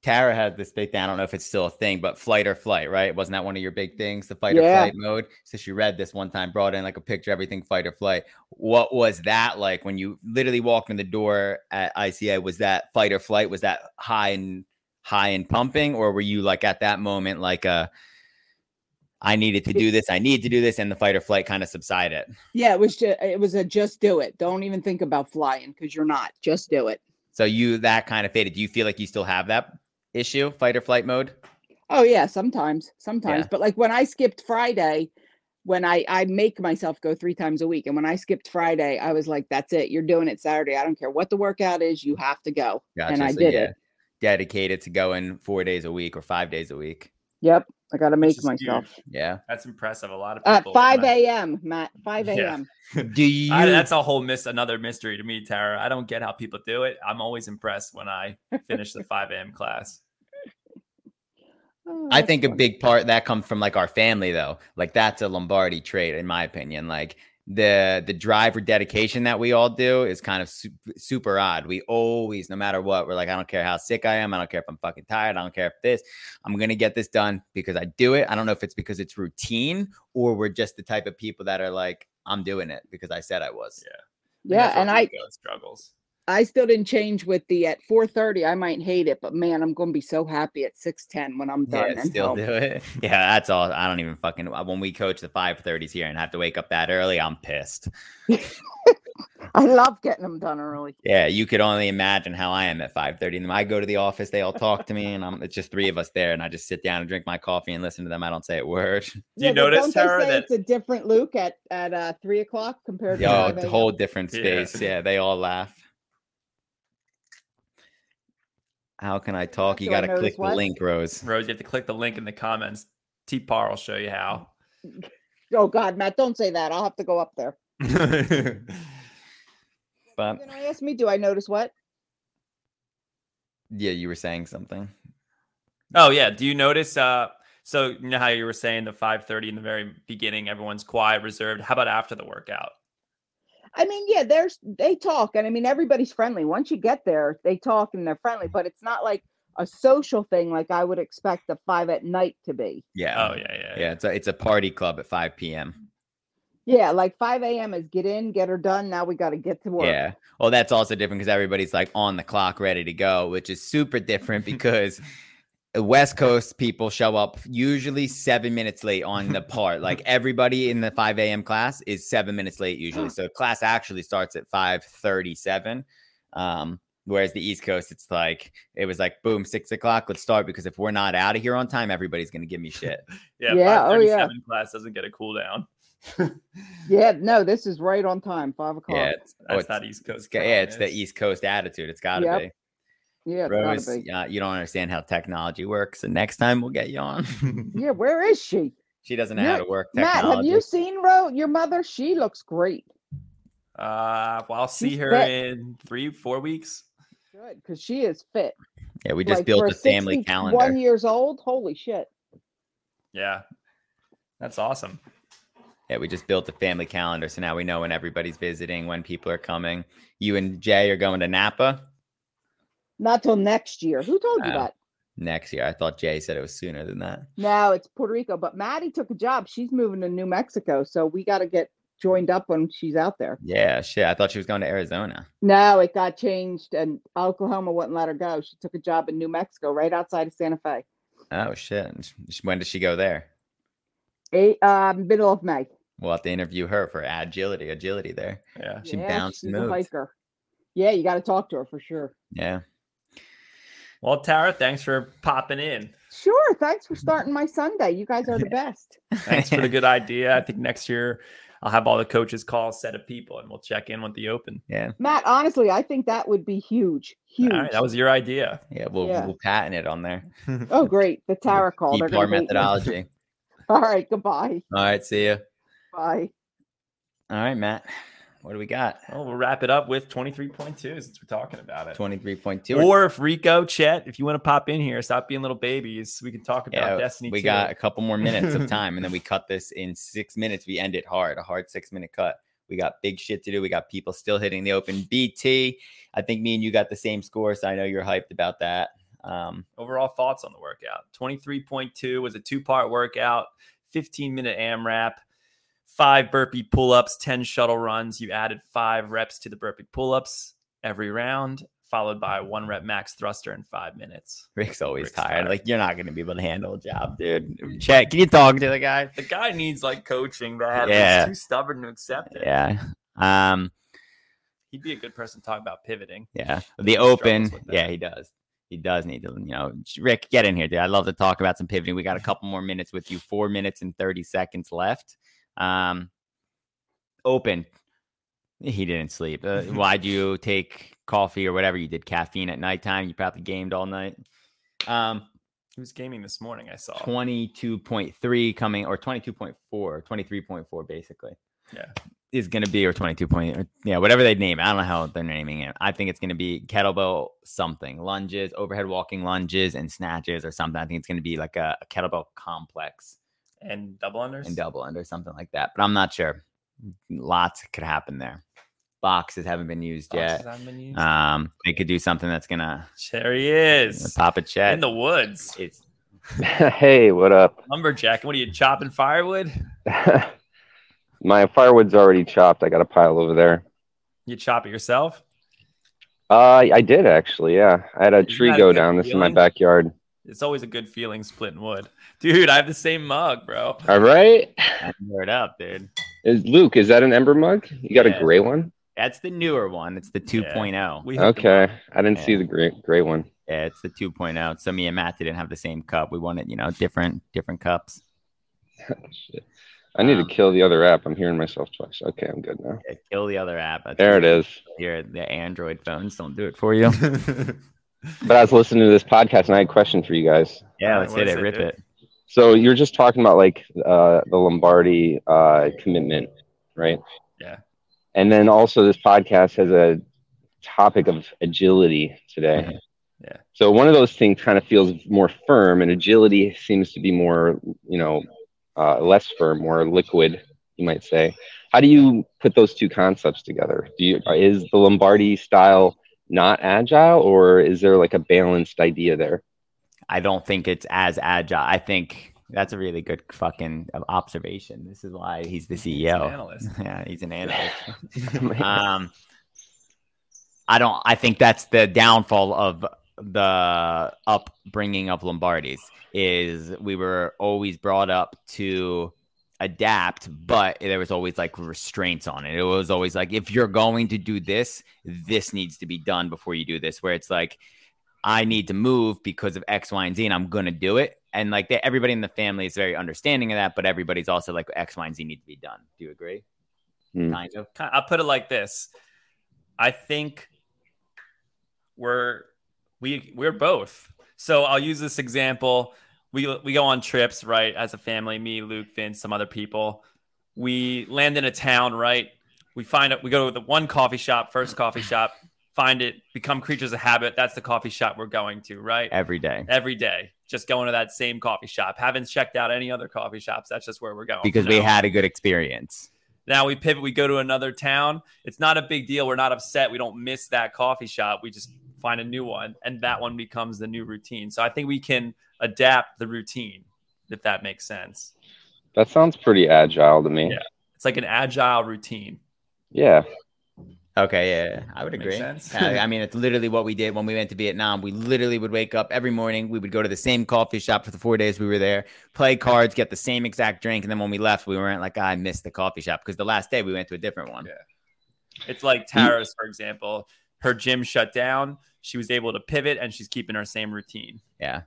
[SPEAKER 2] Tara had this big thing. I don't know if it's still a thing, but flight or flight, right? Wasn't that one of your big things, the fight or
[SPEAKER 4] Yeah.
[SPEAKER 2] flight mode? So she read this one time, brought in like a picture, everything fight or flight. What was that like when you literally walked in the door at ICA? Was that fight or flight? Was that high and high and pumping, or were you like at that moment like uh I needed to do this, I need to do this, and the fight or flight kind of subsided?
[SPEAKER 4] Yeah, it was just it was a just do it. Don't even think about flying because you're not. Just do it.
[SPEAKER 2] So you that kind of faded. Do you feel like you still have that issue, fight or flight mode?
[SPEAKER 4] Oh yeah, sometimes, sometimes.
[SPEAKER 2] Yeah.
[SPEAKER 4] But like when I skipped Friday, when I I make myself go three times a week, and when I skipped Friday, I was like, "That's it. You're doing it Saturday. I don't care what the workout is. You have to go." And I did it.
[SPEAKER 2] Dedicated to going four days a week or five days a week.
[SPEAKER 4] Yep, I got to
[SPEAKER 1] Which
[SPEAKER 4] make
[SPEAKER 1] is
[SPEAKER 4] myself
[SPEAKER 1] huge.
[SPEAKER 2] Yeah.
[SPEAKER 1] That's impressive. A lot of
[SPEAKER 4] at
[SPEAKER 1] people.
[SPEAKER 4] five
[SPEAKER 1] when I-
[SPEAKER 4] a.m. Matt, five
[SPEAKER 1] Yeah.
[SPEAKER 4] a.m.
[SPEAKER 2] Do you?
[SPEAKER 1] I- that's a whole miss, another mystery to me, Tara. I don't get how people do it. I'm always impressed when I finish the 5 a.m. class.
[SPEAKER 4] Oh,
[SPEAKER 2] I
[SPEAKER 4] that's
[SPEAKER 2] think a
[SPEAKER 4] fun.
[SPEAKER 2] big part that comes from like our family though. Like that's a Lombardi trait in my opinion. Like the the drive or dedication that we all do is kind of su- super odd. We always no matter what, we're like I don't care how sick I am, I don't care if I'm fucking tired, I don't care if this, I'm going to get this done because I do it. I don't know if it's because it's routine or we're just the type of people that are like I'm doing it because I said I was.
[SPEAKER 1] Yeah. think
[SPEAKER 4] Yeah,
[SPEAKER 1] that's where
[SPEAKER 4] and I
[SPEAKER 1] Rico struggles.
[SPEAKER 4] I still didn't change with the at four thirty. I might hate it, but man, I'm going to be so happy at six ten when I'm done.
[SPEAKER 2] Yeah,
[SPEAKER 4] and
[SPEAKER 2] still
[SPEAKER 4] home.
[SPEAKER 2] do it. Yeah, that's all. I don't even fucking uh, when we coach the 5:30s here and have to wake up that early, I'm pissed.
[SPEAKER 4] I love getting them done early.
[SPEAKER 2] Yeah, you could only imagine how I am at 5 30. And I go to the office, they all talk to me, and I'm it's just three of us there. And I just sit down and drink my coffee and listen to them. I don't say a word.
[SPEAKER 1] Do you
[SPEAKER 4] but
[SPEAKER 1] notice,
[SPEAKER 4] don't they
[SPEAKER 1] Tara,
[SPEAKER 4] say
[SPEAKER 1] that-
[SPEAKER 4] it's a different Luke at at uh, three o'clock compared to
[SPEAKER 2] Yo,
[SPEAKER 4] five
[SPEAKER 2] it's a
[SPEAKER 4] a.m.?
[SPEAKER 2] whole different
[SPEAKER 1] Yeah.
[SPEAKER 2] space. Yeah. they all laugh. How can I talk? You
[SPEAKER 4] Do I
[SPEAKER 2] gotta
[SPEAKER 4] notice
[SPEAKER 2] click the
[SPEAKER 4] what?
[SPEAKER 2] link, Rose.
[SPEAKER 1] Rose, you have to click the link in the comments. T Par will show you how.
[SPEAKER 4] Oh God, Matt, don't say that. I'll have to go up there.
[SPEAKER 2] But
[SPEAKER 4] Then I asked me, do I notice what?
[SPEAKER 2] yeah, you were saying something.
[SPEAKER 1] oh yeah. Do you notice uh so you know how you were saying the 5:30 in the very beginning, everyone's quiet, reserved. How about after the workout?
[SPEAKER 4] I mean, yeah, there's they talk, and I mean everybody's friendly. Once you get there, they talk and they're friendly, but it's not like a social thing like I would expect the five at night to be.
[SPEAKER 2] Yeah.
[SPEAKER 1] Oh yeah, yeah.
[SPEAKER 2] Yeah, it's a it's a party club at 5 p.m.
[SPEAKER 4] Yeah, like five a.m. is get in, get her done. Now we got to get to work.
[SPEAKER 2] Yeah. Well, that's also different because everybody's like on the clock, ready to go, which is super different because the West Coast people show up usually seven minutes late on the part. Like everybody in the 5 a.m. class is seven minutes late usually. So class actually starts at 5:37. Um, whereas the East Coast, it's like it was like boom, six o'clock. Let's start because if we're not out of here on time, everybody's gonna give me shit.
[SPEAKER 1] Yeah,
[SPEAKER 4] Yeah, oh, yeah.
[SPEAKER 1] 537 class doesn't get a cool down.
[SPEAKER 4] Yeah, no, this is right on time, five o'clock.
[SPEAKER 2] yeah,
[SPEAKER 4] Yeah,
[SPEAKER 2] it's, oh,
[SPEAKER 1] That's
[SPEAKER 2] it's-
[SPEAKER 1] not East
[SPEAKER 2] it's
[SPEAKER 1] Coast.
[SPEAKER 2] ca- yeah, it's the East Coast attitude. It's gotta
[SPEAKER 4] Yep.
[SPEAKER 2] be.
[SPEAKER 4] it's gotta
[SPEAKER 2] Rose,
[SPEAKER 4] be.
[SPEAKER 2] uh, you don't understand how technology works. And next time we'll get you on.
[SPEAKER 4] Yeah, where is she?
[SPEAKER 2] she doesn't know how
[SPEAKER 4] Matt-
[SPEAKER 2] to work
[SPEAKER 4] Matt,
[SPEAKER 2] technology.
[SPEAKER 4] have you seen Ro? Your mother? She looks great.
[SPEAKER 1] Uh, well, I'll see
[SPEAKER 4] She's
[SPEAKER 1] her
[SPEAKER 4] fit.
[SPEAKER 1] in three, four weeks.
[SPEAKER 4] Good, because she is fit.
[SPEAKER 2] yeah, we just
[SPEAKER 4] Like,
[SPEAKER 2] built
[SPEAKER 4] for
[SPEAKER 2] a family
[SPEAKER 4] 61
[SPEAKER 2] calendar.
[SPEAKER 4] years old. Holy shit!
[SPEAKER 1] Yeah, that's awesome.
[SPEAKER 2] Yeah, we just built a family calendar. So now we know when everybody's visiting, when people are coming. You and Jay are going to Napa
[SPEAKER 4] Not till next year. Who told you
[SPEAKER 2] Wow.
[SPEAKER 4] that?
[SPEAKER 2] next year. I thought Jay said it was sooner than that.
[SPEAKER 4] No, it's Puerto Rico. But Maddie took a job. She's moving to New Mexico, so we got to get joined up when she's out there.
[SPEAKER 2] Yeah, shit. I thought she was going to Arizona.
[SPEAKER 4] No, it got changed, and Oklahoma wouldn't let her go. She took a job in New Mexico, right outside of Santa Fe.
[SPEAKER 2] Oh, shit. And sh- When does she go there?
[SPEAKER 4] Eight, uh, middle of May.
[SPEAKER 2] We'll have to interview her for agility, agility there.
[SPEAKER 1] Yeah.
[SPEAKER 2] She bounced
[SPEAKER 4] she's
[SPEAKER 2] and
[SPEAKER 4] a
[SPEAKER 2] moved.
[SPEAKER 4] hiker. Yeah, you got to talk to her for sure.
[SPEAKER 2] Yeah.
[SPEAKER 1] Well, Tara, thanks for popping in.
[SPEAKER 4] Sure. Thanks for starting my Sunday. You guys are the best.
[SPEAKER 1] Thanks for the good idea. I think next year I'll have all the coaches call a set of people and we'll check in with the open.
[SPEAKER 2] yeah.
[SPEAKER 4] Matt, honestly, I think that would be huge.
[SPEAKER 1] All
[SPEAKER 4] Huge.
[SPEAKER 1] right, that was your idea.
[SPEAKER 2] Yeah. We'll,
[SPEAKER 4] Yeah.
[SPEAKER 2] we'll patent it on there. E
[SPEAKER 4] oh, great. The tower call. They're
[SPEAKER 2] DPR
[SPEAKER 4] gonna hate me.
[SPEAKER 2] methodology.
[SPEAKER 4] All right. Goodbye.
[SPEAKER 2] All right. See you.
[SPEAKER 4] Bye.
[SPEAKER 2] All right, Matt. What do we got?
[SPEAKER 1] Well, we'll wrap it up with 23.2 since we're talking about
[SPEAKER 2] Uh,
[SPEAKER 1] it.
[SPEAKER 2] 23.2.
[SPEAKER 1] Or if Rico, Chet, if you want to pop in here, stop being little babies. We can talk about
[SPEAKER 2] yeah,
[SPEAKER 1] Destiny.
[SPEAKER 2] we
[SPEAKER 1] 2.
[SPEAKER 2] got a couple more minutes of time and then we cut this in six minutes. We end it hard, a hard six minute cut. We got big shit to do. We got people still hitting the open BT. I think me and you got the same score, so I know you're hyped about that. Um,
[SPEAKER 1] overall thoughts on the workout. 23.2 was a two part workout, 15 minute AMRAP, five burpee pull ups, 10 shuttle runs. You added five reps to the burpee pull ups every round, followed by one rep max thruster in five minutes.
[SPEAKER 2] Rick's always
[SPEAKER 1] Rick's
[SPEAKER 2] tired.
[SPEAKER 1] tired.
[SPEAKER 2] Like you're not gonna be able to handle a job, dude. Chet, can you talk to the guy?
[SPEAKER 1] The guy needs like coaching, man.
[SPEAKER 2] Yeah.
[SPEAKER 1] He's too stubborn to accept it.
[SPEAKER 2] Yeah. Um.
[SPEAKER 1] He'd be a good person to talk about pivoting.
[SPEAKER 2] Yeah. The
[SPEAKER 1] struggles
[SPEAKER 2] open.
[SPEAKER 1] with that.
[SPEAKER 2] Yeah, he does. He does need to, you know, Rick, get in here, dude. I'd love to talk about some pivoting. We got a couple more minutes with you, four minutes and 30 seconds left. Um, open. He didn't sleep. Uh, why'd you take coffee or whatever you did? Caffeine at nighttime. You probably gamed all night. Um,
[SPEAKER 1] He was gaming this morning, I saw.
[SPEAKER 2] 22.3 coming or 22.4, 23.4 basically.
[SPEAKER 1] Yeah.
[SPEAKER 2] Is going to be or 22 point, or, yeah, whatever they name it. I don't know how they're naming it. I think it's going to be kettlebell something, lunges, overhead walking lunges, and snatches or something. I think it's going to be like a, a kettlebell complex
[SPEAKER 1] And double unders.
[SPEAKER 2] and double under something like that. But I'm not sure. Lots could happen there. Boxes haven't been used
[SPEAKER 1] Boxes
[SPEAKER 2] yet.
[SPEAKER 1] haven't been used.
[SPEAKER 2] Um, they could do something that's gonna
[SPEAKER 1] there he is.
[SPEAKER 2] pop a chat.
[SPEAKER 1] In the woods.
[SPEAKER 2] it's
[SPEAKER 5] hey, what up?
[SPEAKER 1] Lumberjack. What are you chopping firewood?
[SPEAKER 5] My firewood's already chopped. I got a pile over there.
[SPEAKER 1] You chop it yourself?
[SPEAKER 5] Uh, I did actually. Yeah, I had a
[SPEAKER 1] You
[SPEAKER 5] tree
[SPEAKER 1] had a
[SPEAKER 5] go
[SPEAKER 1] good
[SPEAKER 5] down. This is my
[SPEAKER 1] feeling?
[SPEAKER 5] backyard.
[SPEAKER 1] It's always a good feeling splitting wood. Dude, I have the same mug, bro.
[SPEAKER 5] All right,
[SPEAKER 2] it up, dude.
[SPEAKER 5] is Luke? Is that an ember mug? You got
[SPEAKER 2] Yeah.
[SPEAKER 5] a gray one?
[SPEAKER 2] That's the newer one. It's the 2.0.
[SPEAKER 1] We hooked 'em
[SPEAKER 5] Okay, I didn't
[SPEAKER 2] Yeah.
[SPEAKER 5] see the gray gray one.
[SPEAKER 2] Yeah, it's the 2.0. So me and Matt didn't have the same cup. We wanted, you know, different different cups.
[SPEAKER 5] Oh, Shit. I need
[SPEAKER 2] Um,
[SPEAKER 5] to kill the other app. I'm hearing myself twice. Okay, I'm good now.
[SPEAKER 2] Yeah, kill the other app. That's
[SPEAKER 5] There it is.
[SPEAKER 2] Here, the Android phones don't do it for you.
[SPEAKER 5] But I was listening to this podcast and I had a question for you guys.
[SPEAKER 2] yeah,
[SPEAKER 1] Alright,
[SPEAKER 2] let's
[SPEAKER 1] what
[SPEAKER 2] hit
[SPEAKER 1] is
[SPEAKER 2] it.
[SPEAKER 1] it,
[SPEAKER 2] Rip
[SPEAKER 1] dude?
[SPEAKER 2] it.
[SPEAKER 5] So you're just talking about like uh, the Lombardi uh, commitment, right?
[SPEAKER 1] Yeah.
[SPEAKER 5] And then also this podcast has a topic of agility today.
[SPEAKER 2] Yeah.
[SPEAKER 1] Mm-hmm. Yeah.
[SPEAKER 5] So one of those things kind of feels more firm, and agility seems to be more, you know, uh, less firm, more liquid, you might say. How do you put those two concepts together? Do you is the Lombardi style not agile, or is there like a balanced idea there?
[SPEAKER 2] I don't think it's as agile. I think that's a really good fucking uh, observation. This is why he's the E
[SPEAKER 1] He's an
[SPEAKER 2] CEO.
[SPEAKER 1] analyst.
[SPEAKER 2] yeah, he's an analyst. um i don't i think that's the downfall of the upbringing of lombardi's is we were always brought up to adapt but there was always like restraints on it it was always like if you're going to do this this needs to be done before you do this where it's like i need to move because of x y and z and i'm gonna do it and like they, everybody in the family is very understanding of that but everybody's also like x y and z need to be done do you agree
[SPEAKER 5] Hmm.
[SPEAKER 2] kind of
[SPEAKER 1] Ki- I'll put it like this. I think we're we we're both. So I'll use this example. We we go on trips, right? As a family, me, Luke, Vince, some other people. We land in a town, right? We find it. We go to the one coffee shop, first coffee shop. Find it. Become creatures of habit. That's the coffee shop we're going to, right?
[SPEAKER 2] every day
[SPEAKER 1] Every day, just going to that same coffee shop. Haven't checked out any other coffee shops. That's just where we're going
[SPEAKER 2] because
[SPEAKER 1] from
[SPEAKER 2] we
[SPEAKER 1] now
[SPEAKER 2] had a good experience.
[SPEAKER 1] Now we pivot, we go to another town. It's not a big deal. We're not upset. We don't miss that coffee shop. We just find a new one, and that one becomes the new routine. So I think we can adapt the routine, if that makes sense.
[SPEAKER 5] That sounds pretty agile to me.
[SPEAKER 1] Yeah. It's like an agile routine.
[SPEAKER 5] yeah.
[SPEAKER 2] Okay, yeah, yeah, I would
[SPEAKER 1] Makes
[SPEAKER 2] agree.
[SPEAKER 1] sense.
[SPEAKER 2] Yeah, I mean, it's literally what we did when we went to Vietnam. We literally would wake up every morning. We would go to the same coffee shop for the four days we were there, play cards, get the same exact drink, and then when we left, we weren't like, "Ah, I missed the coffee shop because the last day we went to a different one.
[SPEAKER 1] Yeah. It's like Tara's, for example. Her gym shut down. She was able to pivot, and she's keeping her same routine.
[SPEAKER 2] Yeah,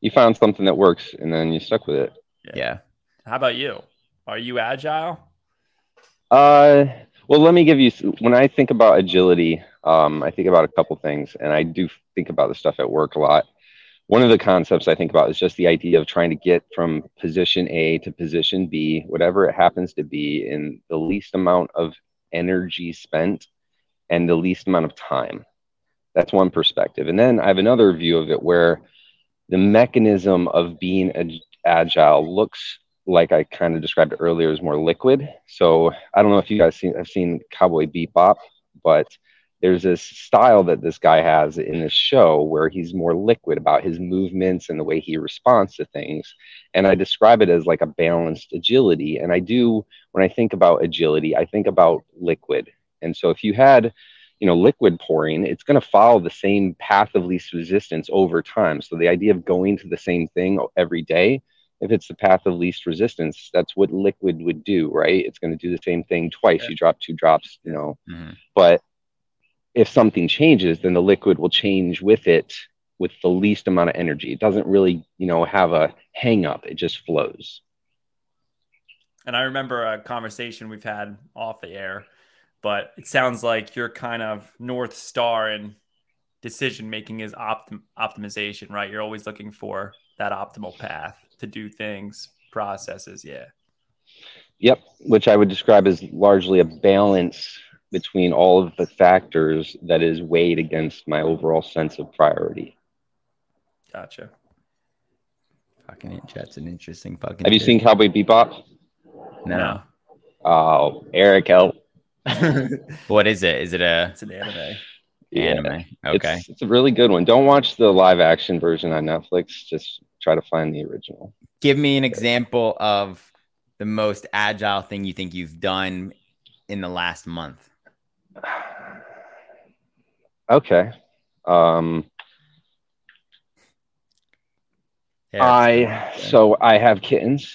[SPEAKER 5] you found something that works and then you stuck with it.
[SPEAKER 2] yeah.
[SPEAKER 1] Yeah. How about you? Are you agile?
[SPEAKER 5] Uh, well, let me give you when I think about agility, um, I think about a couple things, and I do think about the stuff at work a lot. One of the concepts I think about is just the idea of trying to get from position A to position B, whatever it happens to be, in the least amount of energy spent and the least amount of time. That's one perspective. And then I have another view of it where the mechanism of being ag- agile looks like I kind of described earlier, is more liquid. So I don't know if you guys seen, have seen Cowboy Bebop, but there's this style that this guy has in this show where he's more liquid about his movements and the way he responds to things. And I describe it as like a balanced agility. And I do, when I think about agility, I think about liquid. And so if you had you know liquid pouring it's going to follow the same path of least resistance over time so the idea of going to the same thing every day if it's the path of least resistance that's what liquid would do right it's going to do the same thing twice
[SPEAKER 1] Yeah.
[SPEAKER 5] you drop two drops you know
[SPEAKER 2] Mhm.
[SPEAKER 5] but if something changes then the liquid will change with it with the least amount of energy it doesn't really you know have a hang up it just flows
[SPEAKER 1] And I remember a conversation we've had off the air, but it sounds like your kind of north star in decision making is optim- optimization, right? You're always looking for that optimal path to do things, processes. Yeah.
[SPEAKER 5] Yep, which I would describe as largely a balance between all of the factors that is weighed against my overall sense of priority.
[SPEAKER 1] Gotcha.
[SPEAKER 2] Fucking that's an interesting fucking.
[SPEAKER 5] Have you
[SPEAKER 2] theory.
[SPEAKER 5] seen Cowboy Bebop?
[SPEAKER 2] No.
[SPEAKER 5] Oh, Eric, help.
[SPEAKER 2] what is it? Is it a
[SPEAKER 1] It's an anime.
[SPEAKER 2] anime? Okay.
[SPEAKER 5] It's, it's a really good one. Don't watch the live action version on Netflix. Just try to find the original.
[SPEAKER 2] Give me an example of the most agile thing you think you've done in the last month.
[SPEAKER 5] Okay. Um,
[SPEAKER 2] Yeah,
[SPEAKER 5] I so I have kittens,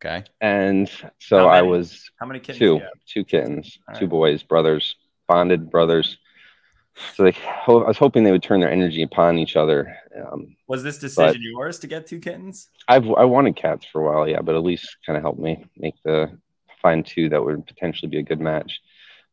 [SPEAKER 2] okay.
[SPEAKER 5] and so
[SPEAKER 1] How
[SPEAKER 5] I
[SPEAKER 1] many?
[SPEAKER 5] was
[SPEAKER 1] How many kids?
[SPEAKER 5] two
[SPEAKER 1] do you have?
[SPEAKER 5] two kittens
[SPEAKER 1] All
[SPEAKER 5] two
[SPEAKER 1] right.
[SPEAKER 5] boys brothers bonded brothers so they ho- i was hoping they would turn their energy upon each other um,
[SPEAKER 1] Was this decision yours to get two kittens?
[SPEAKER 5] i've i wanted cats for a while yeah but at least kind of helped me make the find two that would potentially be a good match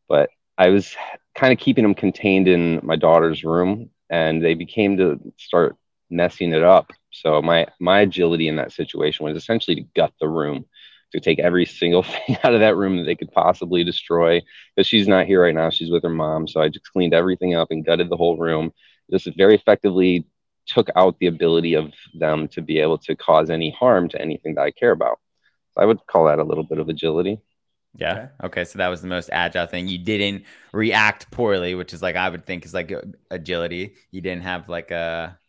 [SPEAKER 5] but i was kind of keeping them contained in my daughter's room and they became to start messing it up so my my agility in that situation was essentially to gut the room to take every single thing out of that room that they could possibly destroy because she's not here right now she's with her mom so i just cleaned everything up and gutted the whole room this very effectively took out the ability of them to be able to cause any harm to anything that i care about so i would call that a little bit of agility
[SPEAKER 2] Yeah.
[SPEAKER 1] Okay.
[SPEAKER 2] Okay. So that was the most agile thing. You didn't react poorly, which is like I would think is like uh, agility. You didn't have like a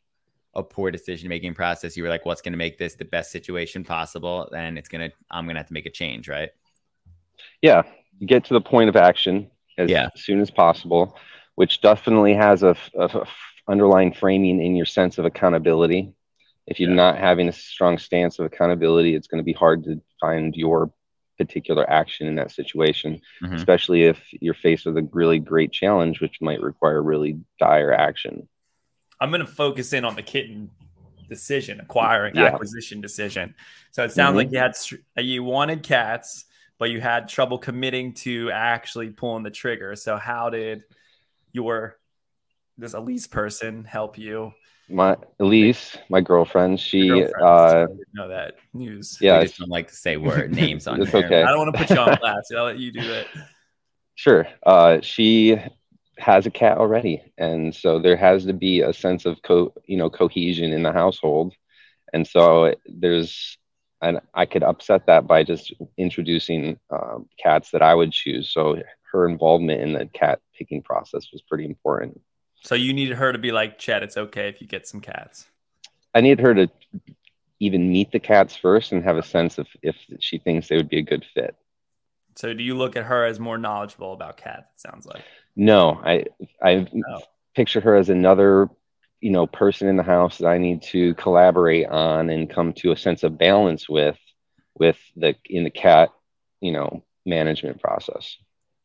[SPEAKER 2] a poor decision making process. You were like, what's going to make this the best situation possible? And it's gonna, I'm gonna have to make a change, right?
[SPEAKER 5] yeah you get to the point of action as
[SPEAKER 2] Yeah.
[SPEAKER 5] soon as possible which definitely has a, f- a f- a f- underlying framing in your sense of accountability if you're
[SPEAKER 1] Yeah.
[SPEAKER 5] not having a strong stance of accountability it's going to be hard to find your particular action in that situation
[SPEAKER 2] Mhm.
[SPEAKER 5] especially if you're faced with a really great challenge which might require really dire action
[SPEAKER 1] I'm going to focus in on the kitten decision, acquiring
[SPEAKER 5] Yeah. Mm-hmm.
[SPEAKER 1] acquisition decision. So it sounds like you had str- uh, you wanted cats, but you had trouble committing to actually pulling the trigger. So how did your this Elise person help you?
[SPEAKER 5] my elise my girlfriend she
[SPEAKER 1] Your girlfriend,
[SPEAKER 5] uh
[SPEAKER 1] so I didn't know that news.
[SPEAKER 5] yeah
[SPEAKER 2] we just don't like to say word names on
[SPEAKER 5] It's
[SPEAKER 2] there.
[SPEAKER 5] okay.
[SPEAKER 1] I don't want to put you on blast. I'll let you do it.
[SPEAKER 5] Sure. Uh, she has a cat already, and so there has to be a sense of co you know cohesion in the household, and so there's and I could upset that by just introducing um, cats that I would choose. So her involvement in the cat picking process was pretty important.
[SPEAKER 1] So you needed her to be like, Chad, it's okay if you get some cats.
[SPEAKER 5] I need her to even meet the cats first and have a sense of if she thinks they would be a good fit.
[SPEAKER 1] So do you look at her as more knowledgeable about cats? It sounds like.
[SPEAKER 5] No, I I
[SPEAKER 1] No.
[SPEAKER 5] picture her as another, you know, person in the house that I need to collaborate on and come to a sense of balance with, with the in the cat, you know, management process.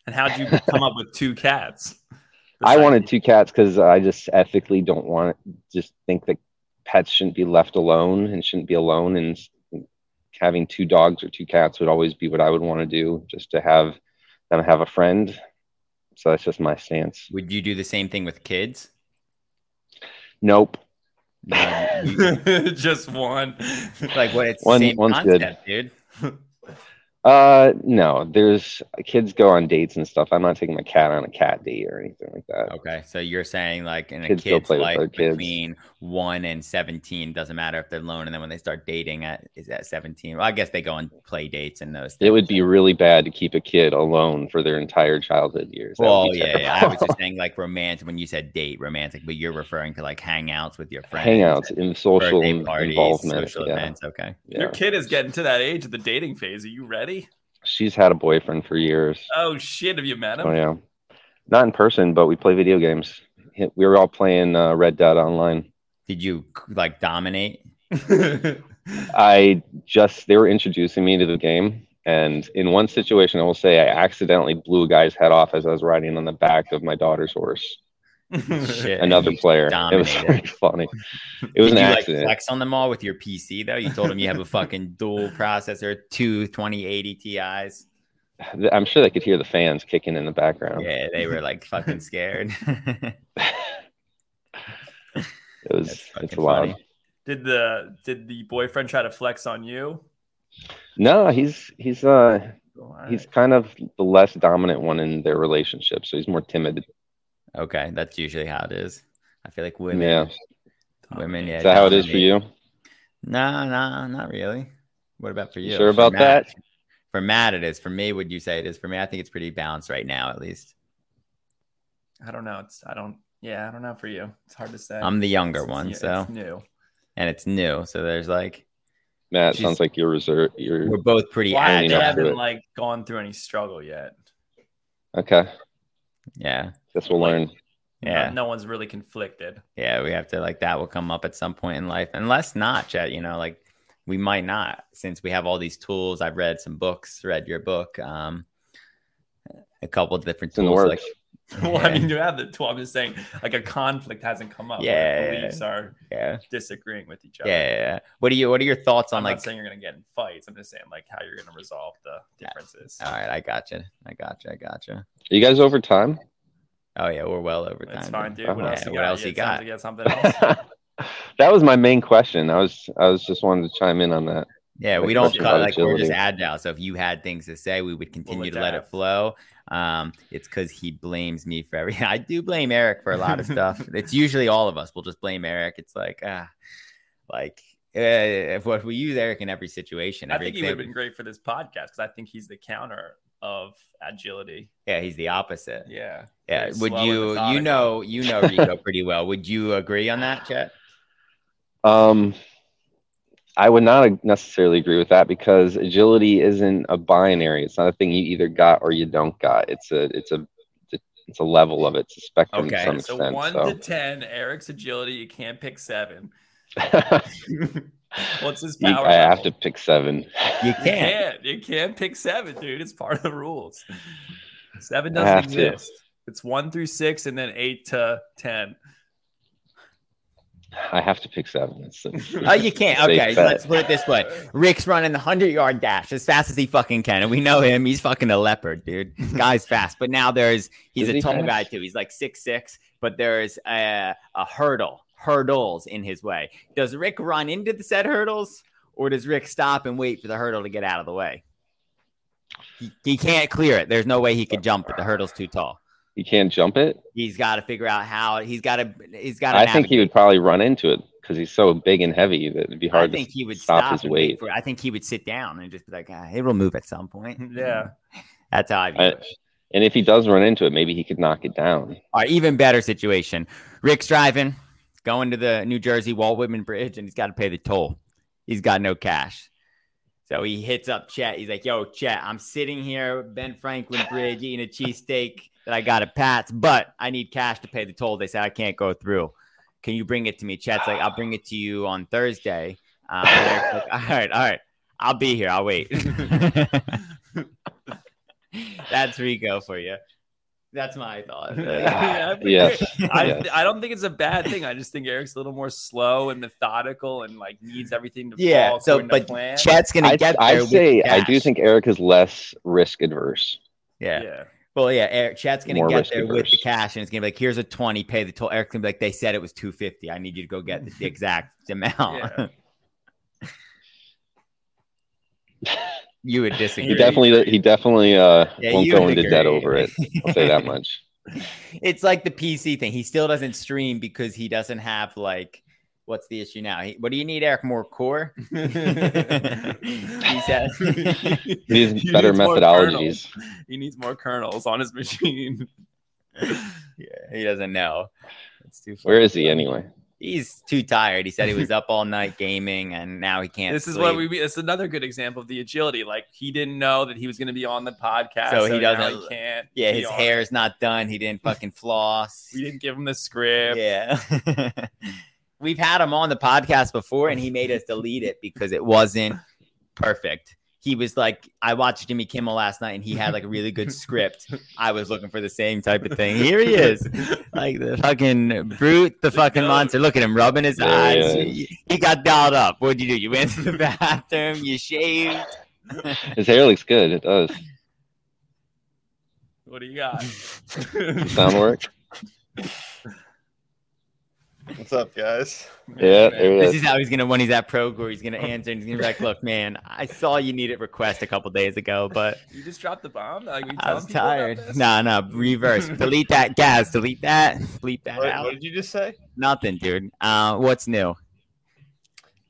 [SPEAKER 1] And how did you come up with two cats?
[SPEAKER 5] I wanted two cats because I just ethically don't want just think that pets shouldn't be left alone and shouldn't be alone and s- having two dogs or two cats would always be what I would want to do just to have them have a friend. So that's just my stance.
[SPEAKER 2] Would you do the same thing with kids?
[SPEAKER 5] Nope.
[SPEAKER 2] No, you-
[SPEAKER 1] just one.
[SPEAKER 2] like what it's the
[SPEAKER 5] One-
[SPEAKER 2] same
[SPEAKER 5] one's good.
[SPEAKER 2] concept, dude.
[SPEAKER 5] Uh, no, there's kids go on dates and stuff. I'm not taking my cat on a cat date or anything like that.
[SPEAKER 2] Okay, so you're saying like in a
[SPEAKER 5] Kids go
[SPEAKER 2] kid's
[SPEAKER 5] play with
[SPEAKER 2] life
[SPEAKER 5] other kids.
[SPEAKER 2] between one and seventeen doesn't matter if they're alone, and then when they start dating at is at seventeen. Well, I guess they go on play dates and those. Things.
[SPEAKER 5] It would be really bad to keep a kid alone for their entire childhood years. That would
[SPEAKER 2] Well,
[SPEAKER 5] be
[SPEAKER 2] yeah, yeah, I
[SPEAKER 5] terrible.
[SPEAKER 2] was just saying like romantic when you said date romantic, but you're referring to like hangouts with your friends,
[SPEAKER 5] hangouts and social
[SPEAKER 2] birthday
[SPEAKER 5] in-
[SPEAKER 2] parties,
[SPEAKER 5] involvement.
[SPEAKER 2] social
[SPEAKER 5] yeah,
[SPEAKER 2] events. Okay,
[SPEAKER 1] Your
[SPEAKER 5] yeah.
[SPEAKER 1] kid is getting to that age of the dating phase. Are you ready?
[SPEAKER 2] Uh,
[SPEAKER 5] She's had a boyfriend for years.
[SPEAKER 1] Oh shit, have you met him?
[SPEAKER 5] Oh yeah. Not in person, but we play video games. We were all playing uh, Red Dead Online.
[SPEAKER 2] Did you like dominate?
[SPEAKER 5] I just they were introducing me to the game, and in one situation, I will say I accidentally blew a guy's head off as I was riding on the back of my daughter's horse.
[SPEAKER 2] Shit,
[SPEAKER 5] Another
[SPEAKER 2] you
[SPEAKER 5] player. It was
[SPEAKER 2] dominated.
[SPEAKER 5] very funny. It was
[SPEAKER 2] Did
[SPEAKER 5] an
[SPEAKER 2] you like
[SPEAKER 5] accident.
[SPEAKER 2] flex on them all with your PC though? You told them you have a fucking dual processor, two 2080 Ti's.
[SPEAKER 5] Th- I'm sure they could hear the fans kicking in the background.
[SPEAKER 2] Yeah, they were like fucking scared.
[SPEAKER 5] It was
[SPEAKER 2] That's fucking
[SPEAKER 5] it's loud.
[SPEAKER 2] funny.
[SPEAKER 1] did the did the boyfriend try to flex on you?
[SPEAKER 5] No, he's he's uh
[SPEAKER 1] All right.
[SPEAKER 5] he's kind of the less dominant one in their relationship, so he's more timid.
[SPEAKER 2] okay, that's usually how it is. I feel like women,
[SPEAKER 5] Yeah.
[SPEAKER 2] women, yeah.
[SPEAKER 5] Is that how it is for
[SPEAKER 2] dominate.
[SPEAKER 5] you?
[SPEAKER 2] No, no, not really. What about for you?
[SPEAKER 5] You sure
[SPEAKER 2] For
[SPEAKER 5] about
[SPEAKER 2] Matt-
[SPEAKER 5] that?
[SPEAKER 2] For Matt, it is. For me, would you say it is? For me, I think it's pretty balanced right now, at least.
[SPEAKER 1] I don't know. It's I don't. Yeah, I don't know for you. It's hard to say.
[SPEAKER 2] I'm the younger
[SPEAKER 1] It's-
[SPEAKER 2] one,
[SPEAKER 1] it's
[SPEAKER 2] so
[SPEAKER 1] new.
[SPEAKER 2] and it's new, so there's like
[SPEAKER 5] Matt,
[SPEAKER 2] She's-
[SPEAKER 5] sounds like you're reserved. You're
[SPEAKER 2] we're both pretty
[SPEAKER 1] Why
[SPEAKER 5] adding
[SPEAKER 1] they
[SPEAKER 5] up to
[SPEAKER 2] agile.
[SPEAKER 1] haven't
[SPEAKER 5] it.
[SPEAKER 1] like gone through any struggle yet?
[SPEAKER 5] okay.
[SPEAKER 2] Yeah,
[SPEAKER 5] Guess we'll
[SPEAKER 1] Like-
[SPEAKER 5] learn.
[SPEAKER 2] yeah.
[SPEAKER 1] No, no one's really conflicted.
[SPEAKER 2] yeah, we have to like that will come up at some point in life, unless not, Chet. You know, like we might not, since we have all these tools. I've read some books, read your book, um, a couple of different
[SPEAKER 5] It's in the
[SPEAKER 2] tools.
[SPEAKER 5] works.
[SPEAKER 2] Like,
[SPEAKER 1] well, I mean, you have the tool. I'm just saying, like a conflict hasn't come up.
[SPEAKER 2] Yeah,
[SPEAKER 1] where
[SPEAKER 2] yeah,
[SPEAKER 1] beliefs are
[SPEAKER 2] yeah,
[SPEAKER 1] disagreeing with each
[SPEAKER 2] yeah,
[SPEAKER 1] other.
[SPEAKER 2] yeah, yeah. What do you? What are your thoughts on
[SPEAKER 1] I'm
[SPEAKER 2] like?
[SPEAKER 1] not saying you're gonna get in fights. I'm just saying like how you're gonna resolve the
[SPEAKER 2] Yeah.
[SPEAKER 1] differences.
[SPEAKER 2] all right, I gotcha, I gotcha, I gotcha.
[SPEAKER 5] Are you guys over time?
[SPEAKER 2] Oh yeah, we're well over time.
[SPEAKER 1] It's fine, dude.
[SPEAKER 5] Oh,
[SPEAKER 1] What else
[SPEAKER 2] yeah,
[SPEAKER 1] you got?
[SPEAKER 2] what else
[SPEAKER 1] Yeah,
[SPEAKER 2] you
[SPEAKER 1] it sounds
[SPEAKER 2] got?
[SPEAKER 1] like you got something else.
[SPEAKER 5] that was my main question. I was I was just wanted to chime in on that.
[SPEAKER 2] Yeah,
[SPEAKER 5] Like
[SPEAKER 2] we don't
[SPEAKER 5] question
[SPEAKER 2] cut
[SPEAKER 5] about
[SPEAKER 2] like we're just
[SPEAKER 5] agility.
[SPEAKER 2] agile. So if you had things to say, we would continue to let it
[SPEAKER 1] adapt.
[SPEAKER 2] flow. Um, it's because he blames me for everything. I do blame Eric for a lot of stuff. it's usually all of us. We'll just blame Eric. It's like ah, like uh, if what we use Eric in every situation.
[SPEAKER 1] I
[SPEAKER 2] Every
[SPEAKER 1] think he would have
[SPEAKER 2] example.
[SPEAKER 1] been great for this podcast because I think he's the counter of agility.
[SPEAKER 2] yeah, he's the opposite.
[SPEAKER 1] Yeah.
[SPEAKER 2] Yeah,
[SPEAKER 1] Very
[SPEAKER 2] would
[SPEAKER 1] slow and
[SPEAKER 2] you? You
[SPEAKER 1] methodical.
[SPEAKER 2] know, you know Rico pretty well. Would you agree on that, Chet?
[SPEAKER 5] Um, I would not necessarily agree with that because agility isn't a binary. It's not a thing you either got or you don't got. It's a it's a it's a level of it. It's a spectrum
[SPEAKER 2] Okay,
[SPEAKER 5] to some
[SPEAKER 1] So
[SPEAKER 5] extent.
[SPEAKER 1] one
[SPEAKER 5] so.
[SPEAKER 1] to ten, Eric's agility. You can't pick seven. What's his
[SPEAKER 5] You-
[SPEAKER 1] power?
[SPEAKER 5] I have
[SPEAKER 1] level?
[SPEAKER 5] to pick seven.
[SPEAKER 2] You
[SPEAKER 1] You
[SPEAKER 2] can't.
[SPEAKER 1] can't. You can't pick seven, dude. It's part of the rules. Seven
[SPEAKER 5] I
[SPEAKER 1] doesn't
[SPEAKER 5] have to.
[SPEAKER 1] exist. It's one through six, and then eight to ten.
[SPEAKER 5] I have to pick seven. It's,
[SPEAKER 2] Oh, you can't.
[SPEAKER 5] Safe
[SPEAKER 2] Okay,
[SPEAKER 5] bet.
[SPEAKER 2] let's put it this way. Rick's running the 100 yard dash as fast as he fucking can. And we know him. He's fucking a leopard, dude. This guy's fast. But now there's, he's
[SPEAKER 5] Is
[SPEAKER 2] a
[SPEAKER 5] he
[SPEAKER 2] tall
[SPEAKER 5] fast?
[SPEAKER 2] guy too. He's like six six. but there's a, a hurdle, hurdles in his way. Does Rick run into the said hurdles or does Rick stop and wait for the hurdle to get out of the way? He, he can't clear it. There's no way he could jump it. The hurdle's too tall.
[SPEAKER 5] you can't jump it.
[SPEAKER 2] He's got to figure out how he's got to, he's got to.
[SPEAKER 5] I think he would probably run into it because he's so big and heavy that it'd be hard
[SPEAKER 2] I think
[SPEAKER 5] to
[SPEAKER 2] he would
[SPEAKER 5] stop,
[SPEAKER 2] stop,
[SPEAKER 5] his
[SPEAKER 2] and wait
[SPEAKER 5] weight.
[SPEAKER 2] for it. I think he would sit down and just be like, ah, it'll move at some point.
[SPEAKER 1] Yeah.
[SPEAKER 2] That's how I view
[SPEAKER 5] I-
[SPEAKER 2] it.
[SPEAKER 5] And if he does run into it, maybe he could knock it down.
[SPEAKER 2] All right, even better situation. Rick's driving, going to the New Jersey Walt Whitman Bridge, and he's got to pay the toll. He's got no cash. So he hits up Chet. He's like, yo, Chet, I'm sitting here, Ben Franklin Bridge, eating a cheesesteak that I got at Pat's, but I need cash to pay the toll. They said I can't go through. Can you bring it to me? Chet's like, I'll bring it to you on Thursday. Um, and Eric's like, all right, all right. I'll be here. I'll wait. That's Rico for you. That's my thought.
[SPEAKER 1] Yeah, but-
[SPEAKER 5] Yes.
[SPEAKER 1] I,
[SPEAKER 5] Yes.
[SPEAKER 1] I don't think it's a bad thing. I just think Eric's a little more slow and methodical and like needs everything to
[SPEAKER 2] Yeah,
[SPEAKER 1] fall
[SPEAKER 2] so,
[SPEAKER 1] according to
[SPEAKER 2] but
[SPEAKER 1] plan.
[SPEAKER 2] Chet's gonna
[SPEAKER 5] I,
[SPEAKER 2] get there.
[SPEAKER 5] I
[SPEAKER 2] with
[SPEAKER 5] say I do
[SPEAKER 2] cash.
[SPEAKER 5] think Eric is less risk adverse.
[SPEAKER 2] Yeah.
[SPEAKER 1] yeah.
[SPEAKER 2] Well, yeah. Eric, Chet's gonna
[SPEAKER 5] More
[SPEAKER 2] get
[SPEAKER 5] risk
[SPEAKER 2] there with the
[SPEAKER 5] averse.
[SPEAKER 2] cash, and it's gonna be like, "Here's a twenty. Pay the toll." Eric's gonna be like, "They said it was two fifty. I need you to go get the exact amount."
[SPEAKER 1] Yeah.
[SPEAKER 2] you would disagree.
[SPEAKER 5] He definitely he definitely uh,
[SPEAKER 2] Yeah,
[SPEAKER 5] won't
[SPEAKER 2] you
[SPEAKER 5] go
[SPEAKER 2] would
[SPEAKER 5] into debt
[SPEAKER 2] agree.
[SPEAKER 5] over it. I'll say that much.
[SPEAKER 2] it's like the PC thing. He still doesn't stream because he doesn't have like what's the issue now? He, what do you need, Eric? More core? he says
[SPEAKER 5] He has
[SPEAKER 1] He
[SPEAKER 5] better
[SPEAKER 1] needs more
[SPEAKER 5] methodologies.
[SPEAKER 1] kernels. He needs more kernels on his machine.
[SPEAKER 2] Yeah, he doesn't know. It's too
[SPEAKER 5] Where
[SPEAKER 2] funny.
[SPEAKER 5] is he anyway?
[SPEAKER 2] he's too tired. He said he was up all night gaming, and now he can't.
[SPEAKER 1] This is
[SPEAKER 2] sleep.
[SPEAKER 1] what we. It's another good example of the agility. Like he didn't know that he was going to be on the podcast,
[SPEAKER 2] So
[SPEAKER 1] so,
[SPEAKER 2] he
[SPEAKER 1] now
[SPEAKER 2] doesn't-
[SPEAKER 1] he can't.
[SPEAKER 2] Yeah,
[SPEAKER 1] be
[SPEAKER 2] his
[SPEAKER 1] on it.
[SPEAKER 2] hair's not done. He didn't fucking floss.
[SPEAKER 1] We didn't give him the script.
[SPEAKER 2] Yeah. We've had him on the podcast before and he made us delete it because it wasn't perfect. He was like, I watched Jimmy Kimmel last night and he had like a really good script. I was looking for the same type of thing. Here he is. Like the fucking brute, the fucking
[SPEAKER 1] goat.
[SPEAKER 2] monster. Look at him rubbing his
[SPEAKER 5] There he
[SPEAKER 2] eyes. He, got dialed up. What'd you do? You went to the bathroom, you shaved.
[SPEAKER 5] His hair looks good. It does.
[SPEAKER 1] What do you got?
[SPEAKER 5] Sound work.
[SPEAKER 6] What's up, guys?
[SPEAKER 5] Yeah, there
[SPEAKER 2] This is
[SPEAKER 5] it is.
[SPEAKER 2] how he's gonna when he's at Pro Gore, he's gonna answer and he's gonna be like, Look, man, I saw you needed request a couple days ago, but
[SPEAKER 1] You just dropped the bomb. Like, we
[SPEAKER 2] I
[SPEAKER 1] telling
[SPEAKER 2] was
[SPEAKER 1] people about
[SPEAKER 2] tired.
[SPEAKER 1] this?
[SPEAKER 2] No, no, reverse. delete that, guys. Delete that. Bleep that
[SPEAKER 6] What,
[SPEAKER 2] out.
[SPEAKER 6] what did you just say?
[SPEAKER 2] Nothing, dude. Uh, what's new?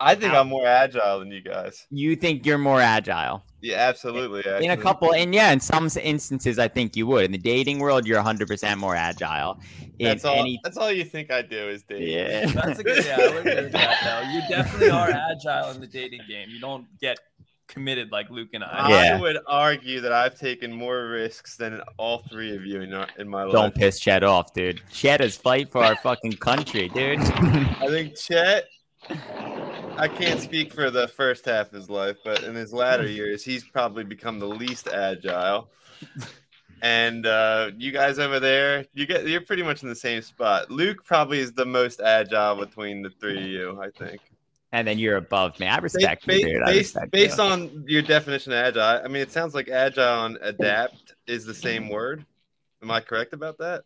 [SPEAKER 6] I think I'm more agile than you guys.
[SPEAKER 2] You think you're more agile
[SPEAKER 6] Yeah, absolutely.
[SPEAKER 2] in a
[SPEAKER 6] actually.
[SPEAKER 2] couple, and yeah, in some instances, I think you would. In the dating world, you're 100 percent more agile. In
[SPEAKER 6] That's all.
[SPEAKER 2] any,
[SPEAKER 6] That's all you think I do is date.
[SPEAKER 2] yeah.
[SPEAKER 1] That's a good. Yeah, I would agree with that, though. You definitely are agile in the dating game. You don't get committed like Luke and I.
[SPEAKER 2] Yeah.
[SPEAKER 6] I would argue that I've taken more risks than all three of you in, our, in my life.
[SPEAKER 2] Don't piss Chet off, dude. Chet is fight for our fucking country, dude.
[SPEAKER 6] I think Chet. I can't speak for the first half of his life, but in his latter years, he's probably become the least agile. And uh, you guys over there, you get you're pretty much in the same spot. Luke probably is the most agile between the three of you, I think.
[SPEAKER 2] and then you're above me. I respect
[SPEAKER 6] Ba-
[SPEAKER 2] you, dude. I
[SPEAKER 6] based,
[SPEAKER 2] respect
[SPEAKER 6] based
[SPEAKER 2] you.
[SPEAKER 6] on your definition of agile, I mean, it sounds like agile and adapt is the same word. Am I correct about that?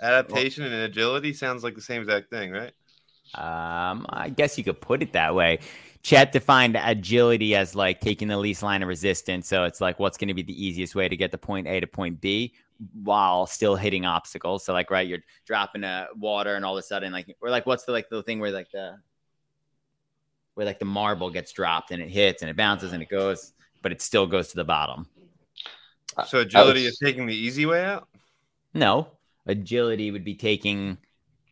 [SPEAKER 6] Adaptation and agility sounds like the same exact thing, right?
[SPEAKER 2] Um, I guess you could put it that way. Chet defined agility as like taking the least line of resistance. So it's like what's going to be the easiest way to get to point A to point B while still hitting obstacles. So like, right, you're dropping a water and all of a sudden, like, or like, what's the like the thing where like the where like the marble gets dropped and it hits and it bounces and it goes, but it still goes to the bottom.
[SPEAKER 6] So agility
[SPEAKER 5] was-
[SPEAKER 6] is taking the easy way out.
[SPEAKER 2] No, agility would be taking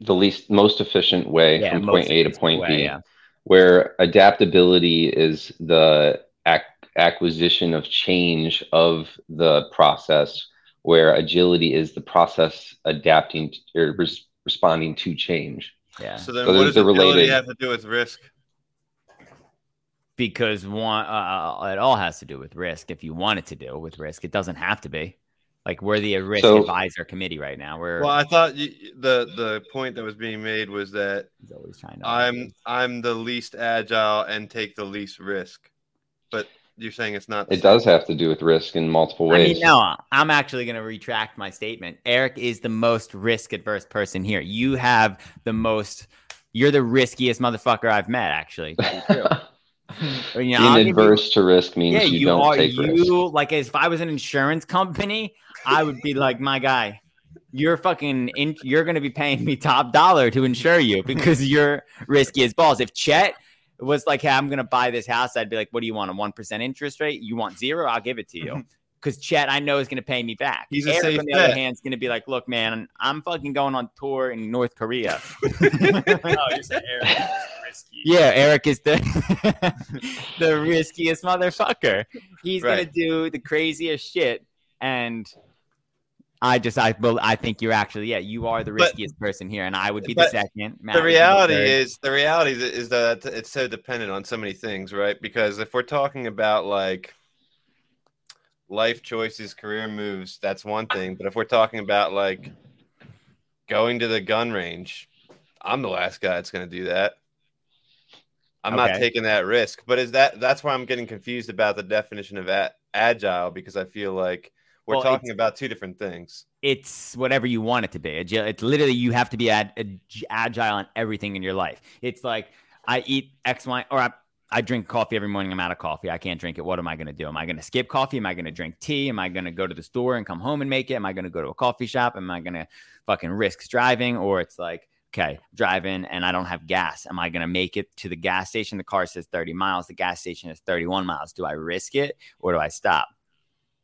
[SPEAKER 5] The least, most efficient way
[SPEAKER 2] yeah,
[SPEAKER 5] from
[SPEAKER 2] most
[SPEAKER 5] point A to
[SPEAKER 2] efficient
[SPEAKER 5] point
[SPEAKER 2] way,
[SPEAKER 5] B.
[SPEAKER 2] yeah.
[SPEAKER 5] where adaptability is the ac- acquisition of change of the process, where agility is the process adapting to, or res- responding to change.
[SPEAKER 2] yeah.
[SPEAKER 6] So then,
[SPEAKER 5] So
[SPEAKER 6] what
[SPEAKER 5] those
[SPEAKER 6] does
[SPEAKER 5] are
[SPEAKER 6] agility
[SPEAKER 5] related.
[SPEAKER 6] have to do with risk?
[SPEAKER 2] because one uh, it all has to do with risk if you want it to do with risk it doesn't have to be like we're the risk
[SPEAKER 5] So-
[SPEAKER 2] advisor committee right now we're
[SPEAKER 6] Well, I thought you, the the point that was being made was that
[SPEAKER 2] he's always trying to
[SPEAKER 6] I'm I'm the least agile and take the least risk, but you're saying it's not. the
[SPEAKER 5] It
[SPEAKER 6] same.
[SPEAKER 5] does have to do with risk in multiple
[SPEAKER 2] I
[SPEAKER 5] ways.
[SPEAKER 2] mean, no, I'm actually going to retract my statement. Eric is the most risk adverse person here. You have the most, you're the riskiest motherfucker I've met, actually. You know, I'll give
[SPEAKER 5] Being
[SPEAKER 2] you-
[SPEAKER 5] adverse to risk means
[SPEAKER 2] yeah,
[SPEAKER 5] you, don't take
[SPEAKER 2] you,
[SPEAKER 5] risk.
[SPEAKER 2] Like if I was an insurance company, I would be like, my guy, you're fucking, in, you're gonna be paying me top dollar to insure you because you're risky as balls. If Chet was like, hey, I'm gonna buy this house, I'd be like, what do you want? A one percent interest rate? You want zero? I'll give it to you. Because Chet, I know is gonna pay me back.
[SPEAKER 6] He's a
[SPEAKER 2] Eric,
[SPEAKER 6] safe
[SPEAKER 2] on the other
[SPEAKER 6] bet.
[SPEAKER 2] hand, is gonna be like, look, man, I'm fucking going on tour in North Korea.
[SPEAKER 1] No, Oh, you're saying Eric is risky.
[SPEAKER 2] Yeah, Eric is the the riskiest motherfucker. He's gonna
[SPEAKER 6] Right.
[SPEAKER 2] do the craziest shit, and I just I bel- I think you're actually yeah you are the
[SPEAKER 6] But-
[SPEAKER 2] riskiest person here, and I would be the
[SPEAKER 6] but
[SPEAKER 2] second. Matt
[SPEAKER 6] the
[SPEAKER 2] would be
[SPEAKER 6] reality
[SPEAKER 2] third.
[SPEAKER 6] is the reality is, is that it's so dependent on so many things right because if we're talking about like life choices career moves that's one
[SPEAKER 2] Ah.
[SPEAKER 6] thing but if we're talking about like going to the gun range i'm the last guy that's going to do that i'm not
[SPEAKER 2] Okay.
[SPEAKER 6] taking that risk but is that that's why i'm getting confused about the definition of a- agile because i feel like we're
[SPEAKER 2] Well,
[SPEAKER 6] talking about two different things
[SPEAKER 2] it's whatever you want it to be. Agil- It's literally you have to be ad- ag- agile on everything in your life. It's like I eat X, Y, or I, I drink coffee every morning. I'm out of coffee. I can't drink it. What am I going to do? Am I going to skip coffee? Am I going to drink tea? Am I going to go to the store and come home and make it? Am I going to go to a coffee shop? Am I going to fucking risk driving? Or it's like, okay, driving and I don't have gas. Am I going to make it to the gas station? The car says 30 miles. The gas station is 31 miles. Do I risk it or do I stop?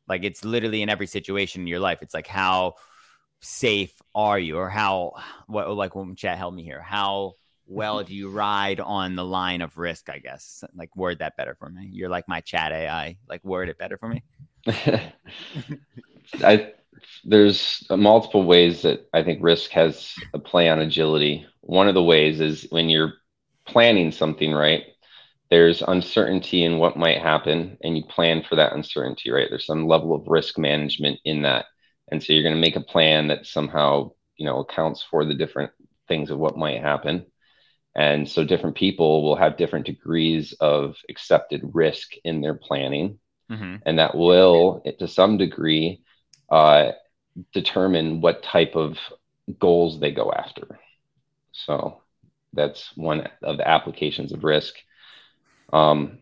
[SPEAKER 2] Like it's literally in every situation in your life. It's like how safe are you or how what like when chat held um, me here how well do you ride on the line of risk? I guess like word that better for me. You're like my chat AI. Like word it better for me.
[SPEAKER 5] I there's multiple ways that I think risk has a play on agility. One of the ways is when you're planning something right, there's uncertainty in what might happen, and you plan for that uncertainty, right? There's some level of risk management in that, and so you're going to make a plan that somehow you know accounts for the different things of what might happen. And so different people will have different degrees of accepted risk in their planning
[SPEAKER 2] Mm-hmm.
[SPEAKER 5] and that will to some degree uh, determine what type of goals they go after so that's one of the applications of risk um,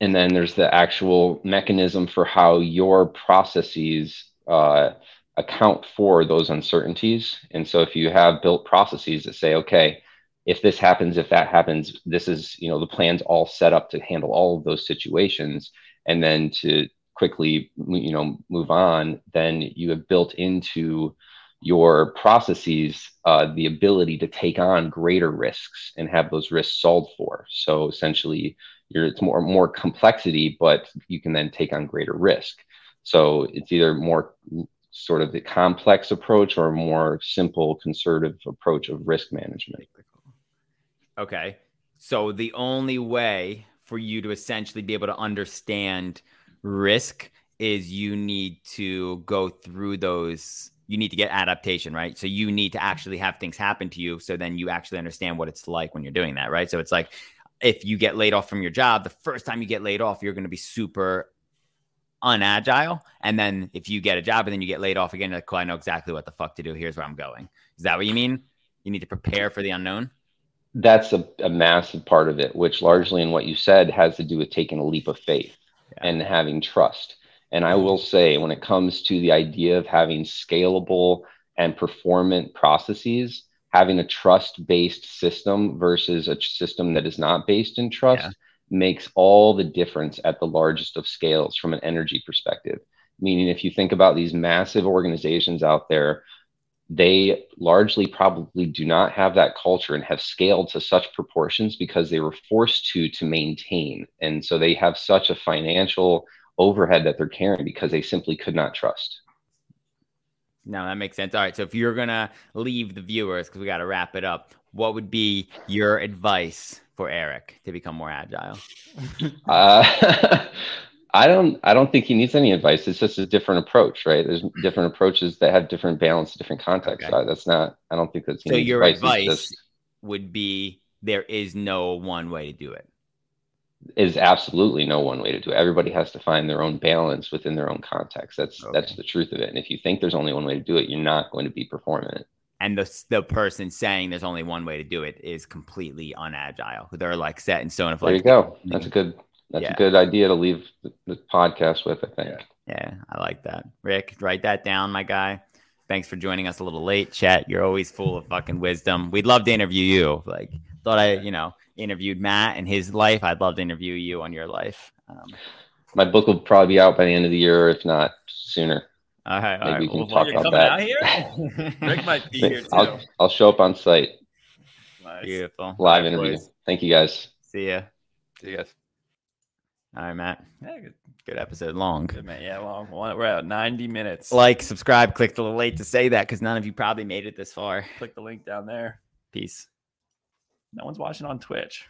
[SPEAKER 5] and then there's the actual mechanism for how your processes uh, account for those uncertainties and so if you have built processes that say okay if this happens if that happens this is you know the plan's all set up to handle all of those situations and then to quickly you know move on then you have built into your processes uh, the ability to take on greater risks and have those risks solved for so essentially you're, it's more more complexity but you can then take on greater risk so it's either more sort of the complex approach or a more simple conservative approach of risk management
[SPEAKER 2] Okay. So the only way for you to essentially be able to understand risk is you need to go through those you need to get adaptation, right? So you need to actually have things happen to you so then you actually understand what it's like when you're doing that, right? So it's like if you get laid off from your job, the first time you get laid off, you're going to be super unagile and then if you get a job and then you get laid off again, you're like, "Cool, I know exactly what the fuck to do. Here's where I'm going." Is that what you mean? You need to prepare for the unknown?
[SPEAKER 5] that's a, a massive part of it, which largely in what you said has to do with taking a leap of faith
[SPEAKER 2] Yeah.
[SPEAKER 5] and having trust. And I will say, when it comes to the idea of having scalable and performant processes, having a trust based system versus a system that is not based in trust
[SPEAKER 2] Yeah.
[SPEAKER 5] makes all the difference at the largest of scales from an energy perspective. Meaning, if you think about these massive organizations out there they largely probably do not have that culture and have scaled to such proportions because they were forced to to maintain and so they have such a financial overhead that they're carrying because they simply could not trust
[SPEAKER 2] No, that makes sense. All right. So if you're going to leave the viewers, because we got to wrap it up, what would be your advice for Eric to become more agile? Mm-hmm.
[SPEAKER 5] uh, I don't. I don't think he needs any advice. It's just a different approach, right? There's different approaches that have different balance, different contexts.
[SPEAKER 2] Okay.
[SPEAKER 5] Uh, that's not. I don't think that's. he
[SPEAKER 2] So
[SPEAKER 5] needs
[SPEAKER 2] your
[SPEAKER 5] It's
[SPEAKER 2] advice
[SPEAKER 5] just-
[SPEAKER 2] would be there is no one way to do it.
[SPEAKER 5] is absolutely no one way to do it. Everybody has to find their own balance within their own context. That's that's
[SPEAKER 2] Okay.
[SPEAKER 5] the truth of it. And if you think there's only one way to do it, you're not going to be performant.
[SPEAKER 2] And the, the person saying there's only one way to do it is completely unagile. They're like set in stone of
[SPEAKER 5] There you
[SPEAKER 2] like,
[SPEAKER 5] go. That's a good that's
[SPEAKER 2] Yeah.
[SPEAKER 5] a good idea to leave the, the podcast with. I think.
[SPEAKER 2] yeah, I like that. Rick, write that down, my guy. Thanks for joining us a little late, chat. You're always full of fucking wisdom. We'd love to interview you. Like, thought I, you know, interviewed Matt and his life. I'd love to interview you on your life. Um,
[SPEAKER 5] My book will probably be out by the end of the year, if not sooner.
[SPEAKER 2] all right, all
[SPEAKER 5] Maybe
[SPEAKER 2] right.
[SPEAKER 5] we can
[SPEAKER 2] Well,
[SPEAKER 5] talk
[SPEAKER 1] you're
[SPEAKER 5] about
[SPEAKER 1] coming
[SPEAKER 5] that.
[SPEAKER 1] out here? Rick might be here too.
[SPEAKER 5] I'll, I'll show up on site
[SPEAKER 1] Nice.
[SPEAKER 2] beautiful. All
[SPEAKER 5] live
[SPEAKER 2] right,
[SPEAKER 5] interview.
[SPEAKER 2] boys.
[SPEAKER 5] Thank you guys.
[SPEAKER 2] See ya.
[SPEAKER 6] See you guys.
[SPEAKER 2] All right, Matt.
[SPEAKER 1] Yeah, good,
[SPEAKER 2] Good episode. Long.
[SPEAKER 1] good man. Yeah, long. one- We're at 90 minutes.
[SPEAKER 2] Like, subscribe, click the little late to say that because none of you probably made it this far.
[SPEAKER 1] Click the link down there.
[SPEAKER 2] Peace.
[SPEAKER 1] No one's watching on Twitch.